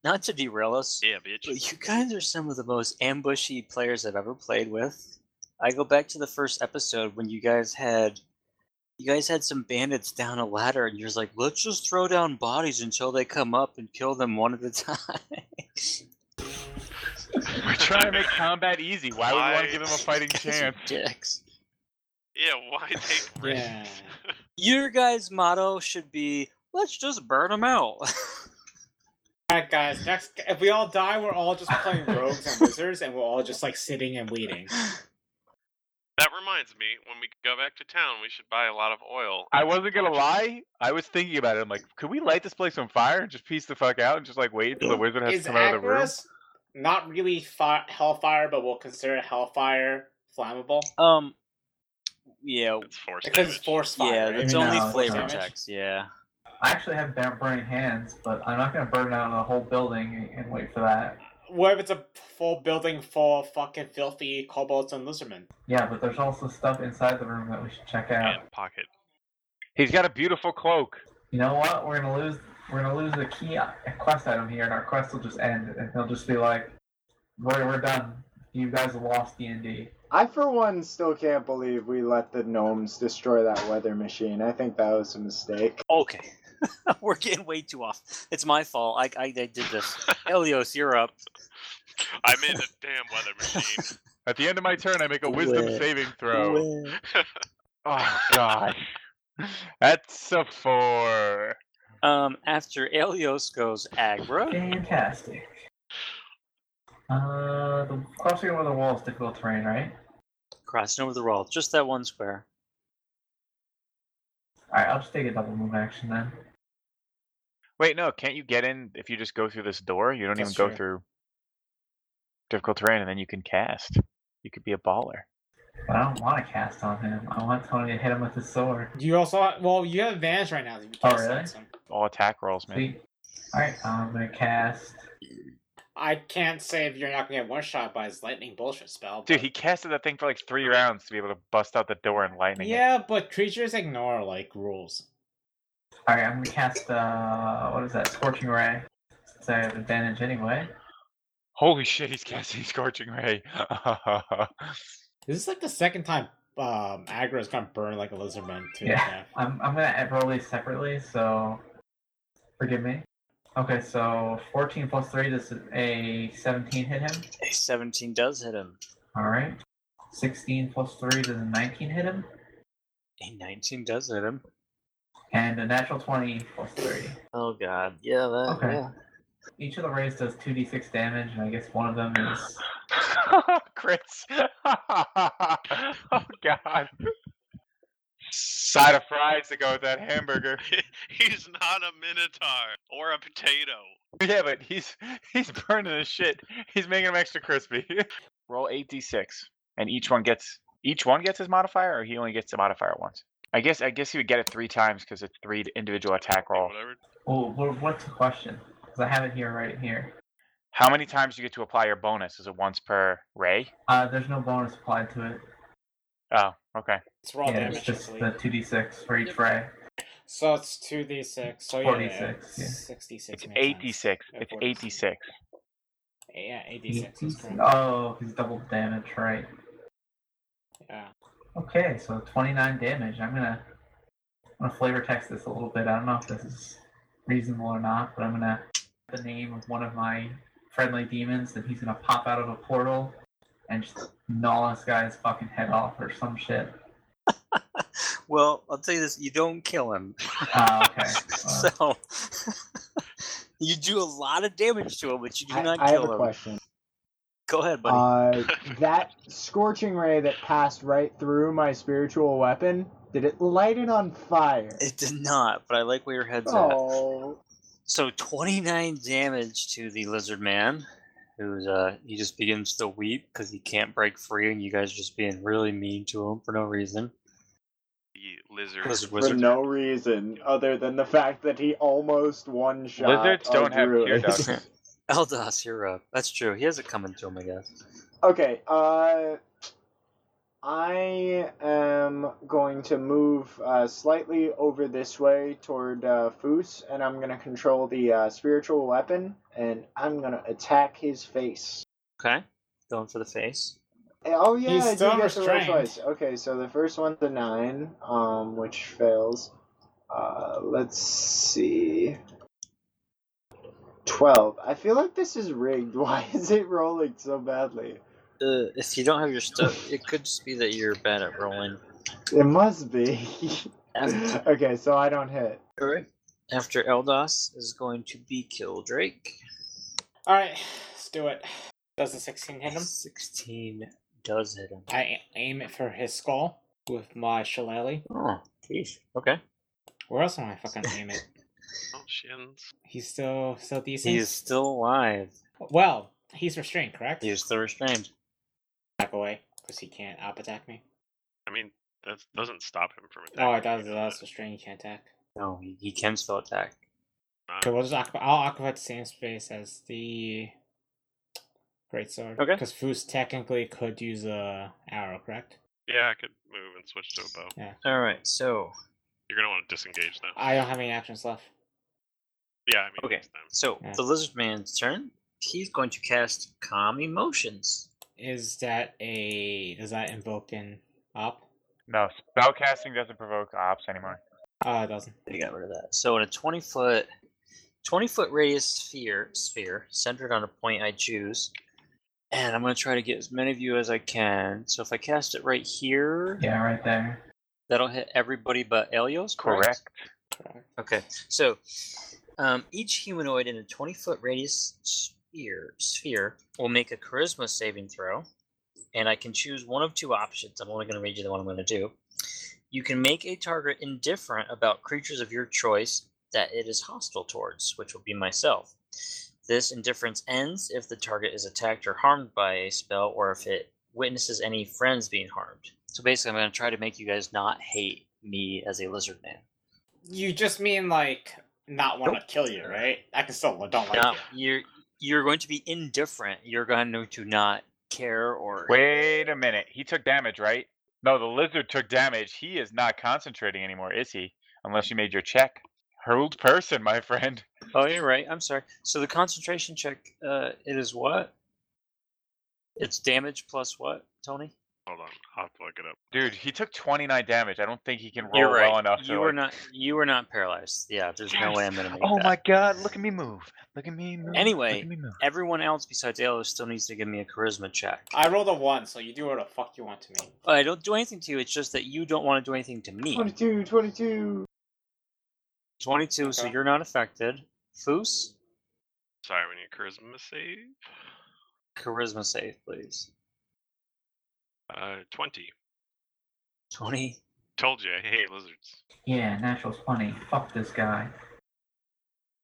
[SPEAKER 1] Not to derail us,
[SPEAKER 5] Yeah, bitch.
[SPEAKER 1] but you
[SPEAKER 5] <laughs>
[SPEAKER 1] guys are some of the most ambushy players I've ever played with. I go back to the first episode when you guys had you guys had some bandits down a ladder and you're just like, let's just throw down bodies until they come up and kill them one at a <laughs> time.
[SPEAKER 2] <laughs> We're trying to
[SPEAKER 5] <laughs>
[SPEAKER 2] make combat easy. Why would we want
[SPEAKER 5] Why-
[SPEAKER 2] to give him a <laughs> fighting
[SPEAKER 1] Guys are
[SPEAKER 2] chance?
[SPEAKER 1] dicks.
[SPEAKER 5] Yeah, why take risks?
[SPEAKER 3] Yeah.
[SPEAKER 1] Your guys' motto should be let's just burn them out. <laughs>
[SPEAKER 3] Alright, guys, next, if we all die, we're all just playing rogues and wizards, and we're all just like sitting and waiting.
[SPEAKER 5] <laughs> That reminds me, when we go back to town, we should buy a lot of oil.
[SPEAKER 2] I wasn't gonna
[SPEAKER 5] Which-
[SPEAKER 2] lie. I was thinking about it. I'm like, could we light this place on fire and just piece the fuck out and just like wait until the wizard has
[SPEAKER 3] Is
[SPEAKER 2] to come out of the room?
[SPEAKER 3] Agras not really fi- hellfire, but we'll consider hellfire flammable?
[SPEAKER 1] um Yeah.
[SPEAKER 5] It's force
[SPEAKER 3] Because it's
[SPEAKER 5] damage.
[SPEAKER 3] force fire.
[SPEAKER 1] Yeah,
[SPEAKER 3] right?
[SPEAKER 1] it's
[SPEAKER 4] No,
[SPEAKER 1] only
[SPEAKER 4] it's
[SPEAKER 1] flavor
[SPEAKER 4] not.
[SPEAKER 1] checks, yeah.
[SPEAKER 4] I actually have ba- burning hands, but I'm not gonna burn down the whole building and wait for that.
[SPEAKER 3] What if it's a full building full of fucking filthy kobolds and lizardmen?
[SPEAKER 4] Yeah, but there's also stuff inside the room that we should check out.
[SPEAKER 5] And pocket.
[SPEAKER 2] He's got a beautiful cloak.
[SPEAKER 4] You know what? We're gonna lose. We're gonna lose the key i- quest item here, and our quest will just end, and they'll just be like, "We're we're done. You guys lost D and D."
[SPEAKER 6] I for one still can't believe we let the gnomes destroy that weather machine. I think that was a mistake.
[SPEAKER 1] Okay. <laughs> We're getting way too off. It's my fault. I I, I did this.
[SPEAKER 5] <laughs>
[SPEAKER 1] Elios, you're up.
[SPEAKER 5] I made the damn weather machine.
[SPEAKER 2] At the end of my turn, I make a wisdom
[SPEAKER 1] Wet.
[SPEAKER 2] saving throw. Oh god. <laughs> That's a four.
[SPEAKER 1] Um, after Elios goes Agra,
[SPEAKER 4] Fantastic. Uh, the crossing over the wall is difficult terrain, right?
[SPEAKER 1] crossing over the wall, just that one square.
[SPEAKER 4] All right, I'll just take a double move action then.
[SPEAKER 2] Wait, no, can't you get in if you just go through this door? You don't even
[SPEAKER 3] That's
[SPEAKER 2] go
[SPEAKER 3] true.
[SPEAKER 2] through difficult terrain, and then you can cast. You could be a baller.
[SPEAKER 4] But I don't want to cast on him. I want Tony to hit him with his sword.
[SPEAKER 3] You also well, you have advantage right now. that You
[SPEAKER 4] Oh,
[SPEAKER 3] cast
[SPEAKER 4] really?
[SPEAKER 3] on some-
[SPEAKER 2] All attack rolls, man.
[SPEAKER 4] Sweet. All right, I'm gonna cast.
[SPEAKER 3] I can't say if you're not gonna get one shot by his lightning bullshit spell.
[SPEAKER 2] Dude,
[SPEAKER 3] but-
[SPEAKER 2] he casted that thing for like three rounds to be able to bust out the door and lightning. it.
[SPEAKER 3] Yeah, but creatures ignore like rules.
[SPEAKER 4] All right, I'm gonna cast. Uh, what is that? Scorching ray. Since I have advantage anyway.
[SPEAKER 2] Holy shit, he's casting <laughs> Scorching Ray.
[SPEAKER 3] This is like the second time um Agra is gonna burn like a lizard man too.
[SPEAKER 4] Yeah. I'm I'm gonna roll these separately, so forgive me. Okay, so 14 plus three does a 17 hit him.
[SPEAKER 1] A 17 does hit him.
[SPEAKER 4] All right. 16 plus three does a 19 hit him,
[SPEAKER 1] A 19 does hit him.
[SPEAKER 4] and a natural 20 plus three.
[SPEAKER 1] Oh god, yeah, that,
[SPEAKER 4] Okay.
[SPEAKER 1] yeah.
[SPEAKER 4] Each of the rays does 2d6 damage, and I guess one of them is
[SPEAKER 2] Crits. <laughs> oh
[SPEAKER 3] <laughs>
[SPEAKER 2] god. Side of fries to go with that hamburger.
[SPEAKER 5] He's not a minotaur or a potato.
[SPEAKER 2] Yeah, but he's <laughs> he's burning his shit. He's making them extra crispy. <laughs> Roll eight d six, and each one gets each one gets his modifier, or he only gets the modifier once. I guess I guess he would get it three times because it's three individual attack roll.
[SPEAKER 5] Whatever.
[SPEAKER 4] Well, wh- what's the question? Because I have it here, right here.
[SPEAKER 2] How many times do you get to apply your bonus? Is it once per ray?
[SPEAKER 4] Uh, there's no bonus applied to it.
[SPEAKER 2] Oh, okay.
[SPEAKER 3] It's raw
[SPEAKER 4] yeah, it's
[SPEAKER 3] damage.
[SPEAKER 4] just
[SPEAKER 3] actually.
[SPEAKER 4] the two d six for each ray.
[SPEAKER 3] So it's two d six. So
[SPEAKER 4] Four
[SPEAKER 3] yeah,
[SPEAKER 4] D6, yeah.
[SPEAKER 3] sixty six.
[SPEAKER 2] It's eight d six.
[SPEAKER 3] Yeah,
[SPEAKER 2] It's
[SPEAKER 3] four
[SPEAKER 2] eight d six.
[SPEAKER 3] Yeah, eight d six. That's correct.
[SPEAKER 4] Oh, he's double damage, right?
[SPEAKER 3] Yeah.
[SPEAKER 4] Okay, so twenty nine damage. I'm gonna, I'm gonna flavor text this a little bit. I don't know if this is reasonable or not, but I'm gonna the name of one of my friendly demons, and he's gonna pop out of a portal and just gnaw this guy's fucking head off or some shit.
[SPEAKER 1] Well, I'll tell you this: you don't kill
[SPEAKER 6] <laughs>
[SPEAKER 1] him. <laughs>
[SPEAKER 4] Oh,
[SPEAKER 3] <laughs>
[SPEAKER 4] okay. Well,
[SPEAKER 1] so <laughs> you do a lot of damage to him, but you do
[SPEAKER 6] I,
[SPEAKER 1] not
[SPEAKER 6] I have
[SPEAKER 1] kill
[SPEAKER 6] a
[SPEAKER 1] him.
[SPEAKER 6] question.
[SPEAKER 1] Go ahead, buddy.
[SPEAKER 6] Uh,
[SPEAKER 2] <laughs>
[SPEAKER 6] that scorching ray that passed right through my spiritual weapon, did it light it on fire?
[SPEAKER 1] it did not, but I like where your head's at.
[SPEAKER 6] Oh,
[SPEAKER 1] So 29 damage to the lizard man, who's uh he just begins to weep because he can't break free, and you guys are just being really mean to him for no reason. <laughs>
[SPEAKER 5] The lizard.
[SPEAKER 1] Lizard
[SPEAKER 6] for
[SPEAKER 1] wizard.
[SPEAKER 6] no reason other than the fact that he almost one shot.
[SPEAKER 2] Lizards don't have tear ducts.
[SPEAKER 1] Eldas, you're up. That's true. He has it coming to him, I guess.
[SPEAKER 6] <laughs> Okay, uh, I am going to move uh, slightly over this way toward uh, Foos, and I'm going to control the uh, spiritual weapon, and I'm going to attack his face.
[SPEAKER 1] Okay, going for the face.
[SPEAKER 6] Eh, Oh yeah,
[SPEAKER 3] He's
[SPEAKER 6] I do
[SPEAKER 3] still
[SPEAKER 6] get to roll
[SPEAKER 3] restrained.
[SPEAKER 6] twice. Okay, so the first one's a nine, um, which fails. Uh, let's see. Twelve. I feel like this is rigged. <laughs> Why is it rolling so badly?
[SPEAKER 1] Uh, if you don't have your stuff, it could just be that you're bad at rolling.
[SPEAKER 6] It must be. <laughs>
[SPEAKER 1] After,
[SPEAKER 6] okay, so I don't hit.
[SPEAKER 1] after Eldas is going to be Kildrake.
[SPEAKER 3] All right, let's do it. Does the sixteen hit him?
[SPEAKER 1] 16 does hit him.
[SPEAKER 3] I a- aim it for his skull with my shillelagh.
[SPEAKER 1] Oh, jeez. Okay.
[SPEAKER 3] Where else am I
[SPEAKER 1] <laughs>
[SPEAKER 3] fucking aim it?
[SPEAKER 5] Oh, shins.
[SPEAKER 3] He's still still decent.
[SPEAKER 1] He is still alive.
[SPEAKER 3] Well, he's restrained, correct?
[SPEAKER 1] He is still restrained.
[SPEAKER 3] back away because he can't up attack me.
[SPEAKER 5] I mean, that doesn't stop him from attacking.
[SPEAKER 3] Oh, it does.
[SPEAKER 5] you,
[SPEAKER 3] It does. Restrain. You can't attack.
[SPEAKER 1] No, he, he can still attack.
[SPEAKER 5] but,
[SPEAKER 3] So
[SPEAKER 5] uh,
[SPEAKER 3] we'll just occupy. I'll occupy the same space as the great sword.
[SPEAKER 1] Okay.
[SPEAKER 3] Because Foos technically could use a arrow, correct?
[SPEAKER 5] Yeah, I could move and switch to a bow.
[SPEAKER 1] All right, so
[SPEAKER 5] You're gonna want to disengage now.
[SPEAKER 3] I don't have any actions left.
[SPEAKER 5] Yeah, I mean
[SPEAKER 1] Okay.
[SPEAKER 5] next time.
[SPEAKER 1] so
[SPEAKER 3] Yeah.
[SPEAKER 1] the lizard man's turn. He's going to cast calm emotions.
[SPEAKER 3] Is that a? Does that invoke an op?
[SPEAKER 2] No, spellcasting doesn't provoke ops anymore.
[SPEAKER 3] Oh, it doesn't.
[SPEAKER 1] They got rid of that. So in a twenty foot, twenty foot radius sphere, sphere centered on a point I choose, and I'm going to try to get as many of you as I can. So if I cast it right here,
[SPEAKER 4] yeah, right there.
[SPEAKER 1] That'll hit everybody but Elios, correct?
[SPEAKER 2] Correct.
[SPEAKER 1] Okay, so um, each humanoid in a 20 foot radius sphere, sphere will make a charisma saving throw, and I can choose one of two options. I'm only going to read you the one I'm going to do. You can make a target indifferent about creatures of your choice that it is hostile towards, which will be myself. This indifference ends if the target is attacked or harmed by a spell, or if it witnesses any friends being harmed. So basically, I'm going to try to make you guys not hate me as a lizard man.
[SPEAKER 3] You just mean like not want to kill you, right? I can still don't like
[SPEAKER 1] No,
[SPEAKER 3] you.
[SPEAKER 1] you're you're going to be indifferent. You're going to not care or
[SPEAKER 2] Wait a minute. He took damage, right? No, the lizard took damage. He is not concentrating anymore, is he? Unless you made your check. Hurled person, my friend.
[SPEAKER 1] Oh, you're right. I'm sorry. So the concentration check, uh, it is what? It's damage plus what, Tony?
[SPEAKER 5] Hold on, I'll have to look it up.
[SPEAKER 2] Dude, he took 29 damage. I don't think he can roll
[SPEAKER 1] You're right.
[SPEAKER 2] well enough. to,
[SPEAKER 1] you were
[SPEAKER 2] <laughs> like-
[SPEAKER 1] not. You were not paralyzed. Yeah. There's no way I'm gonna make
[SPEAKER 2] Oh
[SPEAKER 1] that.
[SPEAKER 2] my god, look at me move. Look at me move. Look
[SPEAKER 1] Anyway,
[SPEAKER 2] at me move.
[SPEAKER 1] Everyone else besides Ayla still needs to give me a charisma check.
[SPEAKER 3] I rolled a one, so you do what the fuck you want to me.
[SPEAKER 1] I don't do anything to you. It's just that you don't want to do anything to me.
[SPEAKER 6] 22, 22.
[SPEAKER 1] 22, so
[SPEAKER 3] Okay.
[SPEAKER 1] you're not affected. Foos,
[SPEAKER 5] Sorry, we need charisma save.
[SPEAKER 1] charisma save, please.
[SPEAKER 5] Uh, twenty.
[SPEAKER 1] 20.
[SPEAKER 5] Told you, I hate
[SPEAKER 3] <laughs>
[SPEAKER 5] lizards.
[SPEAKER 4] Yeah, natural's funny. Fuck this guy.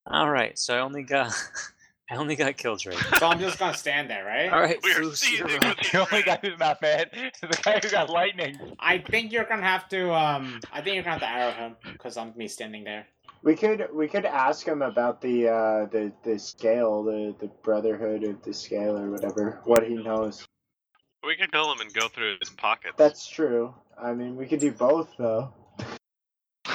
[SPEAKER 1] All right, so I only got <laughs> I only got Killdrake.
[SPEAKER 3] So I'm just gonna stand there, right?
[SPEAKER 5] <laughs>
[SPEAKER 1] All right,
[SPEAKER 5] We are
[SPEAKER 1] Foos,
[SPEAKER 5] seething
[SPEAKER 1] you're
[SPEAKER 3] <laughs> Oh
[SPEAKER 1] up.
[SPEAKER 2] <laughs> The
[SPEAKER 5] with <laughs>
[SPEAKER 2] only guy who's not bad <laughs> is the guy who got lightning.
[SPEAKER 3] I think you're gonna have to. Um, I think you're gonna have to arrow him because I'm gonna be
[SPEAKER 1] <laughs>
[SPEAKER 3] standing there.
[SPEAKER 6] We could we could ask him about the uh, the the scale, the the Brotherhood of the Scale or whatever. What he knows.
[SPEAKER 5] We can kill him and go through his pockets.
[SPEAKER 6] That's true. I mean, we could do both though.
[SPEAKER 5] <laughs> we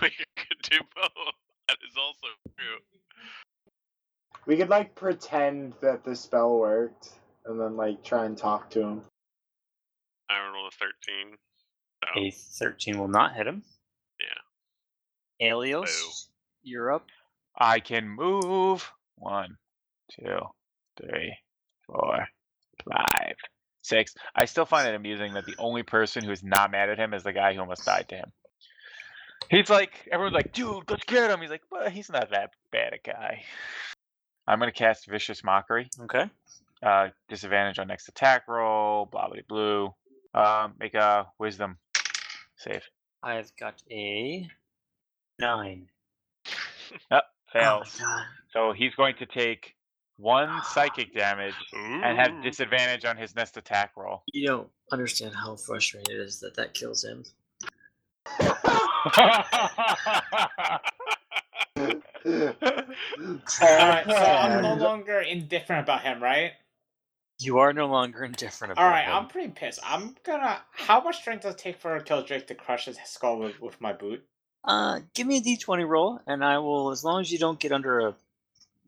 [SPEAKER 5] could do both. That is also true.
[SPEAKER 6] We could like pretend that the spell worked and then like try and talk to him.
[SPEAKER 5] I rolled a thirteen. So
[SPEAKER 1] A 13 will not hit him. Yeah. Alios, you're up.
[SPEAKER 2] I can move. One, two, three, four, five, six. I still find it amusing that the only person who is not mad at him is the guy who almost died to him. He's like, everyone's like, dude, let's get him. He's like, well, he's not that bad a guy. I'm gonna cast vicious mockery.
[SPEAKER 1] Okay.
[SPEAKER 2] Uh, disadvantage on next attack roll. Blah blah blue. Um, make a wisdom save.
[SPEAKER 1] I've got a 9. Oh,
[SPEAKER 2] Fails.
[SPEAKER 1] my God.
[SPEAKER 2] So he's going to take one
[SPEAKER 1] <sighs>
[SPEAKER 2] psychic damage and have
[SPEAKER 5] Ooh.
[SPEAKER 2] disadvantage on his next attack roll.
[SPEAKER 1] You don't understand how frustrating it is that that kills him.
[SPEAKER 3] All right, so I'm no
[SPEAKER 6] And-
[SPEAKER 3] longer indifferent about him, right?
[SPEAKER 1] <laughs> You are no longer indifferent about
[SPEAKER 3] All right,
[SPEAKER 1] him.
[SPEAKER 3] I'm pretty pissed. I'm gonna. How much strength does it take for Killdrake to crush his skull with, with my boot?
[SPEAKER 1] Uh, give me a d20 roll, and I will, as long as you don't get under a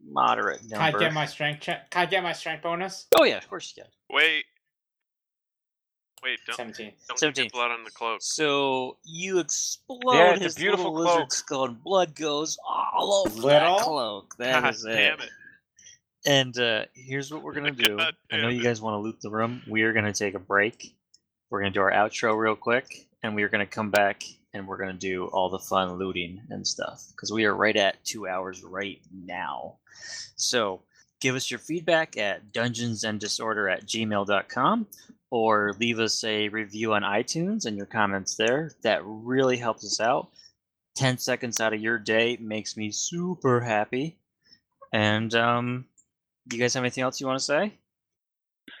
[SPEAKER 1] moderate number.
[SPEAKER 3] Can I get my strength check? Can I get my strength bonus?
[SPEAKER 1] Oh, yeah, of course you can.
[SPEAKER 5] Wait. Wait, don't,
[SPEAKER 3] Seventeen.
[SPEAKER 5] don't
[SPEAKER 1] 17.
[SPEAKER 5] get blood on the cloak.
[SPEAKER 1] So you explode
[SPEAKER 2] Yeah, it's a
[SPEAKER 1] his
[SPEAKER 2] beautiful
[SPEAKER 1] little lizard
[SPEAKER 2] cloak.
[SPEAKER 1] skull, and blood goes all over
[SPEAKER 3] Little?
[SPEAKER 1] that cloak. That
[SPEAKER 2] <laughs>
[SPEAKER 5] <laughs> God
[SPEAKER 1] is
[SPEAKER 5] damn it.
[SPEAKER 1] And uh, here's
[SPEAKER 5] <laughs>
[SPEAKER 1] what we're gonna do.
[SPEAKER 5] Oh God
[SPEAKER 1] I know
[SPEAKER 5] damn
[SPEAKER 1] you
[SPEAKER 5] it.
[SPEAKER 1] guys want to loot the room. We are gonna take a break. We're gonna do our outro real quick, and we are gonna come back and we're gonna do all the fun looting and stuff because we are right at two hours right now. So give us your feedback at dungeonsandddisorder at gmail.com or leave us a review on iTunes and your comments there. That really helps us out. 10 seconds out of your day makes me super happy. And um, you guys have anything else you want to say?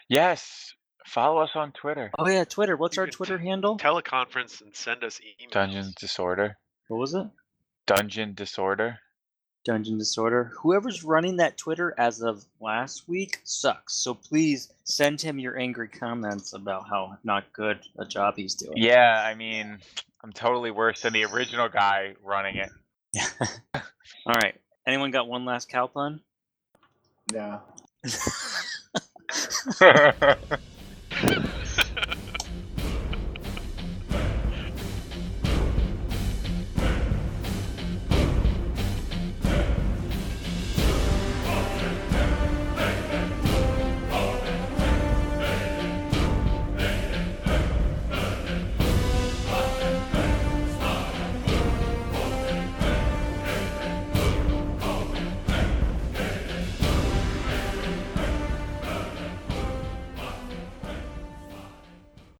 [SPEAKER 2] yes, follow us on Twitter.
[SPEAKER 1] Oh yeah, Twitter. What's
[SPEAKER 5] You
[SPEAKER 1] our
[SPEAKER 5] can
[SPEAKER 1] Twitter handle?
[SPEAKER 5] Teleconference and send us emails.
[SPEAKER 2] Dungeon disorder.
[SPEAKER 1] What was it?
[SPEAKER 2] Dungeon disorder.
[SPEAKER 1] Dungeon Disorder. Whoever's running that Twitter as of last week sucks. So please send him your angry comments about how not good a job he's doing.
[SPEAKER 2] Yeah, I mean, I'm totally worse than the original guy running it.
[SPEAKER 1] All right. Anyone got one last <laughs> cow pun?
[SPEAKER 2] <laughs>
[SPEAKER 6] No.